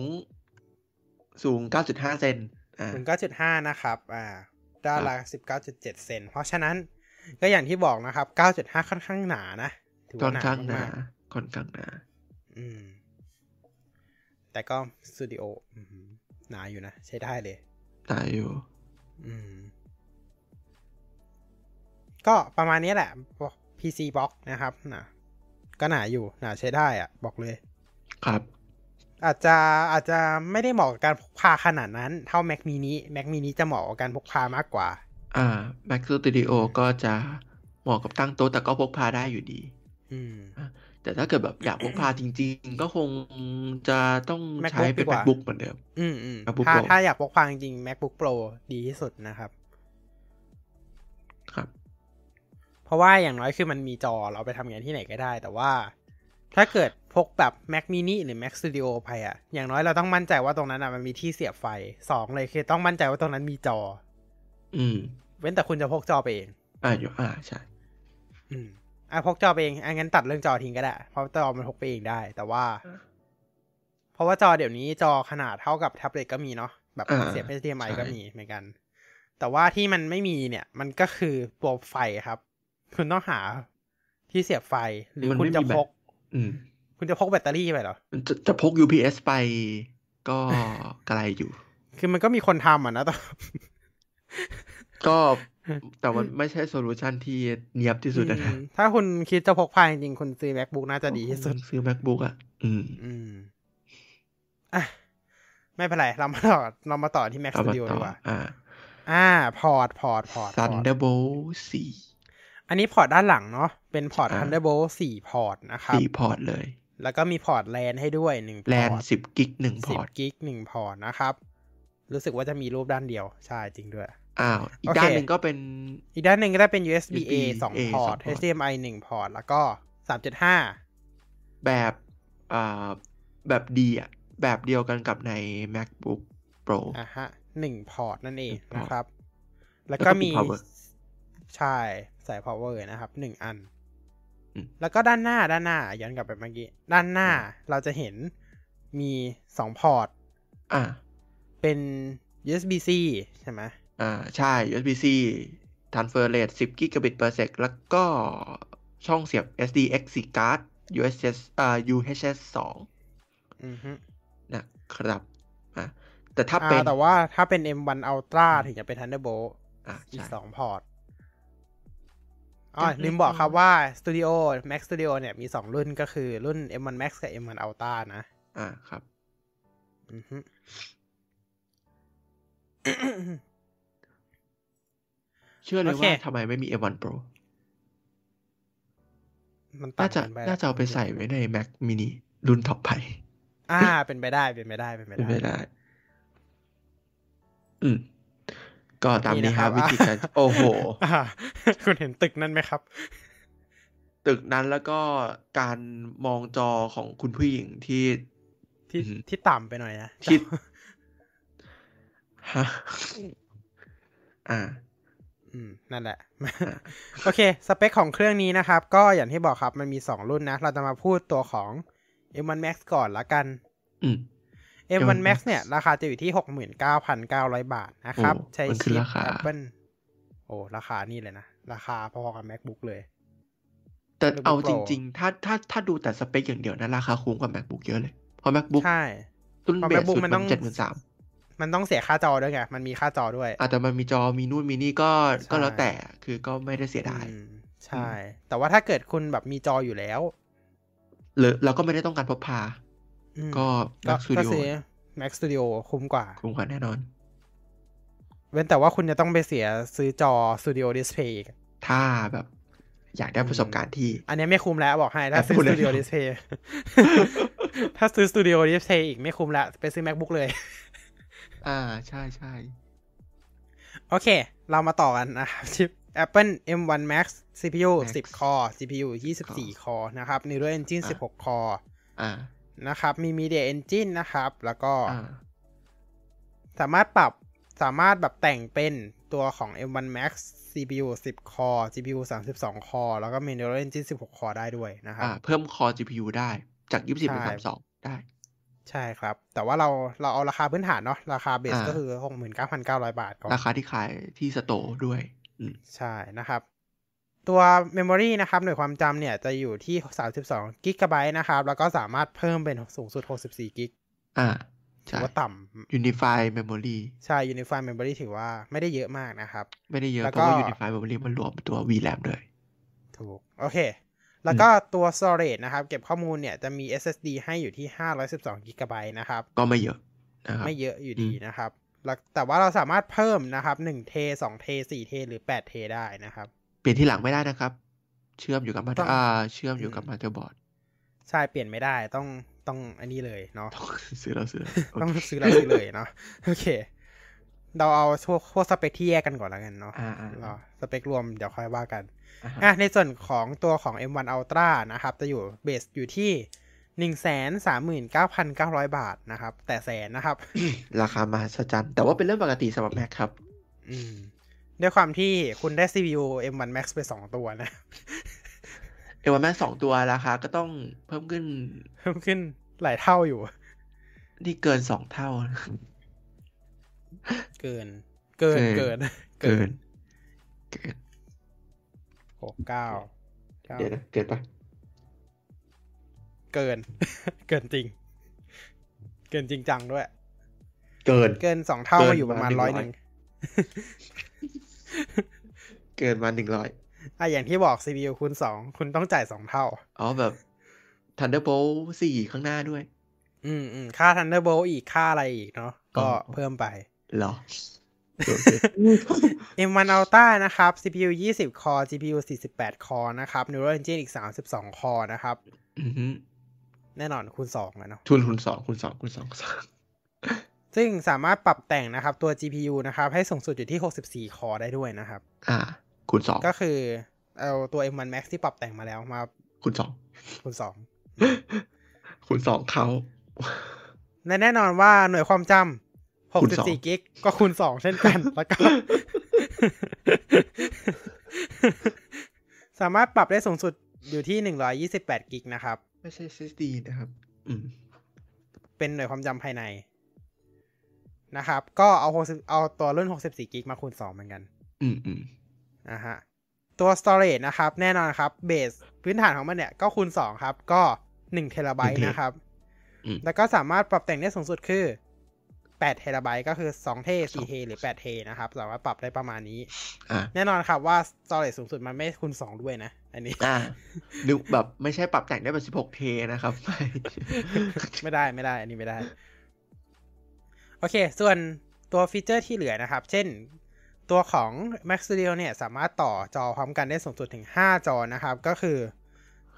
[SPEAKER 2] สูง 9.5 เซน อ่า
[SPEAKER 1] ถึงเก้าจุดห้านะครับ อ่า ด้านละสิบเก้าจุดเจ็ดเซนเพราะฉะนั้นก็อย่างที่บอกนะครับเก้าจุดห้าค่อนข้างหนานะถื
[SPEAKER 2] ค่
[SPEAKER 1] ว่า
[SPEAKER 2] อนข้างหนาม
[SPEAKER 1] ก
[SPEAKER 2] ค่อนข้างหนา
[SPEAKER 1] ๆอืม แต่ก็สตูดิโออืมหนาอยู่นะ ใช้ได้เลย
[SPEAKER 2] ตายอยู่
[SPEAKER 1] อืม ก็ประมาณนี้แหละ PC box นะครับนะก็หนาอยู่ หนาใช้ได้อะบอกเลย
[SPEAKER 2] ครับ
[SPEAKER 1] อาจจะอาจจะไม่ได้เหมาะกับการพกพาขนาดนั้น เท่า Mac mini Mac mini จะเหมาะกับการพกพามากกว่า
[SPEAKER 2] อ่า Mac Studio ก็จะเหมาะกับตั้งโต๊ะแต่ก็พกพาได้อยู่ดี
[SPEAKER 1] อืม
[SPEAKER 2] แต่ถ้าเกิดแบบอยากพ กพาจริงๆ ก็คงจะต้องใช้
[SPEAKER 1] MacBook
[SPEAKER 2] เป็
[SPEAKER 1] ดี
[SPEAKER 2] น
[SPEAKER 1] กว่า
[SPEAKER 2] MacBook เหมือนเดิม
[SPEAKER 1] อืมอืม
[SPEAKER 2] MacBook
[SPEAKER 1] ถ้า
[SPEAKER 2] Pro
[SPEAKER 1] ถ้าอยากพกพาจริงๆ MacBook Pro ดีที่สุดนะครับ
[SPEAKER 2] ครับ
[SPEAKER 1] เพราะว่าอย่างน้อยคือมันมีจอเราไปทำงานที่ไหนก็ได้ แต่ว่า ถ้าเกิดพกแบบ Mac mini หรือ Mac Studio ไปอะอย่างน้อยเราต้องมั่นใจว่าตรงนั้นอะมันมีที่เสียบไฟสองเลยคือต้องมั่นใจว่าตรงนั้นมีจอ
[SPEAKER 2] อืม
[SPEAKER 1] เว้นแต่คุณจะพกจอไปเอง
[SPEAKER 2] อ่าอยู่อ่าใช่
[SPEAKER 1] อืมอ่ะพกจอไปเองอ่ะงั้นตัดเรื่องจอทิ้งก็ได้ เพราะจอมันพกไปเองได้ แต่ว่า
[SPEAKER 2] อ่ะ
[SPEAKER 1] เพราะว่าจอเดี๋ยวนี้จอขนาดเท่ากับแท็บเล็ตก็มีเนาะ แบบ
[SPEAKER 2] อ่า
[SPEAKER 1] เสียบ HDMI
[SPEAKER 2] ใช่
[SPEAKER 1] ก็มีเหมือนกัน แต่ว่าที่มันไม่มีเนี่ย มันก็คือตัวไฟครับ คุณต้องหาที่เสียบไฟ หรือ
[SPEAKER 2] มัน
[SPEAKER 1] คุณ
[SPEAKER 2] ไม่
[SPEAKER 1] จะ
[SPEAKER 2] มีแบ
[SPEAKER 1] พ
[SPEAKER 2] ต
[SPEAKER 1] ก
[SPEAKER 2] อืม
[SPEAKER 1] คุณจะพกแบตเตอรี่ไปเหรอ
[SPEAKER 2] จะจะพก UPS ไปก็ไกลอยู่
[SPEAKER 1] คือมันก็มีคนทำอ่ะนะแต่
[SPEAKER 2] ก็แต่มันไม่ใช่โซลูชันที่เนียบที่สุดนะ
[SPEAKER 1] อืมถ้าคุณคิดจะพกพาจริงๆคุณซื้อ MacBook น่าจะดีที่สุด
[SPEAKER 2] ซื้อ MacBook อ่ะ อืม
[SPEAKER 1] อืม อ่ะ ไม่เป็นไร เรามาต่อเรามาต่อที่ Mac
[SPEAKER 2] เอามา
[SPEAKER 1] Studio
[SPEAKER 2] ต่
[SPEAKER 1] ดี
[SPEAKER 2] อก
[SPEAKER 1] ว่า
[SPEAKER 2] อ่า
[SPEAKER 1] อ่า พอร์ต พอร์ต พอร์ต
[SPEAKER 2] Thunderbolt สี่
[SPEAKER 1] อันนี้พอร์ตด้านหลังเนาะ เป็นพอร์ต
[SPEAKER 2] อ่า
[SPEAKER 1] Thunderbolt 4 พอร์ตนะครับ
[SPEAKER 2] สี่พอร์ตเลย
[SPEAKER 1] แล้วก็มีพอร์ตแลนให้ด้วยหนึ่งพ
[SPEAKER 2] แล
[SPEAKER 1] อน ร์ต
[SPEAKER 2] สิบกิกหนึ่งพ
[SPEAKER 1] สิ
[SPEAKER 2] อบ ร์ต
[SPEAKER 1] กิกหนึ่งพอร์ตนะครับ รู้สึกว่าจะมีรูปด้านเดียว ใช่จริงด้วย
[SPEAKER 2] อ้าว อีก
[SPEAKER 1] โอเค
[SPEAKER 2] ด้านหนึ่งก็เป็น
[SPEAKER 1] อีกด้านหนึ่งก็ได้เป็น USB A
[SPEAKER 2] A
[SPEAKER 1] สอง
[SPEAKER 2] สอง
[SPEAKER 1] พอร์ต
[SPEAKER 2] พอร์ต
[SPEAKER 1] HDMI หนึ่งพอร์ต แล้วก็สามจุดห้า
[SPEAKER 2] แบบอ่าแบบดีอ่ะ แบบเดียวกันกับใน MacBook Pro
[SPEAKER 1] อ่ะฮะหนึ่งพอร์ตนั่นเอง
[SPEAKER 2] หนึ่งพอ
[SPEAKER 1] นะครั
[SPEAKER 2] ร์ต
[SPEAKER 1] บ แล้ว
[SPEAKER 2] แล้วก็
[SPEAKER 1] ก็
[SPEAKER 2] มี
[SPEAKER 1] มี
[SPEAKER 2] power
[SPEAKER 1] ใช่สาย power นะครับหนึ่งอัน
[SPEAKER 2] อืม
[SPEAKER 1] แล้วก็ด้านหน้าด้านหน้าย้อนกลับไปเมื่อกี้ ด้านหน้าเราจะเห็นมีสองพอร์ต
[SPEAKER 2] อ่า
[SPEAKER 1] เป็น USB C ใช่ไหม
[SPEAKER 2] อ่า ใช่ USB-C transfer rate 10 gigabit per sec แล้วก็ช่องเสียบ SDXC card UHS อ่า UHS
[SPEAKER 1] อือฮึ
[SPEAKER 2] 2นะครับอ่ะแต่ถ้า
[SPEAKER 1] อ่า
[SPEAKER 2] เป็น
[SPEAKER 1] แต่ว่าถ้าเป็น M1 Ultra ถึงจะเป็น Thunderbolt
[SPEAKER 2] อ่า
[SPEAKER 1] อีก
[SPEAKER 2] ใช่
[SPEAKER 1] สองพอร์ตอ๋อ
[SPEAKER 2] จำไม่
[SPEAKER 1] ลืมบอกครับ
[SPEAKER 2] ได้
[SPEAKER 1] ว่า Studio Mac Studio เนี่ยมีสองรุ่นก็คือรุ่น M1 Max กับ M1 Ultra นะ
[SPEAKER 2] อ่าครับ
[SPEAKER 1] อือฮึ
[SPEAKER 2] เชื่อเลย
[SPEAKER 1] โอเค
[SPEAKER 2] ว่าทำไมไม่มี M1 Pro
[SPEAKER 1] มันต่า
[SPEAKER 2] น่าง จะ
[SPEAKER 1] กันไป
[SPEAKER 2] น่าจะเอาไปใส่ไว้ใน Mac mini รุ่นถัดไป
[SPEAKER 1] อ่า เป็นไปได้เป็นไปได้เป็นไป
[SPEAKER 2] เป็นไป
[SPEAKER 1] ได้
[SPEAKER 2] ได้ อืม ก็ตามนี้ครับ
[SPEAKER 1] นี่ นะครับ
[SPEAKER 2] วิธีการ โอ้โห
[SPEAKER 1] อ่า คุณเห็นตึกนั่นไหมครับ
[SPEAKER 2] ตึกนั้นแล้วก็การมองจอของคุณผู้หญิงที่
[SPEAKER 1] ที่
[SPEAKER 2] อือฮึ
[SPEAKER 1] ที่ต่ำไปหน่อยนะ
[SPEAKER 2] ที่ ฮะอ่า
[SPEAKER 1] อืมนั่ นแหละ
[SPEAKER 2] อ่ะ
[SPEAKER 1] โอเค สเปคของเครื่องนี้นะครับ ก็อย่างที่บอกครับมันมี 2 รุ่นนะ เราจะมาพูดตัวของ M1 Max ก่อนละกัน
[SPEAKER 2] อืม
[SPEAKER 1] M1
[SPEAKER 2] M1
[SPEAKER 1] Max
[SPEAKER 2] Max
[SPEAKER 1] เนี่ย ราคาจะอยู่ที่ 69,900 บาทนะครับ
[SPEAKER 2] โอ้
[SPEAKER 1] ใช้
[SPEAKER 2] มันคื
[SPEAKER 1] ชิ
[SPEAKER 2] อ
[SPEAKER 1] ป
[SPEAKER 2] ราคา
[SPEAKER 1] Apple โอ้ราคานี่เลยนะ ราคาพอๆกับ MacBook เลย
[SPEAKER 2] แต่
[SPEAKER 1] MacBook
[SPEAKER 2] เอาจ
[SPEAKER 1] Pro
[SPEAKER 2] ริง ๆ ถ้าถ้าถ้าดูแต่สเปคอย่างเดียวนะ ราคาคุ้มกว่า MacBook เยอะเลย เพราะ MacBook
[SPEAKER 1] ใช่
[SPEAKER 2] รุ่น
[SPEAKER 1] เพราะ
[SPEAKER 2] เบสสุ
[SPEAKER 1] MacBook
[SPEAKER 2] ด
[SPEAKER 1] มั
[SPEAKER 2] มัน น
[SPEAKER 1] ต้อง
[SPEAKER 2] เจ็ดหมื่นสาม
[SPEAKER 1] มันต้องเสียค่าจอด้วยไง มันมีค่าจอด้วย
[SPEAKER 2] อาจจะมันมีจอมีนู่นมีนี่ก็
[SPEAKER 1] ใช่
[SPEAKER 2] ก็แล้วแต่คือก็ไม่ได้เสียดาย
[SPEAKER 1] อืมใช่ แต่ว่าถ้าเกิดคุณแบบมีจออยู่แล้ว
[SPEAKER 2] หรือเราก็ไม่ได้ต้องการพกพา
[SPEAKER 1] อืม
[SPEAKER 2] ก็
[SPEAKER 1] ก็
[SPEAKER 2] Mac
[SPEAKER 1] ก็
[SPEAKER 2] Studio
[SPEAKER 1] ซื้อ Mac Studio คุ้มกว่า
[SPEAKER 2] คุ้มกว่าแน่นอน
[SPEAKER 1] เว้นแต่ว่าคุณจะต้องไปเสียซื้อจอ Studio Display อีก
[SPEAKER 2] ถ้าแบบ อยากได้ประสบการณ์ที่
[SPEAKER 1] อันเนี้ยไม่คุ้มแล้วบอกให้ถ้าซื้อ
[SPEAKER 2] Apple
[SPEAKER 1] Studio
[SPEAKER 2] แล้ว
[SPEAKER 1] Display ถ้าซื้อ Studio Display อีกไม่คุ้มละไปซื้อ MacBook เลย
[SPEAKER 2] อ่าใช่ใช่
[SPEAKER 1] โอเค เรามาต่อกันนะครับชิป Apple M1 Max CPU 10 core GPU 24 core นะครับ Neural Engine 16 core
[SPEAKER 2] อ่า
[SPEAKER 1] นะครับ มี Media Engine นะครับ แล้วก็
[SPEAKER 2] อ่า
[SPEAKER 1] สามารถปรับสามารถแบบแต่งเป็นตัวของ M1 Max CPU 10 core GPU 32 core แล้วก็มี Neural Engine 16 core ได้ด้วยนะครั
[SPEAKER 2] อ่า
[SPEAKER 1] บ
[SPEAKER 2] เพิ่มคอ GPU ได้จาก 20เป็น
[SPEAKER 1] ใช่
[SPEAKER 2] 32 ได้
[SPEAKER 1] ใช่ครับ แต่ว่าเราเราเอาราคาพื้นฐานเนาะราคาเบส
[SPEAKER 2] อ่า
[SPEAKER 1] ก็คือ 69,900 บาทก่อน
[SPEAKER 2] ราคาที่ขายที่สโตร์ด้วยอืม
[SPEAKER 1] ใช่นะครับ ตัว Memory นะครับ หน่วยความจำเนี่ยจะอยู่ที่ 32 g b นะครับ แล้วก็สามารถเพิ่มเป็นสูงสุด 64 g b
[SPEAKER 2] อ่า
[SPEAKER 1] ถื
[SPEAKER 2] ใช่
[SPEAKER 1] อว่าต่ำ
[SPEAKER 2] Unify Memory
[SPEAKER 1] ใช่ Unified Memory ถือว่าไม่ได้เยอะมากนะครับ
[SPEAKER 2] ไม่ได้เยอะ
[SPEAKER 1] แล้ว
[SPEAKER 2] เพราะว่า
[SPEAKER 1] ก็
[SPEAKER 2] Unify Memory มันรวมตัว VRAM ด้วย
[SPEAKER 1] ถูก โอเค แล้วก็ตัว storage นะครับ เก็บข้อมูลเนี่ยจะมี SSD ให้อยู่ที่ 512 g b นะครับ
[SPEAKER 2] ก็ไม่เยอะนะครับ
[SPEAKER 1] ไม่เยอะอยู่ดี
[SPEAKER 2] อืม
[SPEAKER 1] นะครับแล้วแต่ว่าเราสามารถเพิ่มนะครับ1เท2เท4เทหรือ8เทได้นะครับ
[SPEAKER 2] เปลี่ยนที่หลังไม่ได้นะครับ เชื่อมอยู่กับมา
[SPEAKER 1] ต้อง
[SPEAKER 2] อ่าเชื่อมอยู่
[SPEAKER 1] อืม
[SPEAKER 2] กับมาเตอร์บอร์ด
[SPEAKER 1] ใช่เปลี่ยนไม่ได้ต้องต้องอันนี้เลยเนาะ
[SPEAKER 2] ต้องซื้อแล้วซื้อแล้วโอ
[SPEAKER 1] ต้อง
[SPEAKER 2] เค
[SPEAKER 1] ซื้อแล้วซื้อเลยเนาะโอเค เราเอาพวกพวกสเปคที่แยกกันก่อนแล้วกันเนาะ
[SPEAKER 2] อ่าอ่า
[SPEAKER 1] เราสเปครวมเดี๋ยวค่อยว่ากัน
[SPEAKER 2] อ่า
[SPEAKER 1] อ่ะ
[SPEAKER 2] ฮะ
[SPEAKER 1] ในส่วนของตัวของ M1 Ultra นะครับ จะอยู่เบสอยู่ที่ 139,900 บาทนะครับ แต่แสนนะครับ
[SPEAKER 2] ราคามหัศจรรย์แต่ว่าเป็นเรื่องปกติสำหรับ Mac ครับ
[SPEAKER 1] อืมด้วยความที่คุณได้ CPU M1 Max ไป 2 ตัวนะ
[SPEAKER 2] เอวันแม่สองตัวราคาก็ต้องเพิ่มขึ้น
[SPEAKER 1] เพิ่มขึ้นหลายเท่าอยู่
[SPEAKER 2] นี่เกินสองเท่า
[SPEAKER 1] เกิน เกิน
[SPEAKER 2] เกิ
[SPEAKER 1] เกิน
[SPEAKER 2] น เกิน เกิน
[SPEAKER 1] หกเก้าเก้า
[SPEAKER 2] เดี๋ยวนะเกินปะ
[SPEAKER 1] เกิน เกิน จริง เกินจริงจังด้วย
[SPEAKER 2] เกิน
[SPEAKER 1] เกินสองเท่า
[SPEAKER 2] เกิน
[SPEAKER 1] มาอยู่ประมาณ
[SPEAKER 2] ประ
[SPEAKER 1] ร้อ
[SPEAKER 2] มา
[SPEAKER 1] ย
[SPEAKER 2] ณ
[SPEAKER 1] หนึ่ง
[SPEAKER 2] เกินมาหนึ่งร้อย
[SPEAKER 1] อ่ะอย่างที่บอก CPU คูณสองคุณต้องจ่ายสองเท่า
[SPEAKER 2] อ๋อแบบ Thunderbolt สี่ข้างหน้าด้วย
[SPEAKER 1] อืมอืมค่า Thunderbolt อีกค่าอะไรอีกเนาะก็
[SPEAKER 2] อ๋อ
[SPEAKER 1] เพิ่มไป
[SPEAKER 2] เหรอ
[SPEAKER 1] M1 Ultra นะครับ CPU 20 core GPU 48 core นะครับ Neural Engine อีก 32 core นะครับ
[SPEAKER 2] อือฮึ
[SPEAKER 1] แน่นอนคูณ2นะเนาะ
[SPEAKER 2] ทุนคูณสองคูณสองคูณสองคูณสอง
[SPEAKER 1] ซึ่งสามารถปรับแต่งนะครับตัว GPU นะครับ ให้สูงสุดอยู่ที่ 64 core ได้ด้วยนะครับ
[SPEAKER 2] อ่าคูณสอง
[SPEAKER 1] ก็คือเอาตัว M1 Max ที่ปรับแต่งมาแล้วมา
[SPEAKER 2] คูณสอง
[SPEAKER 1] คูณ2
[SPEAKER 2] คูณสองเขา
[SPEAKER 1] และแน่นอนว่าหน่วยความจำ
[SPEAKER 2] คูณสอง
[SPEAKER 1] 64 กิก ก็คูณ 2 เช่น กัน แล้วก็ สามารถปรับได้สูงสุดอยู่ที่ 128 กิกนะครับ
[SPEAKER 2] ไม่ใช่ SSD นะครับ อืม
[SPEAKER 1] เป็นหน่วยความจำภายในนะครับ ก็เอา60เอาตัวรุ่น 64 กิกมาคูณ 2 เหมือนกัน
[SPEAKER 2] อืมอืม
[SPEAKER 1] นะฮะ ตัว storage นะครับ แน่นอนครับ เบสพื้นฐานของมันเนี่ย ก็คูณ 2 ครับ ก็1เทราไบต์นะครับ
[SPEAKER 2] อืม
[SPEAKER 1] แล้วก็สามารถปรับแต่งได้สูงสุดคือ8เทราไบต์ก็คือ 2 เท4เทหรือ 8 เทนะครับ สามารถปรับได้ประมาณนี้
[SPEAKER 2] อ่า
[SPEAKER 1] แน่นอนครับว่า storage สูงสุดมันไม่คูณ 2 ด้วยนะ อันนี้
[SPEAKER 2] อ่านึกแบบไม่ใช่ปรับแต่งได้แบบสิบหกเทนะครับไม่
[SPEAKER 1] ไม่ได้ไม่ได้อันนี้ไม่ได้ โอเค ส่วนตัวฟีเจอร์ที่เหลือนะครับ เช่น ตัวของ Mac Studio เนี่ยสามารถต่อจอพร้อมกันได้สูงสุดถึง 5 จอนะครับ ก็คือ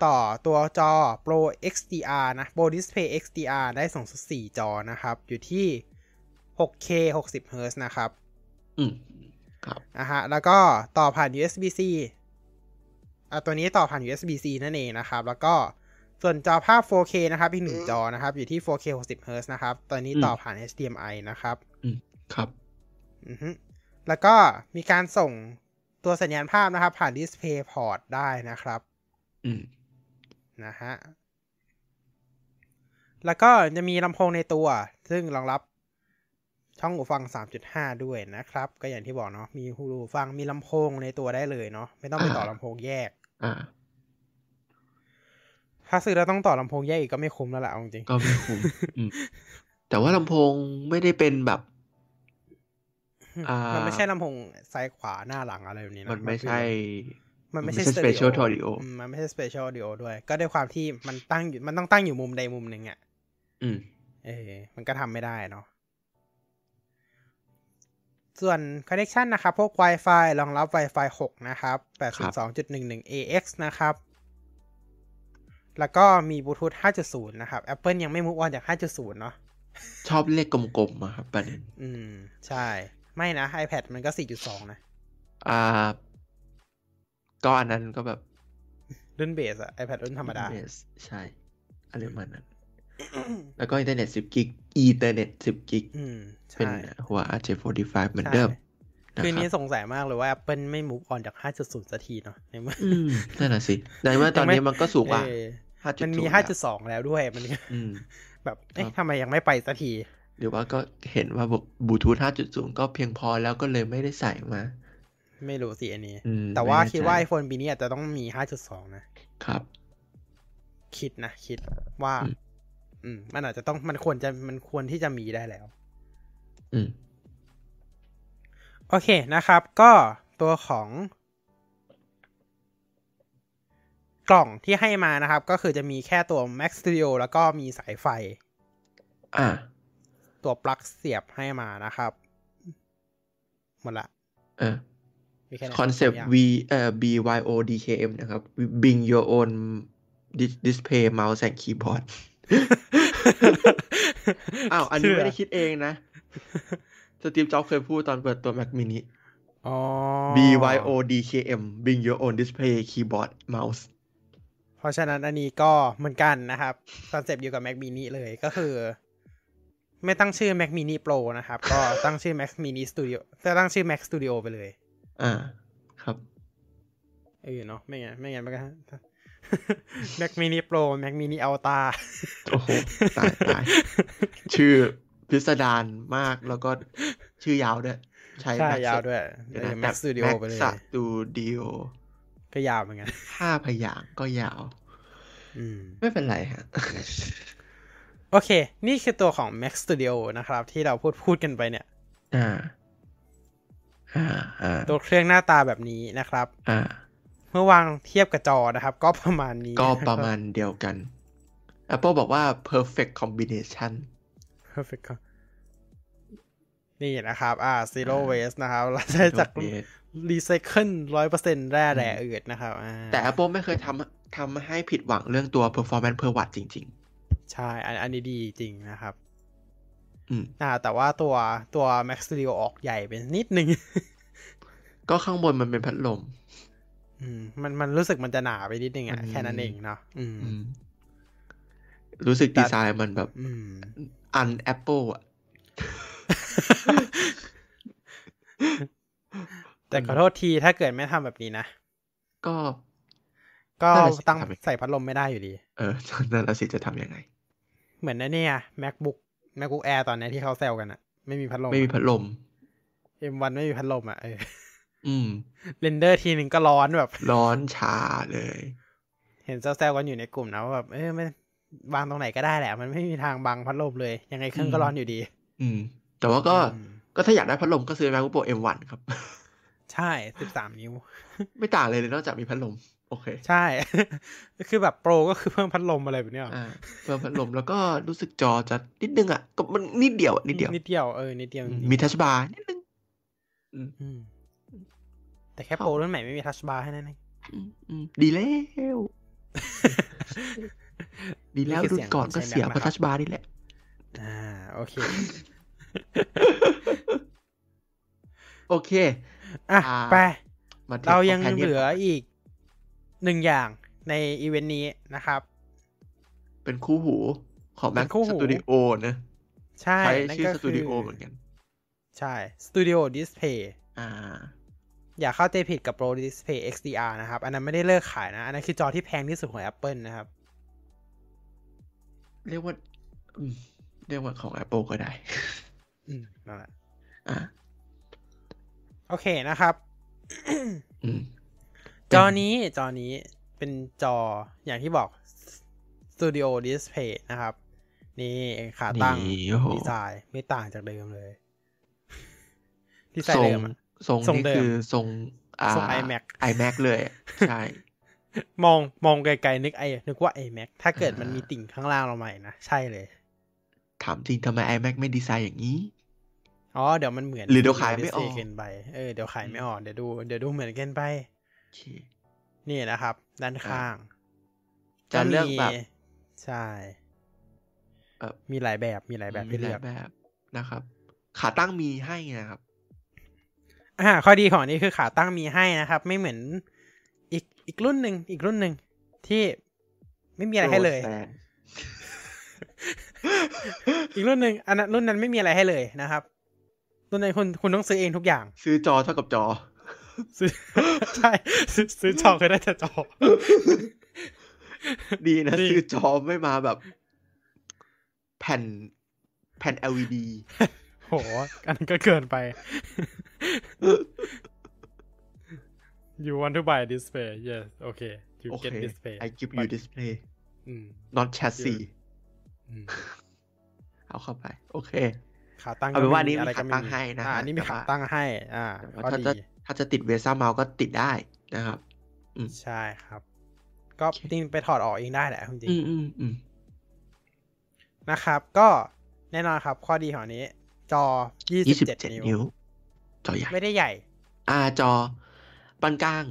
[SPEAKER 1] ต่อตัวจอ Pro XDR นะ Pro Display XDR ได้สูงสุด 4 จอนะครับ อยู่ที่ 6K 60 h z นะครับ
[SPEAKER 2] อืมครับ
[SPEAKER 1] นะฮะแล้วก็ต่อผ่าน USB-C อ่ะตัวนี้ต่อผ่าน USB-C นั่นเองนะครับ แล้วก็ส่วนจอภาพ 4K นะครับ อีกหนึ่งจอนะครับ อยู่ที่ 4K 60 h z นะครับ ตอนนี้ต่อผ่าน HDMI นะครับ
[SPEAKER 2] ครับ
[SPEAKER 1] อือฮึแล้วก็มีการส่งตัวสัญญาณภาพนะครับ ผ่าน Display Port ได้นะครับ
[SPEAKER 2] อืม
[SPEAKER 1] นะฮะแล้วก็จะมีลำโพงในตัว ซึ่งรองรับช่องหูฟัง 3.5 ด้วยนะครับ ก็อย่างที่บอกเนาะมีหูฟังมีลำโพงในตัวได้เลยเนาะไม่ต้องไปต่อ
[SPEAKER 2] อ่า
[SPEAKER 1] ลำโพงแยก
[SPEAKER 2] อ่า
[SPEAKER 1] ถ้าซื้อแล้วต้องต่อลำโพงแยกอีกก็ไม่คุ้มแล้วล่ะเอาจริง
[SPEAKER 2] ก็ไม่คุ้มอืมแต่ว่าลำโพงไม่ได้เป็นแบบ อ่า มั
[SPEAKER 1] มันไม่ใช่ลำโพงซ้ายขวาหน้าหลังอะไรแบบนี้นะ
[SPEAKER 2] มันไม่
[SPEAKER 1] คือ
[SPEAKER 2] ใช่
[SPEAKER 1] มันไม่ใช่
[SPEAKER 2] มันไม่ใช่
[SPEAKER 1] stereo
[SPEAKER 2] spatial audio
[SPEAKER 1] อืมมันไม่ใช่ spatial audio ด้วย ก็ด้วยความที่มันตั้งอยู่ มันต้องตั้งอยู่มุมใดมุมหนึ่งอะ
[SPEAKER 2] อืม
[SPEAKER 1] เออมันก็ทำไม่ได้เนาะ ส่วน Connection นะครับ พวก Wi-Fi รองรับ Wi-Fi 6 นะครับ 802.11 AX นะครับ แล้วก็มี Bluetooth 5.0 นะครับ Apple ยังไม่มุกออนจาก 5.0 เนาะ
[SPEAKER 2] ชอบเลขกลมๆอะครับประเด็น
[SPEAKER 1] อืม ใช่ ไม่นะ iPad มันก็ 4.2 นะ
[SPEAKER 2] อ่า ก็อันนั้นก็แบบ
[SPEAKER 1] รุ่นเบสอะ iPad รุ่นธรรมดา
[SPEAKER 2] ใช่อะไรประมาณนั้น แล้วก็อินเทอร์เน็ต 10 กิก อินเทอร์เน็ต 10 กิก
[SPEAKER 1] อืม ใช่
[SPEAKER 2] เป็นหัว RJ45 เหมือนเดิม
[SPEAKER 1] ใช่
[SPEAKER 2] นะ
[SPEAKER 1] คือ
[SPEAKER 2] รั
[SPEAKER 1] นี้
[SPEAKER 2] บ
[SPEAKER 1] สงสัยมากเลยว่า Apple ไม่มุกออนจาก 5.0 สักทีเนาะในเมื่อ
[SPEAKER 2] อืมนั่นแหะ สิในเมื่อตอนนี้มันก็สูงกว่า
[SPEAKER 1] เออ
[SPEAKER 2] 5.0
[SPEAKER 1] มันมี
[SPEAKER 2] แล้ว
[SPEAKER 1] 5.2 แล้วด้วย มันก็
[SPEAKER 2] อืม
[SPEAKER 1] แบบเอ๊ะ
[SPEAKER 2] ครับ
[SPEAKER 1] ทำไมยังไม่ไปสักที
[SPEAKER 2] หรือว่าก็เห็นว่าบลูทูธ5.0 ก็เพียงพอแล้วก็เลยไม่ได้ใส่มา
[SPEAKER 1] ไม่รู้สิอันนี้
[SPEAKER 2] อืม
[SPEAKER 1] แต่ว่า
[SPEAKER 2] ไม่แน่ใจ
[SPEAKER 1] คิดว่า iPhone ปีนี้อาจจะต้องมี 5.2 นะ
[SPEAKER 2] ครับ
[SPEAKER 1] คิดนะ คิดว่า
[SPEAKER 2] อืม
[SPEAKER 1] อืม มันอาจจะต้องมันควรจะมันควรที่จะมีได้แล้ว
[SPEAKER 2] อืม
[SPEAKER 1] โอเคนะครับ ก็ตัวของ กล่องที่ให้มานะครับ ก็คือจะมีแค่ตัว Mac Studio แล้วก็มีสายไฟ
[SPEAKER 2] อ่า
[SPEAKER 1] ตัวปลั๊กเสียบให้มานะครับ หมดละ
[SPEAKER 2] เออ
[SPEAKER 1] มีแค่นี้
[SPEAKER 2] คอนเซปต์
[SPEAKER 1] สามย่าง
[SPEAKER 2] V เอ่อ B Y O D K M นะครับ Bring your own dis- display mouse and keyboard อ้าว อันนี้ไม่ได้คิดเองนะ สตีฟจ็อบส์เคยพูดตอนเปิดตัว Mac mini
[SPEAKER 1] อ๋อ
[SPEAKER 2] B Y O D K M Bring your own display keyboard mouse
[SPEAKER 1] เพราะฉะนั้นอันนี้ก็เหมือนกันนะครับคอนเซปต์อยู่กับ Mac Mini เลยก็คือ ไม่ตั้งชื่อ Mac Mini Pro นะครับ ก็ตั้งชื่อ Mac Mini Studio จะตั้งชื่อ Mac Studio ไปเลย
[SPEAKER 2] อ่า ครับ
[SPEAKER 1] เออเนาะไม่งั้นไม่งั้นมันก็ Mac Mini Pro Mac Mini Ultra
[SPEAKER 2] โอ้โห ตายตาย ชื่อพิสดารมากแล้วก็ชื่อยาวด้วย ใช้
[SPEAKER 1] ใช่
[SPEAKER 2] Mac
[SPEAKER 1] ยาว
[SPEAKER 2] เสร็จ
[SPEAKER 1] ด้วย
[SPEAKER 2] เดี๋
[SPEAKER 1] เอ
[SPEAKER 2] ยว
[SPEAKER 1] อ
[SPEAKER 2] นะแต่
[SPEAKER 1] Mac Studio
[SPEAKER 2] Mac
[SPEAKER 1] ไปเลย
[SPEAKER 2] Studio
[SPEAKER 1] ก็ยาวเหมือนกัน
[SPEAKER 2] ห้าพยางค์ก็ยาว
[SPEAKER 1] อืม
[SPEAKER 2] ไม่เป็นไรฮะ
[SPEAKER 1] โอเค นี่คือตัวของ Mac Studio นะครับ ที่เราพูดพูดกันไปเนี่ย
[SPEAKER 2] อ่า อ่า อ่า
[SPEAKER 1] ตัวเครื่องหน้าตาแบบนี้นะครับ
[SPEAKER 2] อ่า
[SPEAKER 1] เมื่อวางเทียบกับจอนะครับ ก็ประมาณนี้
[SPEAKER 2] ก็ประมาณเดียวกัน Apple บอกว่า perfect combination
[SPEAKER 1] perfect Car นี่นะครับ อ่า zero waste นะครับ เราใช้จาก
[SPEAKER 2] Yes
[SPEAKER 1] recycle ร้อยเปอร์เซ็นต์แร่แร่อืดนะครับอ่า
[SPEAKER 2] แต่ Apple ไม่เคยทำทำให้ผิดหวังเรื่องตัว performance per watt จริง
[SPEAKER 1] ใช่อันอันนี้ดีจริงนะครับ
[SPEAKER 2] ๆ อืม
[SPEAKER 1] อ่า แต่ว่าตัวตัว Max Studio ออกใหญ่เป็นนิดนึง
[SPEAKER 2] ก็ข้างบนมันเป็นพัดลม
[SPEAKER 1] อืมมันมันรู้สึกมันจะหนาไปนิดนึงอ่ะ
[SPEAKER 2] อืม
[SPEAKER 1] แค่นั้นเองเนาะอืม
[SPEAKER 2] อืม รู้สึก
[SPEAKER 1] แต่
[SPEAKER 2] ดีไซน์มันแบบ
[SPEAKER 1] อื ม
[SPEAKER 2] อัน Apple อ่ะ
[SPEAKER 1] แต่ขอโทษทีถ้าเกิดไม่ทำแบบนี้นะ
[SPEAKER 2] ก็
[SPEAKER 1] ก็
[SPEAKER 2] นั่นแหละสิ
[SPEAKER 1] ตั้ง
[SPEAKER 2] ทำไง
[SPEAKER 1] ใส่พัดลมไม่ได้อยู่ดี
[SPEAKER 2] เออนั่นละสิจะทำยังไง
[SPEAKER 1] เหมือนนะเนี่ย MacBook MacBook Air ตอนเนี้ยที่เขาแซวกันอะไม่มีพัดลม
[SPEAKER 2] ไม่มีพัดลม
[SPEAKER 1] เอ็มวันไม่มีพัดลมอะเออ
[SPEAKER 2] อืม
[SPEAKER 1] เรนเดอร์ทีหนึ่งก็ร้อนแบบ
[SPEAKER 2] ร้อนชาเลย
[SPEAKER 1] เห็นแซวๆกันอยู่ในกลุ่มนะว่าแบบเออมันวางตรงไหนก็ได้แหละ มันไม่มีทางบังพัดลมเลย ยังไงเครื่องก็ร้อนอยู่ดี
[SPEAKER 2] อืม แต่ว่าก็
[SPEAKER 1] อืม
[SPEAKER 2] ก็ถ้าอยากได้พัดลมก็ซื้อ MacBook Pro M1 ครับ
[SPEAKER 1] ใช่สิบสามนิ้ว
[SPEAKER 2] ไม่ต่างเลยเลยนอกจากมีพัดลม โอเค
[SPEAKER 1] ใช่ คือแบบโปรก็คือเพิ่มพัดลมอะไรแบบเนี้ยหรอ
[SPEAKER 2] อ่าเพิ่มพัดลมแล้วก็รู้สึกจอจะนิดนึงอ่ะก็มันนิดเดียวอะนิดเดียว
[SPEAKER 1] นิดเดียวเออนิดเดียวจริงๆ
[SPEAKER 2] มีทัชบาร์นิดนึง
[SPEAKER 1] อืมแต่แค่โปรรุ่นใหม่ไม่มีทัชบาร์ให้นั่นเอง
[SPEAKER 2] อืมอืมดีแล้ว ดีแล้ว
[SPEAKER 1] นี่คือ
[SPEAKER 2] รุ่นก่อนก็
[SPEAKER 1] เสี
[SPEAKER 2] เสี
[SPEAKER 1] ย
[SPEAKER 2] ย
[SPEAKER 1] งของ
[SPEAKER 2] เพราะ
[SPEAKER 1] Mac
[SPEAKER 2] ทัชบาร์นี่แหละ
[SPEAKER 1] อ่าโอ เค
[SPEAKER 2] โอเค
[SPEAKER 1] อ่ะ
[SPEAKER 2] อ่า
[SPEAKER 1] ไป
[SPEAKER 2] มาที่
[SPEAKER 1] เรายัง
[SPEAKER 2] companion
[SPEAKER 1] เหลืออีกหนึ่งอย่างในอีเวนต์นี้นะครับ
[SPEAKER 2] เป็นคู่หูของ
[SPEAKER 1] เป็น
[SPEAKER 2] Mac
[SPEAKER 1] คู่หู
[SPEAKER 2] Studio นะ
[SPEAKER 1] ใช่
[SPEAKER 2] ใช้
[SPEAKER 1] นั่น
[SPEAKER 2] ชื่อ
[SPEAKER 1] ก็คื
[SPEAKER 2] Studio เหมือนกัน
[SPEAKER 1] ใช่ Studio Display
[SPEAKER 2] อ่า
[SPEAKER 1] อย่าเข้าใจผิดกับ Pro Display XDR นะครับ อันนั้นไม่ได้เลิกขายนะ อันนั้นคือจอที่แพงที่สุดของ Apple นะครับ
[SPEAKER 2] เรียกว่าอืมเรียกว่าของ Apple ก็ได้
[SPEAKER 1] อืมนั่นแหละ
[SPEAKER 2] อ่า
[SPEAKER 1] โอเคนะครับ
[SPEAKER 2] อืม
[SPEAKER 1] จอนี้จอนี้เป็นจออย่างที่บอก Studio Display นะครับ นี่ขาตั้ง
[SPEAKER 2] นี่โอ้โห
[SPEAKER 1] ดีไซน์ไม่ต่างจากเดิมเลย ดีไซ
[SPEAKER 2] ทร
[SPEAKER 1] น์
[SPEAKER 2] ง
[SPEAKER 1] เดิมอะ
[SPEAKER 2] ทรง
[SPEAKER 1] ทรง
[SPEAKER 2] นี่
[SPEAKER 1] เดิม
[SPEAKER 2] คือทรงอ่า
[SPEAKER 1] ทรง iMac
[SPEAKER 2] iMac เลยอะใช่
[SPEAKER 1] มองมองไกลๆนึกไอ้นึกว่าไอ้แม็กถ้าเกิดมัน
[SPEAKER 2] อ่ามี
[SPEAKER 1] มีติ่งข้างล่างลงมาอีกนะ ใช่เลย
[SPEAKER 2] ถามจริงทำไม iMac ไม่ดีไซน์อย่างนี้
[SPEAKER 1] อ๋อเดี๋ยวมันเหมือน
[SPEAKER 2] หรือเดี๋ยวขายไม่ออก
[SPEAKER 1] เกินไปเออเดี๋ยวขายไม่ออกเดี๋ยวดูเดี๋ยวดูเหมือนเกินไป
[SPEAKER 2] โอเค
[SPEAKER 1] นี่นะครับ ด้านข้าง
[SPEAKER 2] จะเลือกแบบ
[SPEAKER 1] มีใช่
[SPEAKER 2] เอ่อ
[SPEAKER 1] มีหลายแบบมีหลายแบบ
[SPEAKER 2] อืม
[SPEAKER 1] ให้
[SPEAKER 2] มี
[SPEAKER 1] เลื
[SPEAKER 2] ห
[SPEAKER 1] อ
[SPEAKER 2] ลาก ยแบบนะครับ ขาตั้งมีให้นะครับ
[SPEAKER 1] อ่าข้อดีของอันนี้คือขาตั้งมีให้นะครับ ไม่เหมือนอีกอีกรุ่นหนึ่งอีกรุ่นหนึ่งที่ไม่มีอะไรให้เลย
[SPEAKER 2] โปรแซน
[SPEAKER 1] อีกรุ่นหนึ่งอันนั้นรุ่นนั้นไม่มีอะไรให้เลยนะครับ รุ่นนั้นคุณคุณต้องซื้อเองทุกอย่าง
[SPEAKER 2] ซื้อจอเท่ากับจอ
[SPEAKER 1] ซื้อ ใช่ซื้อซื้อจอก็ได้แต่จอ
[SPEAKER 2] ดีนะ
[SPEAKER 1] ดี
[SPEAKER 2] ซื้อจอไม่มาแบบ แผ่นแผ่น LED
[SPEAKER 1] โหอันนั้นก็เกินไป you want to buy a display yes okay you
[SPEAKER 2] โอเค
[SPEAKER 1] get display
[SPEAKER 2] I give you
[SPEAKER 1] but-
[SPEAKER 2] display
[SPEAKER 1] อืม
[SPEAKER 2] not chassis
[SPEAKER 1] อืม
[SPEAKER 2] เอาเข้าไป โอเค
[SPEAKER 1] ขาตั้ง
[SPEAKER 2] เอาเป็นว่าอันนี้
[SPEAKER 1] มี
[SPEAKER 2] มี
[SPEAKER 1] อะไรก็
[SPEAKER 2] ขาตั้งให้นะ
[SPEAKER 1] อ่าอันนี้มี
[SPEAKER 2] แต่
[SPEAKER 1] ขา
[SPEAKER 2] ว่า
[SPEAKER 1] ตั้งให้ อ่า
[SPEAKER 2] แต่ว่า
[SPEAKER 1] ก็
[SPEAKER 2] ถ้า
[SPEAKER 1] ดี
[SPEAKER 2] จะ ถ้าจะติดเวซ่าเมาส์ก็ติดได้นะครับ
[SPEAKER 1] ใช่ครับ ก็
[SPEAKER 2] โอเค
[SPEAKER 1] จริงไปถอดออกเองได้แหละจริง
[SPEAKER 2] อืมอืมอืม
[SPEAKER 1] ๆนะครับ ก็แน่นอนครับ ข้อดีของอันนี้ จอ
[SPEAKER 2] ยี่สิบเจ็ด
[SPEAKER 1] 27 นิ้
[SPEAKER 2] นิ้
[SPEAKER 1] ว
[SPEAKER 2] ว จอใหญ่
[SPEAKER 1] ไม่ได้ใหญ่
[SPEAKER 2] อ่าจอปานกลาง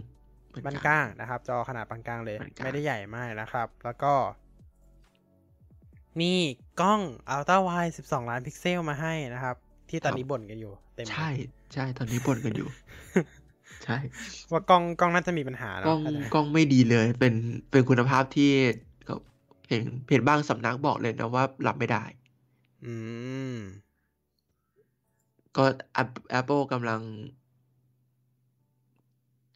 [SPEAKER 1] ปานกลางนะครับ จอขนาดปานกลางเลย
[SPEAKER 2] ปานกลาง
[SPEAKER 1] ไม่ได้ใหญ่มากนะครับ แล้วก็ มีกล้องอัลต a าไว12 ล้านพิกเซลมาให้นะครับ ที่ตอนนี้บ่นกันอยู่ เต็มเลย
[SPEAKER 2] ใช่ ใช่ตอนนี้บ่นกันอยู่ ใช่
[SPEAKER 1] ว่ากล้องกล้องน่าจะมีปัญหานะ
[SPEAKER 2] กล้อง
[SPEAKER 1] าจจะ
[SPEAKER 2] กล้องไม่ดีเลย เป็นเป็นคุณภาพที่ก็เห็นเห็นบ้างสำนักบอกเลยนะว่ารับไม่ได้
[SPEAKER 1] อืม
[SPEAKER 2] ก็ App- Apple กำลัง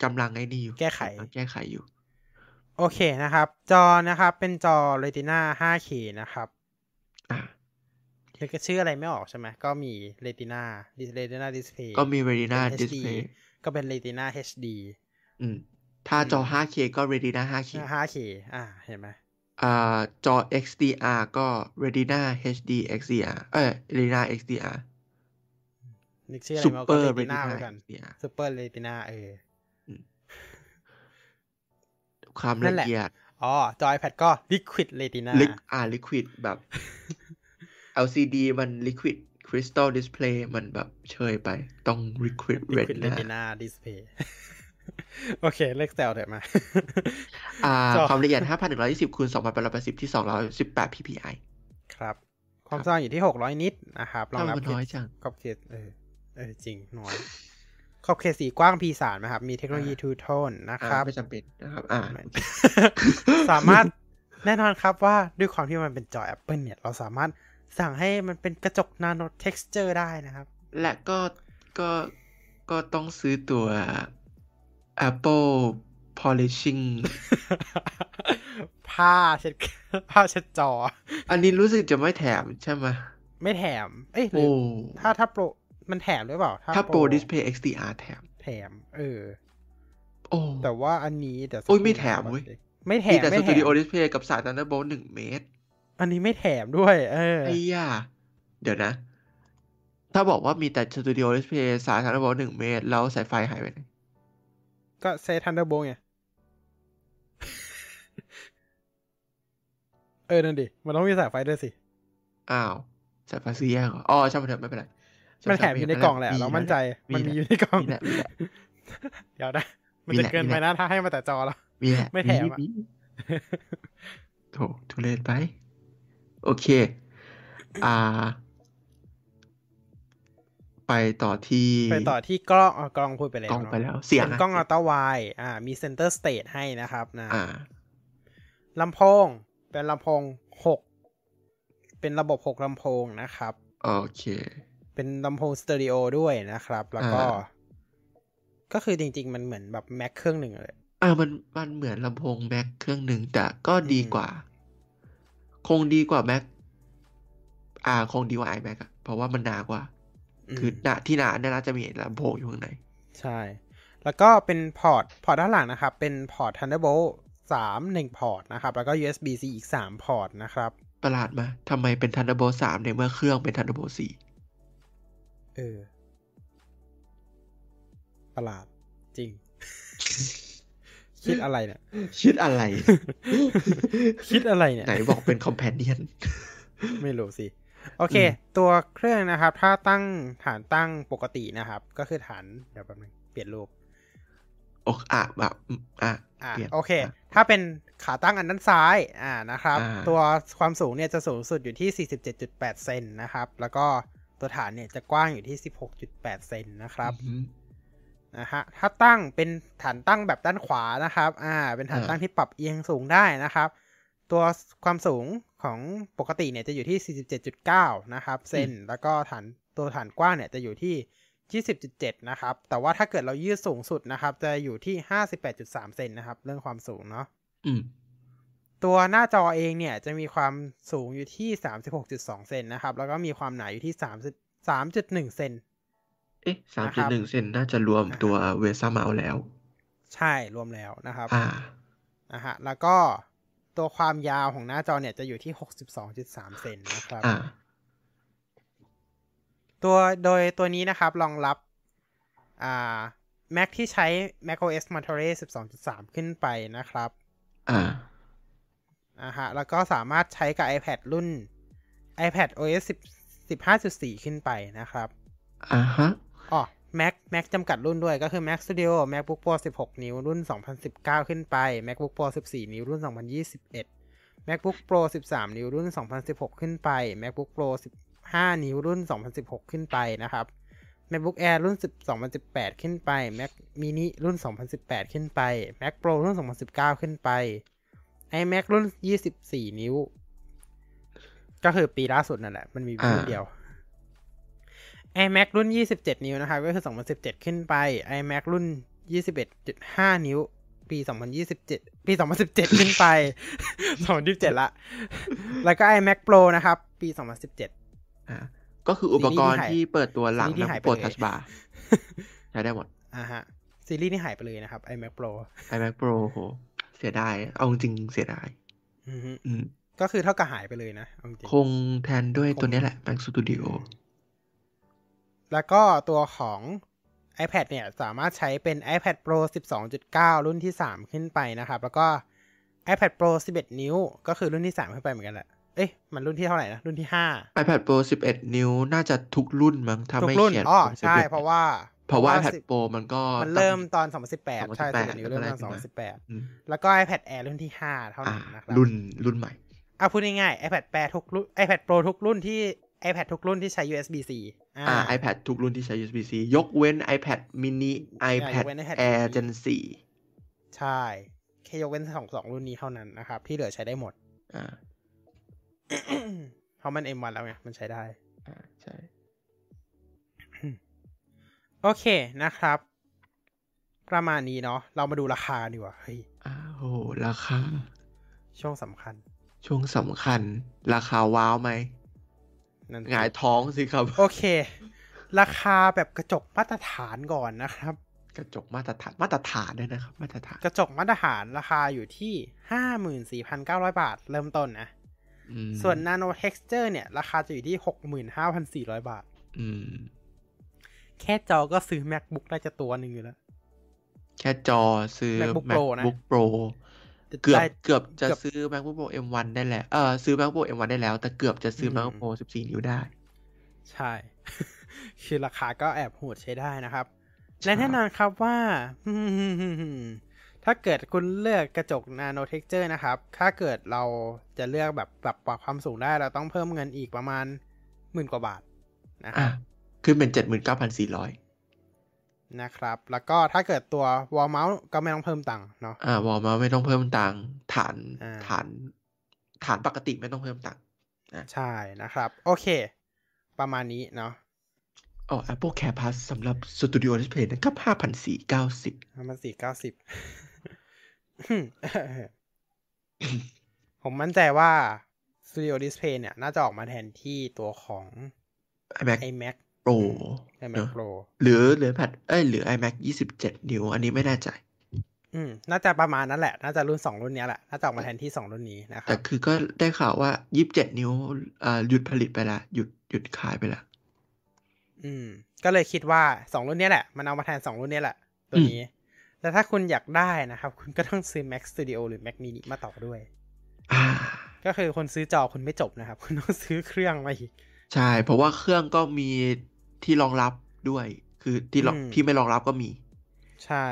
[SPEAKER 2] กำลังไอ้นี่อยู่
[SPEAKER 1] แก้ไข
[SPEAKER 2] ำลังแก้ไขอยู่
[SPEAKER 1] โอเคนะครับ จอนะครับ เป็นจอ Retina 5K นะครับ
[SPEAKER 2] อ่ะ
[SPEAKER 1] แล้วก็ชื่ออะไรไม่ออกใช่ไหม ก็มี Retina Retina Display
[SPEAKER 2] ก็มี Retina
[SPEAKER 1] เป็น HD
[SPEAKER 2] Display
[SPEAKER 1] ก็เป็น Retina HD
[SPEAKER 2] อืม ถ้าจอ 5K ก็ Retina 5K
[SPEAKER 1] นะ 5K อ่า เห็นไหม
[SPEAKER 2] อ่า จอ XDR ก็ Retina HD XDR เอ้ย Retina XDR
[SPEAKER 1] นึกชื่ออะไรไม่ออก
[SPEAKER 2] Super
[SPEAKER 1] ก็ Retina
[SPEAKER 2] Retina
[SPEAKER 1] เหมือนกัน
[SPEAKER 2] XDR
[SPEAKER 1] Super Retina เออ
[SPEAKER 2] ความ
[SPEAKER 1] นั่
[SPEAKER 2] ละ
[SPEAKER 1] นแหละ
[SPEAKER 2] เอียด
[SPEAKER 1] อ๋อ จอ iPad ก็ Liquid Retina
[SPEAKER 2] ลึกอ่า liquid แบบ LCD มัน liquid crystal display มันแบบเชยไป ต้อง liquid red
[SPEAKER 1] Liquid
[SPEAKER 2] นะ
[SPEAKER 1] Retina Display โอเค เล็กแซวเถอะมา
[SPEAKER 2] อ่า
[SPEAKER 1] จอ
[SPEAKER 2] ความละเอียด 5,120คูณ2,880 ที่ 218 ppi
[SPEAKER 1] ครับ ความสว่างอยู่ที่ 600 นิตนะครับรอง
[SPEAKER 2] ทำไม
[SPEAKER 1] รับ
[SPEAKER 2] มันน้อยจัง
[SPEAKER 1] ขอบเขตเออเออ จริง น้อย ขอบเขตสีกว้าง P3 นะครับ มีเทคโนโลยี
[SPEAKER 2] อ่า
[SPEAKER 1] Two Tone นะค
[SPEAKER 2] อ่า
[SPEAKER 1] รับ
[SPEAKER 2] ไม่จำเป็นนะครับ อ่า
[SPEAKER 1] ไม่ สามารถ แน่นอนครับว่าด้วยความที่มันเป็นจอ Apple เนี่ย เราสามารถสั่งให้มันเป็นกระจก Nano Texture ได้นะครับ
[SPEAKER 2] และก็ก็ก็ต้องซื้อตัว Apple polishing
[SPEAKER 1] ผ้าเช็ด ผ้าเช็ดจอ
[SPEAKER 2] อันนี้รู้สึกจะไม่แถมใช่ไหม
[SPEAKER 1] ไม่แถม เอ้ยหรื
[SPEAKER 2] โอ้
[SPEAKER 1] อถ้าถ้าโปรมันแถมหรือเปล่า
[SPEAKER 2] ถ้า Pro Display XDR แถม
[SPEAKER 1] แถม เออ
[SPEAKER 2] โอ้
[SPEAKER 1] แต่ว่าอันนี้เดี๋ยวสัก
[SPEAKER 2] โอ้ยไม่
[SPEAKER 1] ครู่
[SPEAKER 2] แถมเว้ย
[SPEAKER 1] ไม่แถ
[SPEAKER 2] มี
[SPEAKER 1] ม
[SPEAKER 2] แต่ส
[SPEAKER 1] ไม่แถ
[SPEAKER 2] ตูดิ
[SPEAKER 1] ม
[SPEAKER 2] โอดิสเพย์กับสาย Thunderbolt 1เมตร
[SPEAKER 1] อันนี้ไม่แถมด้วย เออ
[SPEAKER 2] ไอ้ย่าเดี๋ยวนะ ถ้าบอกว่ามีแต่สตูดิโอ i ิสเพย์สาย Thunderbolt 1เมตร แล้วสายไฟหายไปไหน
[SPEAKER 1] ก็เซทันเดอร์โบงไง เออ นั่นดิ มันต้องมีสายไฟด้วยสิ
[SPEAKER 2] อ้าว สายไฟซื้อแยกเหรออ๋อช่างมันเถอะไม่เป็นไร
[SPEAKER 1] มันแถมอยู่ในกล่องแหละ เรามั่นใจ
[SPEAKER 2] มี
[SPEAKER 1] มันมีอ
[SPEAKER 2] แหละ
[SPEAKER 1] ยู่ในกล่อง
[SPEAKER 2] มีแหละมีแหละ
[SPEAKER 1] เดี๋ยวนะ มัน
[SPEAKER 2] มี
[SPEAKER 1] จะ
[SPEAKER 2] แหละ
[SPEAKER 1] เกินไป
[SPEAKER 2] มีแห
[SPEAKER 1] นะ
[SPEAKER 2] ละ
[SPEAKER 1] ถ้าให้มาแต่จอแล้ว
[SPEAKER 2] มีแหละ
[SPEAKER 1] ไม่แถมอะ
[SPEAKER 2] โถทุเรศไป โอเค อ่า ไปต่อที่
[SPEAKER 1] ไปต่อที่กล้องอ๋อกล้องพูดไปแล้ว
[SPEAKER 2] กล้อง
[SPEAKER 1] เนาะ
[SPEAKER 2] ไปแล้ว เสียง
[SPEAKER 1] เป็น
[SPEAKER 2] อะ
[SPEAKER 1] กล้องอัลตร้าไวด์อ่า มีเซนเตอร์สเตทให้นะครับนะ
[SPEAKER 2] อ่า
[SPEAKER 1] ลำโพง เป็นลำโพงหก เป็นระบบหกลำโพงนะครับ
[SPEAKER 2] โอเค
[SPEAKER 1] เป็นลำโพงสเตอริโอด้วยนะครับ แล้วก็
[SPEAKER 2] อ่า
[SPEAKER 1] ก็คือจริง ๆ มันเหมือนแบบแม็กเครื่องหนึ่งเลย
[SPEAKER 2] อ่ามันมันเหมือนลำโพงแม็กเครื่องหนึ่งแต่ก็ดี
[SPEAKER 1] อืม
[SPEAKER 2] กว่า คงดีกว่าแม็กอ่า คงดีกว่า iMac อะเพราะว่ามันหนากว่า
[SPEAKER 1] ม
[SPEAKER 2] คือหนาที่หนาเนี่ยน่าจะมีลำโพงอยู่ข้างใน
[SPEAKER 1] ใช่ แล้วก็เป็นพอร์ต พอร์ตด้านหลังนะครับ เป็นพอร์ต Thunderbolt 3 1 พอร์ตนะครับ แล้วก็ USB-C อีก 3 พอร์ตนะครับ
[SPEAKER 2] ประหลาดมาทำไมเป็น Thunderbolt 3 ในเมื่อเครื่องเป็น Thunderbolt 4
[SPEAKER 1] เออ ประหลาด จริง คิดอะไรเนี่ย
[SPEAKER 2] คิด อะไร
[SPEAKER 1] คิดอะไรเนี่ย
[SPEAKER 2] ไหนบอกเป็น Companion
[SPEAKER 1] ไม่รู้สิ โอเค ตัวเครื่องนะครับ ถ้าตั้งฐานตั้งปกตินะครับ ก็คือฐานเดี๋ยวแป๊บนึงเปลี่ยนรูป
[SPEAKER 2] โอกอ่ะแบบอืมอ่ะ
[SPEAKER 1] อ่า
[SPEAKER 2] เปลี่ยน
[SPEAKER 1] โอเค
[SPEAKER 2] อ่ะ
[SPEAKER 1] ถ้าเป็นขาตั้งอันด้านซ้าย อ่านะครับ
[SPEAKER 2] อ่า
[SPEAKER 1] ตัวความสูงเนี่ยจะสูงสุดอยู่ที่ 47.8 เซนนะครับ แล้วก็ตัวฐานเนี่ยจะกว้างอยู่ที่ 16.8 เซนนะครับ
[SPEAKER 2] อืม
[SPEAKER 1] นะฮะ ถ้าตั้งเป็นฐานตั้งแบบด้านขวานะครับ อ่า เป็นฐาน
[SPEAKER 2] อ่า
[SPEAKER 1] ตั้งที่ปรับเอียงสูงได้นะครับ ตัวความสูงของปกติเนี่ยจะอยู่ที่ 47.9 นะครับเซน แล้วก็ฐานตัวฐานกว้างเนี่ยจะอยู่ที่ 20.7 นะครับ แต่ว่าถ้าเกิดเรายืดสูงสุดนะครับ จะอยู่ที่ 58.3 เซนนะครับ เรื่องความสูงเนาะ
[SPEAKER 2] อืม
[SPEAKER 1] ตัวหน้าจอเองเนี่ยจะมีความสูงอยู่ที่ 36.2 เซนนะครับ แล้วก็มีความหนาอยู่ที่ 3 3.1 เซน
[SPEAKER 2] เอ๊ะสาม
[SPEAKER 1] นะค
[SPEAKER 2] จุ
[SPEAKER 1] รั
[SPEAKER 2] ด
[SPEAKER 1] บ
[SPEAKER 2] หนึ่งเซนน่าจะรวมตัวเวซ่าเมาส์แล้ว
[SPEAKER 1] ใช่รวมแล้วนะครับ
[SPEAKER 2] อ่า
[SPEAKER 1] นะฮะแล้วก็ตัวความยาวของหน้าจอเนี่ยจะอยู่ที่ 62.3 เซนนะครับ
[SPEAKER 2] อ่า
[SPEAKER 1] ตัวโดยตัวนี้นะครับรองรับอ่า Mac ที่ใช้ macOS Monterey 12.3 ขึ้นไปนะครับ
[SPEAKER 2] อ่า
[SPEAKER 1] นะฮะแล้วก็สามารถใช้กับ iPad รุ่น iPad OS 10 15.4 ขึ้นไปนะครับ
[SPEAKER 2] อ่าฮะ
[SPEAKER 1] อ๋อ Mac Mac จำกัดรุ่นด้วยก็คือ Mac Studio MacBook Pro 16 นิ้วรุ่น 2019 ขึ้นไป MacBook Pro 14 นิ้วรุ่น 2021 MacBook Pro 13 นิ้วรุ่น 2016 ขึ้นไป MacBook Pro 15 นิ้วรุ่น 2016 ขึ้นไปนะครับ MacBook Air รุ่น10 2018 ขึ้นไป Mac Mini รุ่น 2018 ขึ้นไป Mac Pro รุ่น 2019 ขึ้นไป iMac รุ่น 24 นิ้ว ก็คือปีล่าสุดนั่นแหละ มันมี
[SPEAKER 2] อ่า
[SPEAKER 1] รุ่นเดียว iMac รุ่น 27 นิ้วนะครับ ก็คือ 2017 ขึ้นไป iMac รุ่น 21.5 นิ้ว ปี 2027 ปี 2017 ขึ้นไป 2027 ละ แล้วก็ iMac Pro นะครับ ปี 2017
[SPEAKER 2] อ่า ก็คืออุปกรณ์
[SPEAKER 1] ซีรีส์ที่
[SPEAKER 2] ที่เปิดตัวหลัง
[SPEAKER 1] ซีรีส์ที่
[SPEAKER 2] นะ
[SPEAKER 1] หายไป
[SPEAKER 2] โปร
[SPEAKER 1] เลย
[SPEAKER 2] ทัชบาร์ใช้ได้หมด
[SPEAKER 1] อ่าฮะ ซีรีส์นี่หายไปเลยนะครับ iMac Pro
[SPEAKER 2] iMac Pro โห เสียดาย เอาจริงๆเสียดาย
[SPEAKER 1] อือฮึ
[SPEAKER 2] อืม
[SPEAKER 1] ก็คือเท่ากับหายไปเลยนะเอาจริง
[SPEAKER 2] คงแทนด้วยตัวเนี้ยแหละ Mac Studio
[SPEAKER 1] แล้วก็ตัวของ iPad เนี่ย สามารถใช้เป็น iPad Pro 12.9 รุ่นที่ 3 ขึ้นไปนะครับ แล้วก็ iPad Pro 11 นิ้ว ก็คือรุ่นที่ 3 ขึ้นไปเหมือนกันแหละ เอ้ย มันรุ่นที่เท่าไหร่นะ รุ่นที่ 5
[SPEAKER 2] iPad Pro 11 นิ้วน่าจะทุกรุ่นมั้งถ้า
[SPEAKER 1] ทุก
[SPEAKER 2] ไม่
[SPEAKER 1] รุ่น
[SPEAKER 2] เขียน
[SPEAKER 1] อ๋อ
[SPEAKER 2] ป็น
[SPEAKER 1] ใช่
[SPEAKER 2] 11
[SPEAKER 1] เพราะว่า
[SPEAKER 2] เพราะว่า
[SPEAKER 1] เพ
[SPEAKER 2] iPad Pro มันก็
[SPEAKER 1] มันเริ่ม
[SPEAKER 2] ตั้ง
[SPEAKER 1] ตอน 2018 ใช่
[SPEAKER 2] 2018
[SPEAKER 1] 11นิ้วเริ่มตอน
[SPEAKER 2] อืม
[SPEAKER 1] 2018 แล้วก็ iPad Air รุ่นที่ 5 เท่า
[SPEAKER 2] อ่า
[SPEAKER 1] นั้นนะครับ
[SPEAKER 2] รุ่นรุ่นใหม่
[SPEAKER 1] อ่ะพูดง่ายๆ iPad แปรทุกรุ่น iPad Pro ทุกรุ่นที่ iPad ทุกรุ่นที่ใช้ USB-C อ่า
[SPEAKER 2] อ่า iPad ทุกรุ่นที่ใช้ USB-C ยกเว้น iPad mini
[SPEAKER 1] ย
[SPEAKER 2] iPad
[SPEAKER 1] กเว้น iPad
[SPEAKER 2] Air
[SPEAKER 1] mini
[SPEAKER 2] Gen
[SPEAKER 1] ใช่แค่ยกเว้นสองสองรุ่นนี้เท่านั้นนะครับ ที่เหลือใช้ได้หม ด
[SPEAKER 2] 4อ่า
[SPEAKER 1] เพราะมัน M1 แล้วไง มันใช้ได้
[SPEAKER 2] อ่าใช่
[SPEAKER 1] โอเคนะครับ ประมาณนี้เนาะเรามาดูราคาดีกว่าเฮ้ย
[SPEAKER 2] อ้าวโหราคา
[SPEAKER 1] ช่วงสำคัญ
[SPEAKER 2] ช่วงสำคัญ ราคาว้าวไหม
[SPEAKER 1] นั่น
[SPEAKER 2] หงายท้องสิครับ
[SPEAKER 1] โอเค ราคาแบบกระจกมาตรฐานก่อนนะครับ
[SPEAKER 2] กระจกมาตรฐานมาตรฐานด้วยนะครับ มาตรฐาน
[SPEAKER 1] กระจกมาตรฐานราคาอยู่ที่ 54,900 บาท เริ่มต้นนะ
[SPEAKER 2] อืม
[SPEAKER 1] ส่วน Nano Texture เนี่ย ราคาจะอยู่ที่ 65,400 บาท
[SPEAKER 2] อืม
[SPEAKER 1] แค่จอก็ซื้อ MacBook ได้จะตัวหนึ่งอยู่แล้ว
[SPEAKER 2] แค่จอซื้อ
[SPEAKER 1] MacBook Pro นะ
[SPEAKER 2] MacBook Pro เกือบ
[SPEAKER 1] ได้
[SPEAKER 2] เกือบจะ
[SPEAKER 1] เกือบ
[SPEAKER 2] ซื้อ MacBook Pro M1 ได้แหละเออซื้อ MacBook M1 ได้แล้ว แต่เกือบจะซื้อ
[SPEAKER 1] อืม
[SPEAKER 2] MacBook Pro 14 นิ้วได้
[SPEAKER 1] ใช่ คือราคาก็แอบโหดใช้ได้นะครับ
[SPEAKER 2] ใช่
[SPEAKER 1] และแน่นอนครับว่า ถ้าเกิดคุณเลือกกระจก Nano Texture นะครับ ถ้าเกิดเราจะเลือกแบบปรับปรับความสูงได้เราต้องเพิ่มเงินอีกประมาณหมื่นกว่าบาทนะค
[SPEAKER 2] อ่ะ
[SPEAKER 1] รับ
[SPEAKER 2] ขึ้นเป็น 79,400
[SPEAKER 1] นะครับ แล้วก็ถ้าเกิดตัว Wall Mount ก็ไม่ต้องเพิ่มตังค์เนาะ
[SPEAKER 2] อ่าวอกมาไม่ต้องเพิ่มตังค์ฐาน
[SPEAKER 1] อ่า
[SPEAKER 2] ฐาน ฐานปกติไม่ต้องเพิ่มตังค์
[SPEAKER 1] ใช่นะครับ โอเค ประมาณนี้เนาะ
[SPEAKER 2] อ๋อ Apple Care Plus สำหรับ Studio Display นะครับ5,490
[SPEAKER 1] ห้าพันสี่เก้าสิบ ผมมั่นใจว่า Studio Display เนี่ย น่าจะออกมาแทนที่ตัวของ
[SPEAKER 2] iMac
[SPEAKER 1] iMac
[SPEAKER 2] Pro
[SPEAKER 1] ไอแม
[SPEAKER 2] เน
[SPEAKER 1] c
[SPEAKER 2] อะ
[SPEAKER 1] โปร
[SPEAKER 2] หรือหรือแพดเอ้ยหรือ iMac 27 นิ้ว อันนี้ไม่แน่ใจ
[SPEAKER 1] อืม น่าจะประมาณนั้นแหละ น่าจะรุ่นสองรุ่นเนี้ยแหละ น่าจะออกมาแทนที่สองรุ่นนี้นะครั
[SPEAKER 2] แต่
[SPEAKER 1] บ
[SPEAKER 2] คือก็ได้ข่าวว่า 27 นิ้วอ่าหยุดผลิตไปละหยุดหยุดขายไปละ
[SPEAKER 1] อืม ก็เลยคิดว่าสองรุ่นเนี้ยแหละ มันเอามาแทนสองรุ่นเนี้ยแหละ ตัวนี้ แล้วถ้าคุณอยากได้นะครับ คุณก็ต้องซื้อ Mac Studio หรือ Mac Mini มาต่อด้วย
[SPEAKER 2] อ่า
[SPEAKER 1] ก็คือคนซื้อจอคุณไม่จบนะครับ คุณต้องซื้อเครื่องมาอีก
[SPEAKER 2] ใช่ เพราะว่าเครื่องก็มีที่รองรับด้วย คือที่รอง
[SPEAKER 1] อืม
[SPEAKER 2] ที่ไม่รองรับก็มี
[SPEAKER 1] ใช่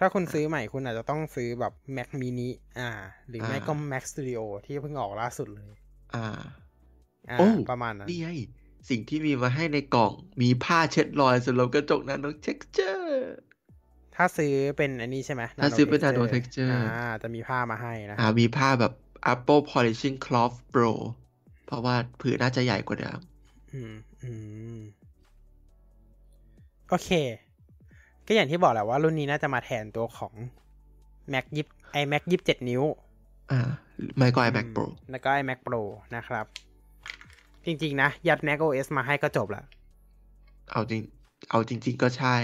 [SPEAKER 1] ถ้าคุณซื้อใหม่คุณอาจจะต้องซื้อแบบ Mac mini อ่า หรือไม่
[SPEAKER 2] อ่า
[SPEAKER 1] ก็ Mac Studio ที่เพิ่งออกล่าสุดเลย
[SPEAKER 2] อ่า
[SPEAKER 1] อ่า
[SPEAKER 2] โอ้
[SPEAKER 1] ประมาณนั้น
[SPEAKER 2] นี่ไงสิ่งที่มีมาให้ในกล่องมีผ้าเช็ดรอยสำหรับกระจกนาโนเท็กเจอร์
[SPEAKER 1] ถ้าซื้อเป็นอันนี้ใช่ไหม
[SPEAKER 2] ถ้าซื้อเป็น Nano Texture
[SPEAKER 1] อ่า จะมีผ้ามาให้นะค
[SPEAKER 2] อ่า
[SPEAKER 1] รับ
[SPEAKER 2] มีผ้าแบบ Apple Polishing Cloth Pro เพราะว่าผืนน่าจะใหญ่กว่าเดิม
[SPEAKER 1] อืมอืมโอเค ก็อย่างที่บอกแหละว่ารุ่นนี้น่าจะมาแทนตัวของ Mac ยิบไอ Mac ยิบเจ็ดนิ้ว
[SPEAKER 2] อ่าไม่ก็ iMac
[SPEAKER 1] อืม
[SPEAKER 2] Pro
[SPEAKER 1] แล้วก็ iMac Pro นะครับ จริงๆนะ ยัด Mac OS มาให้ก็จบละ
[SPEAKER 2] เอาจริง เอาจริง ๆ ก็ใช่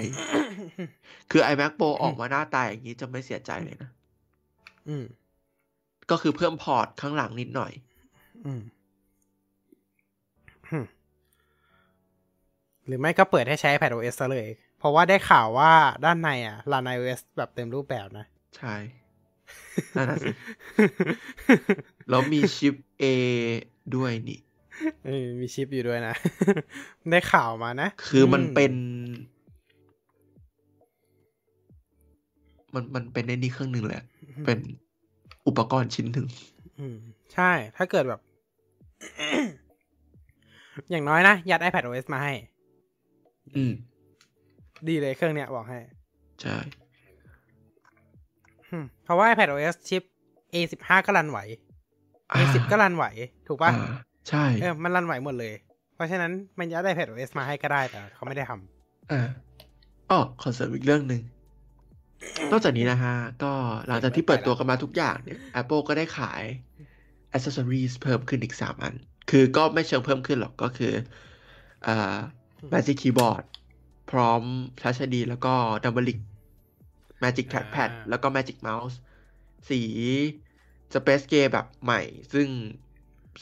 [SPEAKER 2] คือ iMac Pro ออกมาหน้าตาอย่างนี้จะไม่เสียใจเลยนะ
[SPEAKER 1] อืม
[SPEAKER 2] ก็คือเพิ่มพอร์ตข้างหลังนิดหน่อย
[SPEAKER 1] อืมอืม หรือไม่ก็เปิดให้ใช้ iPad OS ซะเลย เพราะว่าได้ข่าวว่าด้านในอ่ะรัน iOS แบบเต็มรูปแบบนะ
[SPEAKER 2] ใช่ นั่นน่ะ สิ แล้วมีชิป A ด้วยนี่
[SPEAKER 1] เออมีชิปอยู่ด้วยนะ ได้ข่าวมานะ
[SPEAKER 2] คือมันเป็น มันมันเป็นในนี้เครื่องหนึ่งแหละ เป็นอุปกรณ์ชิ้นหนึ่ง
[SPEAKER 1] อืมใช่ ถ้าเกิดแบบ อย่างน้อยนะ ยัด iPad OS มาให้
[SPEAKER 2] อืม
[SPEAKER 1] ดีเลยเครื่องเนี้ยบอกให้
[SPEAKER 2] ใช่
[SPEAKER 1] อืมเพราะว่า iPad OS ชิป A15 ก็รันไหว
[SPEAKER 2] อ่า
[SPEAKER 1] A10 ก็รันไหว ถูกปะ
[SPEAKER 2] อ่าใช่
[SPEAKER 1] เออ มันรันไหวหมดเลย เพราะฉะนั้นมันยัด iPad OS มาให้ก็ได้แต่เขาไม่ได้ท
[SPEAKER 2] อ่าอ๋อคอนเสิร์ตอีกเรื่องหนึ่ง นอกจากนี้นะฮะ ก็หลังจากที่เปิดตัวกันมาทุกอย่างเนี่ย Apple ก็ได้ขาย Accessories เพิ่มขึ้นอีก 3 อัน คือก็ไม่เชิงเพิ่มขึ้นหรอกก็คืออ่า
[SPEAKER 1] ำ
[SPEAKER 2] Magic Keyboard พร้อม Touch ID แล้วก็ Double Click Magic Trackpad
[SPEAKER 1] อ่า
[SPEAKER 2] แล้วก็ Magic Mouse สี Space Gray แบบใหม่ ซึ่ง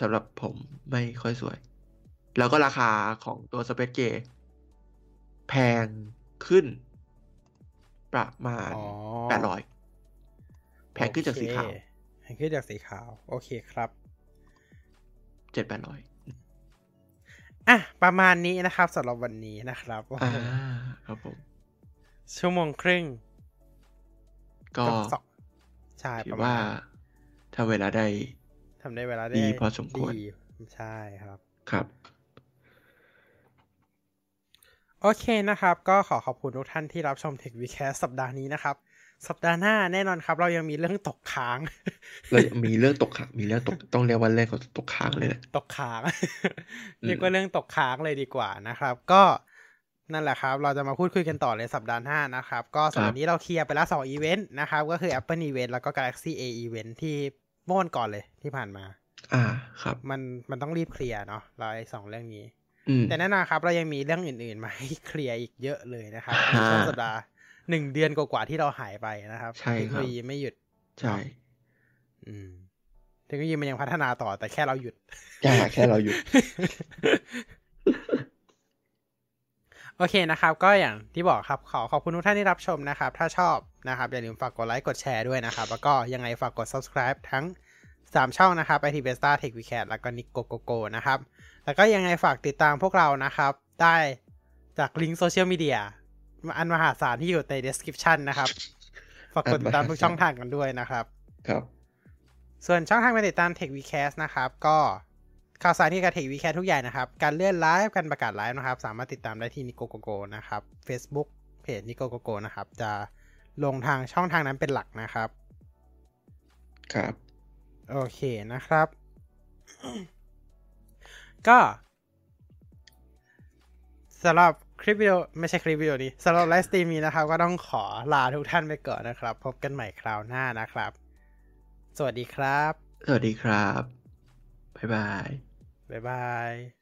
[SPEAKER 2] สำหรับผมไม่ค่อยสวย แล้วก็ราคาของตัว Space Gray แพงขึ้นประมาณ
[SPEAKER 1] อ๋อ
[SPEAKER 2] 800 แพงขึ้นจากสีขาว
[SPEAKER 1] โอเคแพงขึ้นจากสีขาว โอเคครับ
[SPEAKER 2] 7-800
[SPEAKER 1] อ่ะ ประมาณนี้นะครับสำหรับวันนี้นะครับโอ้โห
[SPEAKER 2] อ่าครับผม
[SPEAKER 1] ชั่วโมงครึ่ง
[SPEAKER 2] ก็
[SPEAKER 1] ก็สองใช่
[SPEAKER 2] ถื
[SPEAKER 1] ป
[SPEAKER 2] อ
[SPEAKER 1] ระมาณ
[SPEAKER 2] ว่า
[SPEAKER 1] นั้น
[SPEAKER 2] ทำเวลาได้
[SPEAKER 1] ทำได้เวลาได้
[SPEAKER 2] ดีพอสมควร
[SPEAKER 1] ดีใช่ครับ
[SPEAKER 2] ครับ
[SPEAKER 1] โอเคนะครับ ก็ขอขอบคุณทุกท่านที่รับชม Tech w e c a s t สัปดาห์นี้นะครับ สัปดาห์หน้าแน่นอนครับ เรายังมีเรื่องตกค้าง
[SPEAKER 2] เรามีเรื่องตกค้างมีเรื่องตก ต้องเรียกว่าเรื่องของตกค้างเลยแหละ
[SPEAKER 1] ตกค้าง
[SPEAKER 2] อืม
[SPEAKER 1] เรียกว่าเรื่องตกค้างเลยดีกว่านะครับ ก็นั่นแหละครับ เราจะมาพูดคุยกันต่อในสัปดาห์หน้านะครับ ก็สัปดาห์นี้เราเคลียร์ไปแล้วสองอีเวนต์นะครับ ก็คือ Apple Event แล้วก็ Galaxy A Event ที่เมื่อวันก่อนเลยที่ผ่านมา
[SPEAKER 2] อ่า ครับ
[SPEAKER 1] มันมันต้องรีบเคลียร์เนาะเราไอ้สองเรื่องนี้
[SPEAKER 2] อืม
[SPEAKER 1] แต่แน่นอนครับ เรายังมีเรื่องอื่นๆมาให้เคลียร์อีกเยอะเลยนะครับใน
[SPEAKER 2] ฮะ
[SPEAKER 1] ช่วงสัปดาห์หนึ่งเดือนกว่าๆที่เราหายไปนะครับ
[SPEAKER 2] ใช่ครับ
[SPEAKER 1] เทคโนโลยีไม่หยุด
[SPEAKER 2] ใช่
[SPEAKER 1] อืมเทคโนโลยีมันยังพัฒนาต่อแต่แค่เราหยุด
[SPEAKER 2] ใช่แค่เราอยู่
[SPEAKER 1] โอเคนะครับ ก็อย่างที่บอกครับ ขอขอบคุณทุกท่านที่รับชมนะครับ ถ้าชอบนะครับ อย่าลืมฝากกดไลค์กดแชร์ด้วยนะครับ แล้วก็ยังไงฝากกด subscribe ทั้ง 3 ช่องนะครับ i t b e s t a Tech w e c a t แล้วก็ Nick Go Go Go นะครับ แล้วก็ยังไงฝากติดตามพวกเรานะครับ ได้จากลิงก์โซเชียลมีเดียอันมหาศาลที่อยู่ใน description นะครับ ฝากกดติดตามทุกช่องทางกันด้วยนะครับ
[SPEAKER 2] ครับ
[SPEAKER 1] ส่วนช่องทางการติดตาม Tech Vcast นะครับ ก็ข่าวสารที่ยวกับ Tech Vcast ทุกอย่างนะครับ การเลื่อนไลฟ์การประกาศไลฟ์นะครับ สามารถติดตามได้ที่นิโกโกโกนะครับ Facebook เพจนิโกโกโกนะครับ จะลงทางช่องทางนั้นเป็นหลักนะครับ
[SPEAKER 2] ครับ
[SPEAKER 1] โอเคนะครับ ก็ สำหรับคลิปวิดีโอ ไม่ใช่คลิปวิดีโอนี้สำหรับไลฟ์สตรีมนี้นะครับ ก็ต้องขอลาทุกท่านไปก่อนนะครับ พบกันใหม่คราวหน้านะครับ สวัสดีครับ
[SPEAKER 2] สวัสดีครับ บ๊ายบาย
[SPEAKER 1] บ๊ายบาย